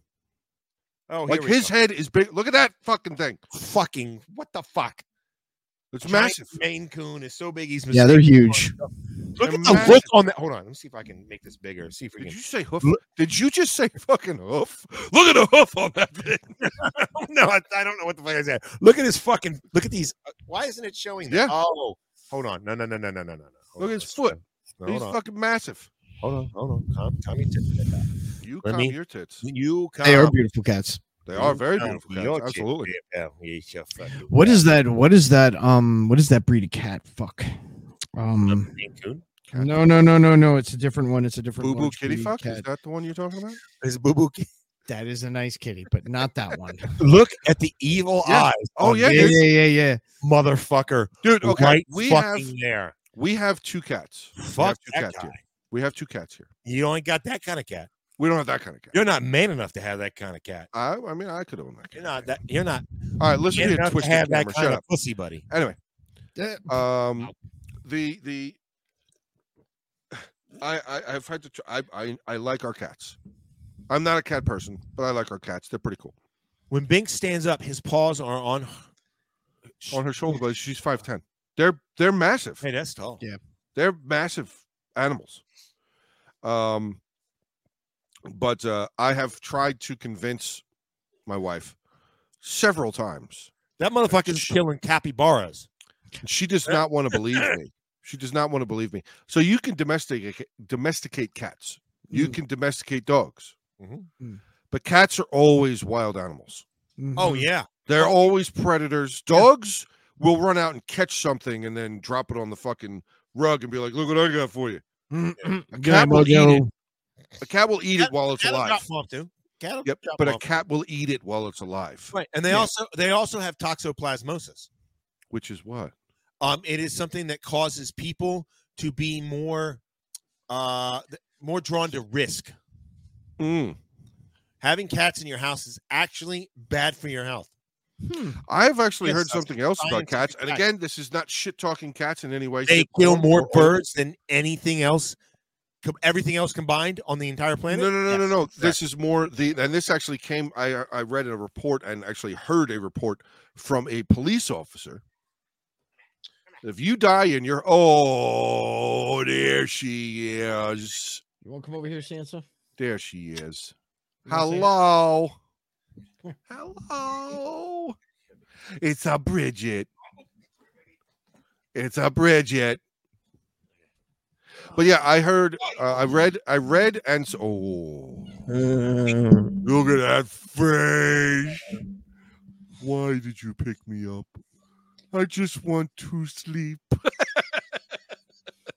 Speaker 1: Oh,
Speaker 2: like his head is big. Look at that fucking thing.
Speaker 1: fucking what the fuck?
Speaker 2: It's
Speaker 1: Giant
Speaker 2: massive.
Speaker 1: Maine Coon is so big he's
Speaker 3: yeah they're
Speaker 1: mistaken
Speaker 3: huge
Speaker 1: for himself. Look at the
Speaker 2: Imagine.
Speaker 1: look on that. Hold on, let me see if I can make this bigger. See if we
Speaker 2: Did
Speaker 1: can.
Speaker 2: you say hoof?
Speaker 1: Look-
Speaker 2: Did you just say fucking hoof? Look at the hoof on
Speaker 1: (laughs)
Speaker 2: that thing.
Speaker 1: no, I, I don't know what the fuck I said. Look at his fucking. Look at these. uh, Why isn't it showing? That?
Speaker 2: Yeah.
Speaker 1: Oh, hold on. No, no, no, no, no, no, no. no. Hold
Speaker 2: Look
Speaker 1: on,
Speaker 2: at his
Speaker 1: let's-
Speaker 2: foot.
Speaker 1: no,
Speaker 2: He's
Speaker 1: Hold on.
Speaker 2: fucking massive.
Speaker 1: Hold on. Hold on. Calm, calm your tits.
Speaker 2: You
Speaker 1: Let
Speaker 2: calm
Speaker 1: me-
Speaker 2: your tits.
Speaker 1: You come.
Speaker 3: they are beautiful cats
Speaker 2: They are very beautiful. Cats. Absolutely.
Speaker 3: What is that? What is that? Um, what is that breed of cat? Fuck. Um,
Speaker 1: Maine Coon?
Speaker 2: cat?
Speaker 3: no, no, no, no, no. It's a different one. It's a different
Speaker 2: Boo boo
Speaker 3: large
Speaker 2: kitty
Speaker 3: breed
Speaker 2: fuck. Is
Speaker 3: Cat.
Speaker 2: that the one you're talking about?
Speaker 1: Is Boo Boo? (laughs)
Speaker 3: That is a nice kitty, but not that one.
Speaker 1: Look at the evil
Speaker 2: Yeah.
Speaker 1: eyes.
Speaker 2: Oh,
Speaker 1: on
Speaker 2: yeah,
Speaker 1: this
Speaker 3: yeah, yeah, yeah, yeah.
Speaker 1: motherfucker.
Speaker 2: Dude, okay.
Speaker 1: Right
Speaker 2: we
Speaker 1: fucking
Speaker 2: have
Speaker 1: there.
Speaker 2: we have two cats.
Speaker 1: Fuck
Speaker 2: two
Speaker 1: that
Speaker 2: cats
Speaker 1: guy.
Speaker 2: here. We have two cats here.
Speaker 1: You only got that kind of cat.
Speaker 2: We don't have that kind of cat.
Speaker 1: You're not man enough to have that kind of cat.
Speaker 2: I, I mean, I could own that.
Speaker 1: You're
Speaker 2: kind
Speaker 1: not
Speaker 2: of cat.
Speaker 1: that. You're not
Speaker 2: All right, listen
Speaker 1: man
Speaker 2: here.
Speaker 1: enough to
Speaker 2: Twist
Speaker 1: have
Speaker 2: the
Speaker 1: that
Speaker 2: camera.
Speaker 1: kind
Speaker 2: Shut
Speaker 1: of
Speaker 2: up.
Speaker 1: pussy, buddy.
Speaker 2: Anyway,
Speaker 3: Uh,
Speaker 1: Oh,
Speaker 2: um, the the I, I I've had to. Tr- I, I I like our cats. I'm not a cat person, but I like our cats. They're pretty cool.
Speaker 1: When Bink stands up, his paws are on.
Speaker 2: On her shoulder blades, she's five ten. They're they're massive.
Speaker 1: Hey, that's tall.
Speaker 3: Yeah.
Speaker 2: They're massive animals. Um, but uh, I have tried to convince my wife several times.
Speaker 1: That motherfucker's
Speaker 2: Sh-
Speaker 1: killing capybaras.
Speaker 2: and She does not want to believe me. She does not want to believe me. So you can domesticate domesticate cats. You
Speaker 3: Mm.
Speaker 2: can domesticate dogs.
Speaker 1: Mhm.
Speaker 3: Mm.
Speaker 2: But cats are always wild animals.
Speaker 1: Oh
Speaker 3: mhm.
Speaker 1: yeah,
Speaker 2: They're always predators. Dogs will run out and catch something and then drop it on the fucking rug and be like, "Look what I got for you."
Speaker 1: Mm-hmm.
Speaker 3: Mm-mm.
Speaker 2: cat will eat
Speaker 3: Mojo.
Speaker 2: A cat will eat it
Speaker 1: Cat-
Speaker 2: while it's
Speaker 1: cattle
Speaker 2: alive.
Speaker 1: drop off too. Cattle
Speaker 2: Yep,
Speaker 1: drop
Speaker 2: but a
Speaker 1: off.
Speaker 2: cat will eat it while it's alive,
Speaker 1: Right, and they
Speaker 2: yeah.
Speaker 1: also they also have toxoplasmosis.
Speaker 2: which is what
Speaker 1: Um, it is something that causes people to be more, uh, th- more drawn to risk.
Speaker 2: Mm.
Speaker 1: Having cats in your house is actually bad for your health.
Speaker 3: Hmm.
Speaker 2: I've actually
Speaker 1: Yes,
Speaker 2: heard
Speaker 1: that's
Speaker 2: something else about
Speaker 1: scientific
Speaker 2: cats, and
Speaker 1: fact.
Speaker 2: again, this is not shit talking cats in any way.
Speaker 1: They
Speaker 2: shape,
Speaker 1: kill
Speaker 2: form,
Speaker 1: more
Speaker 2: or- or-
Speaker 1: birds than anything else. com- Everything else combined on the entire planet.
Speaker 2: No, no, no,
Speaker 1: Yes,
Speaker 2: no, no.
Speaker 1: exactly.
Speaker 2: This is more the, and this actually came. I I- I read a report and actually heard a report from a police officer. If you die in your oh, there she is,
Speaker 3: You want to come over here, Sansa?
Speaker 2: there she is.
Speaker 3: You wanna say it?
Speaker 2: Hello,
Speaker 1: (laughs)
Speaker 2: hello. It's a Bridget. It's a Bridget. But yeah, I heard, uh, I read, I read, and
Speaker 1: (laughs)
Speaker 2: so. Oh. Look at that face. Why did you pick me up? I just want to sleep.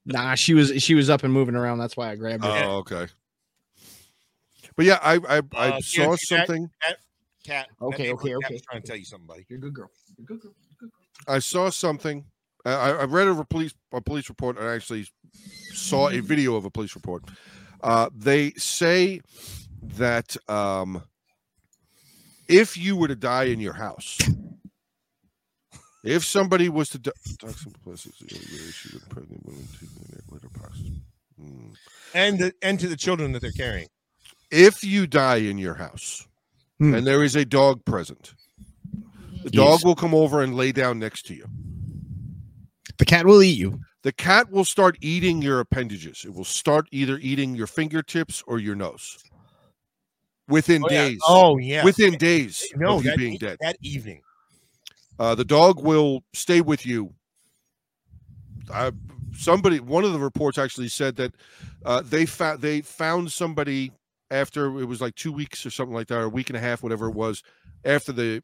Speaker 3: Nah, she was she was up and moving around. That's why I grabbed her.
Speaker 2: Oh, okay. But yeah, I I, I
Speaker 1: Uh, Nancy,
Speaker 2: saw
Speaker 1: that-
Speaker 2: something.
Speaker 1: Cat. that
Speaker 3: Okay,
Speaker 1: neighborhood
Speaker 3: okay,
Speaker 1: cat was
Speaker 3: okay.
Speaker 1: Trying to tell you something, buddy.
Speaker 3: You're a good girl. You're a good girl.
Speaker 2: I saw something. I, I- I read a re- police a police report and I actually saw
Speaker 3: Mm-hmm.
Speaker 2: a video of a police report. Uh, they say that um, if you were to die in your house, if somebody was to die, toxic plastics is a real issue with pregnant women taking their litter boxes. Mm.
Speaker 1: And the, and to the children that they're carrying.
Speaker 2: If you die in your house
Speaker 3: Hmm.
Speaker 2: and there is a dog present, the
Speaker 3: Yes.
Speaker 2: dog will come over and lay down next to you.
Speaker 3: The cat will eat you.
Speaker 2: the cat will start eating your appendages. It will start either eating your fingertips or your nose within
Speaker 1: Oh, yeah.
Speaker 2: days.
Speaker 1: Oh yeah.
Speaker 2: Within days
Speaker 1: no,
Speaker 2: of you
Speaker 1: that,
Speaker 2: being
Speaker 1: e-
Speaker 2: dead.
Speaker 1: that evening.
Speaker 2: Uh, the dog will stay with you. I, somebody, one of the reports actually said that uh, they found they found somebody after it was like two weeks or something like that, or a week and a half, whatever it was, after the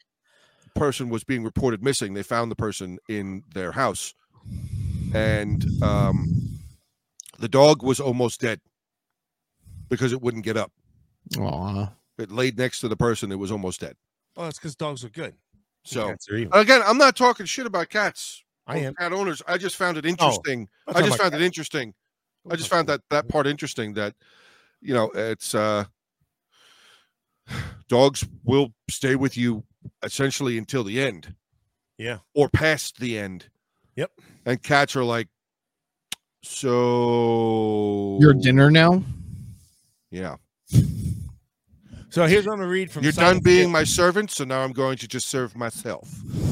Speaker 2: person was being reported missing. They found the person in their house, and um, the dog was almost dead because it wouldn't get up.
Speaker 3: Aw.
Speaker 2: It laid next to the person that was almost dead.
Speaker 1: Oh, that's because dogs are good.
Speaker 2: So
Speaker 1: Cats are evil.
Speaker 2: again, I'm not talking shit about cats.
Speaker 1: I
Speaker 2: or
Speaker 1: am. Oh,
Speaker 2: cat owners. I just found it interesting.
Speaker 1: I'm
Speaker 2: I
Speaker 1: talking
Speaker 2: just
Speaker 1: about
Speaker 2: found it interesting. I just found that that part interesting. That you know, it's uh (sighs) dogs will stay with you essentially until the end.
Speaker 1: Yeah.
Speaker 2: or past the end.
Speaker 1: Yep.
Speaker 2: And cats are like, so
Speaker 3: Your dinner now?
Speaker 2: Yeah,
Speaker 1: So here's what I'm gonna read from.
Speaker 2: you're
Speaker 1: Science
Speaker 2: done being
Speaker 1: Daily.
Speaker 2: my servant, so now I'm going to just serve myself.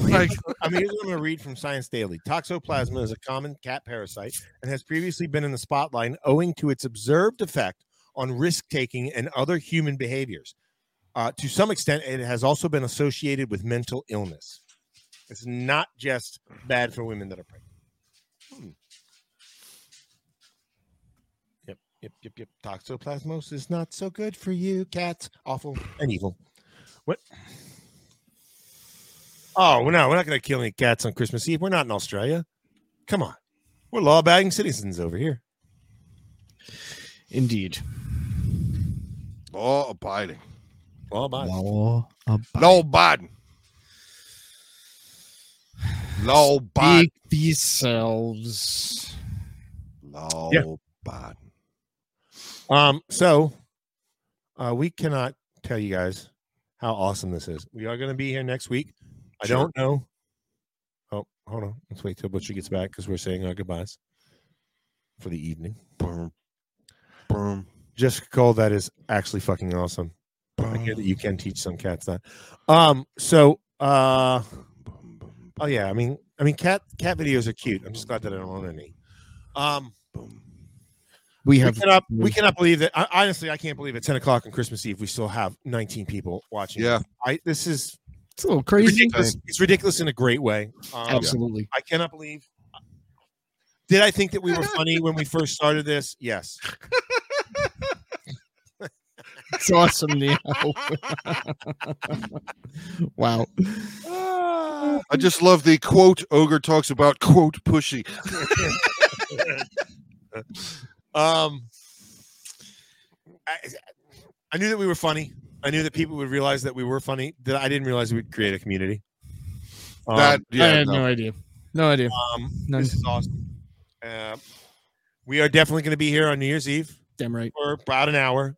Speaker 2: Like,
Speaker 1: I mean, here's what I'm gonna read from Science Daily. Toxoplasma is a common cat parasite and has previously been in the spotlight owing to its observed effect on risk taking and other human behaviors. Uh, to some extent, it has also been associated with mental illness. It's not just bad for women that are pregnant. Hmm. Yep, yep, yep, yep. Toxoplasmosis is not so good for you, cats. Awful and evil. What? Oh well, no, we're not going to kill any cats on Christmas Eve. We're not in Australia. Come on, we're law-abiding citizens over here.
Speaker 3: Indeed.
Speaker 2: law abiding,
Speaker 1: Law-abiding.
Speaker 3: Law abiding.
Speaker 2: law abiding, law abiding.
Speaker 3: Speak for yourselves.
Speaker 2: Law
Speaker 1: Yeah.
Speaker 2: Biden.
Speaker 1: Um, so uh, we cannot tell you guys how awesome this is. We are going to be here next week. I
Speaker 2: Sure.
Speaker 1: don't know. Oh, hold on. Let's wait till Butcher gets back because we're saying our goodbyes for the evening.
Speaker 2: Boom. Boom.
Speaker 1: Jessica Cole, that is actually fucking awesome. I hear that you can teach some cats that. Um, so uh oh yeah, I mean I mean cat cat videos are cute. I'm just glad that I don't own any. Um
Speaker 3: We
Speaker 1: we,
Speaker 3: have Mm.
Speaker 1: cannot we cannot believe that I, honestly I can't believe at 10 o'clock on Christmas Eve we still have 19 people watching.
Speaker 2: Yeah.
Speaker 1: I this is
Speaker 3: it's a little crazy.
Speaker 1: ridiculous. It's ridiculous in a great way. Um,
Speaker 3: Absolutely.
Speaker 1: I cannot believe did I think that we were funny when we first started this? Yes.
Speaker 3: It's awesome, Neo. (laughs) wow.
Speaker 2: I just love the quote Ogre talks about quote pushy.
Speaker 1: Um, I, I knew that we were funny. I knew that people would realize that we were funny. That I didn't realize we'd create a community. Um,
Speaker 2: that
Speaker 3: I
Speaker 2: yeah,
Speaker 3: had
Speaker 2: no.
Speaker 3: no. idea. No idea.
Speaker 1: um,
Speaker 3: None.
Speaker 1: this is awesome. Uh, we are definitely going to be here on New Year's Eve
Speaker 3: Damn right.
Speaker 1: for about an hour.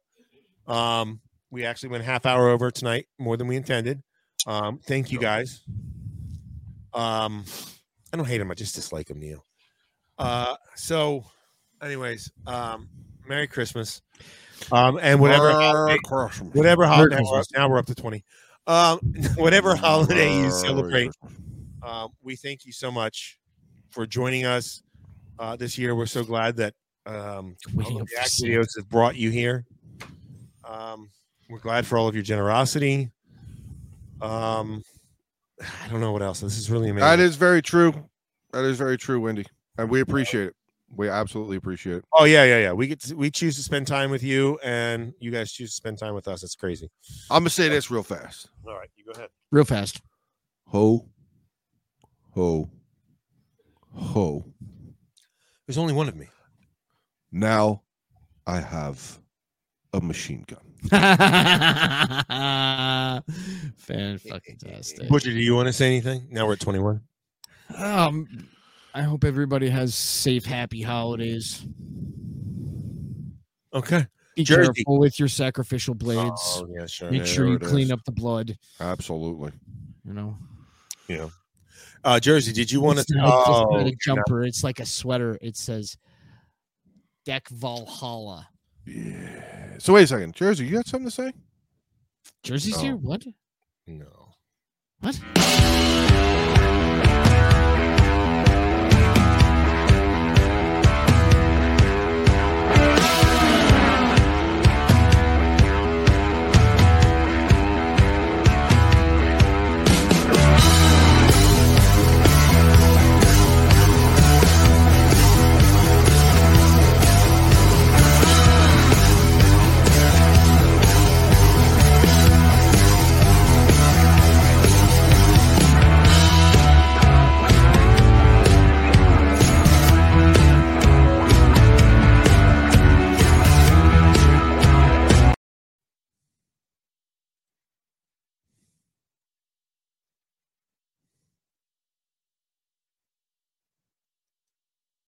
Speaker 1: Um, we actually went half hour over tonight, more than we intended. Um, thank you guys. Um, I don't hate him. I just dislike him, Neil. Uh, so, anyways, um, Merry Christmas. Um, and whatever holiday, whatever holiday now we're, now we're up to twenty. Um, (laughs) whatever holiday you celebrate, um, we thank you so much for joining us uh, this year. We're so glad that um, all the React videos have brought you here. Um, we're glad for all of your generosity. Um, I don't know what else. This is really amazing.
Speaker 2: That is very true. That is very true, Wendy. And we appreciate it. We absolutely appreciate it.
Speaker 1: oh yeah, yeah, yeah. We get to, we choose to spend time with you, and you guys choose to spend time with us. It's crazy.
Speaker 2: I'm gonna say this real fast.
Speaker 1: All right, you go ahead.
Speaker 3: Real fast.
Speaker 2: Ho, ho, ho.
Speaker 1: There's only one of me.
Speaker 2: Now, I have a machine gun.
Speaker 3: Fan fucking tastic.
Speaker 1: Butcher, do you want to say anything? Now we're at 21.
Speaker 3: Um, I hope everybody has safe, happy holidays.
Speaker 1: Okay.
Speaker 3: Be
Speaker 1: Jersey.
Speaker 3: careful with your sacrificial blades.
Speaker 1: Oh yeah, sure.
Speaker 3: Make
Speaker 2: there
Speaker 3: sure you
Speaker 2: it
Speaker 3: clean
Speaker 2: is.
Speaker 3: up the blood.
Speaker 2: Absolutely.
Speaker 3: You know,
Speaker 1: Uh, Jersey, did you want
Speaker 3: it's
Speaker 1: to?
Speaker 3: not just
Speaker 1: Oh,
Speaker 3: not a jumper. It's like a sweater. It says "Deck Valhalla."
Speaker 2: Yeah. So wait a second, Jersey. You got something to say?
Speaker 1: Oh.
Speaker 3: Jersey's
Speaker 1: No.
Speaker 3: here. What?
Speaker 1: no.
Speaker 3: What?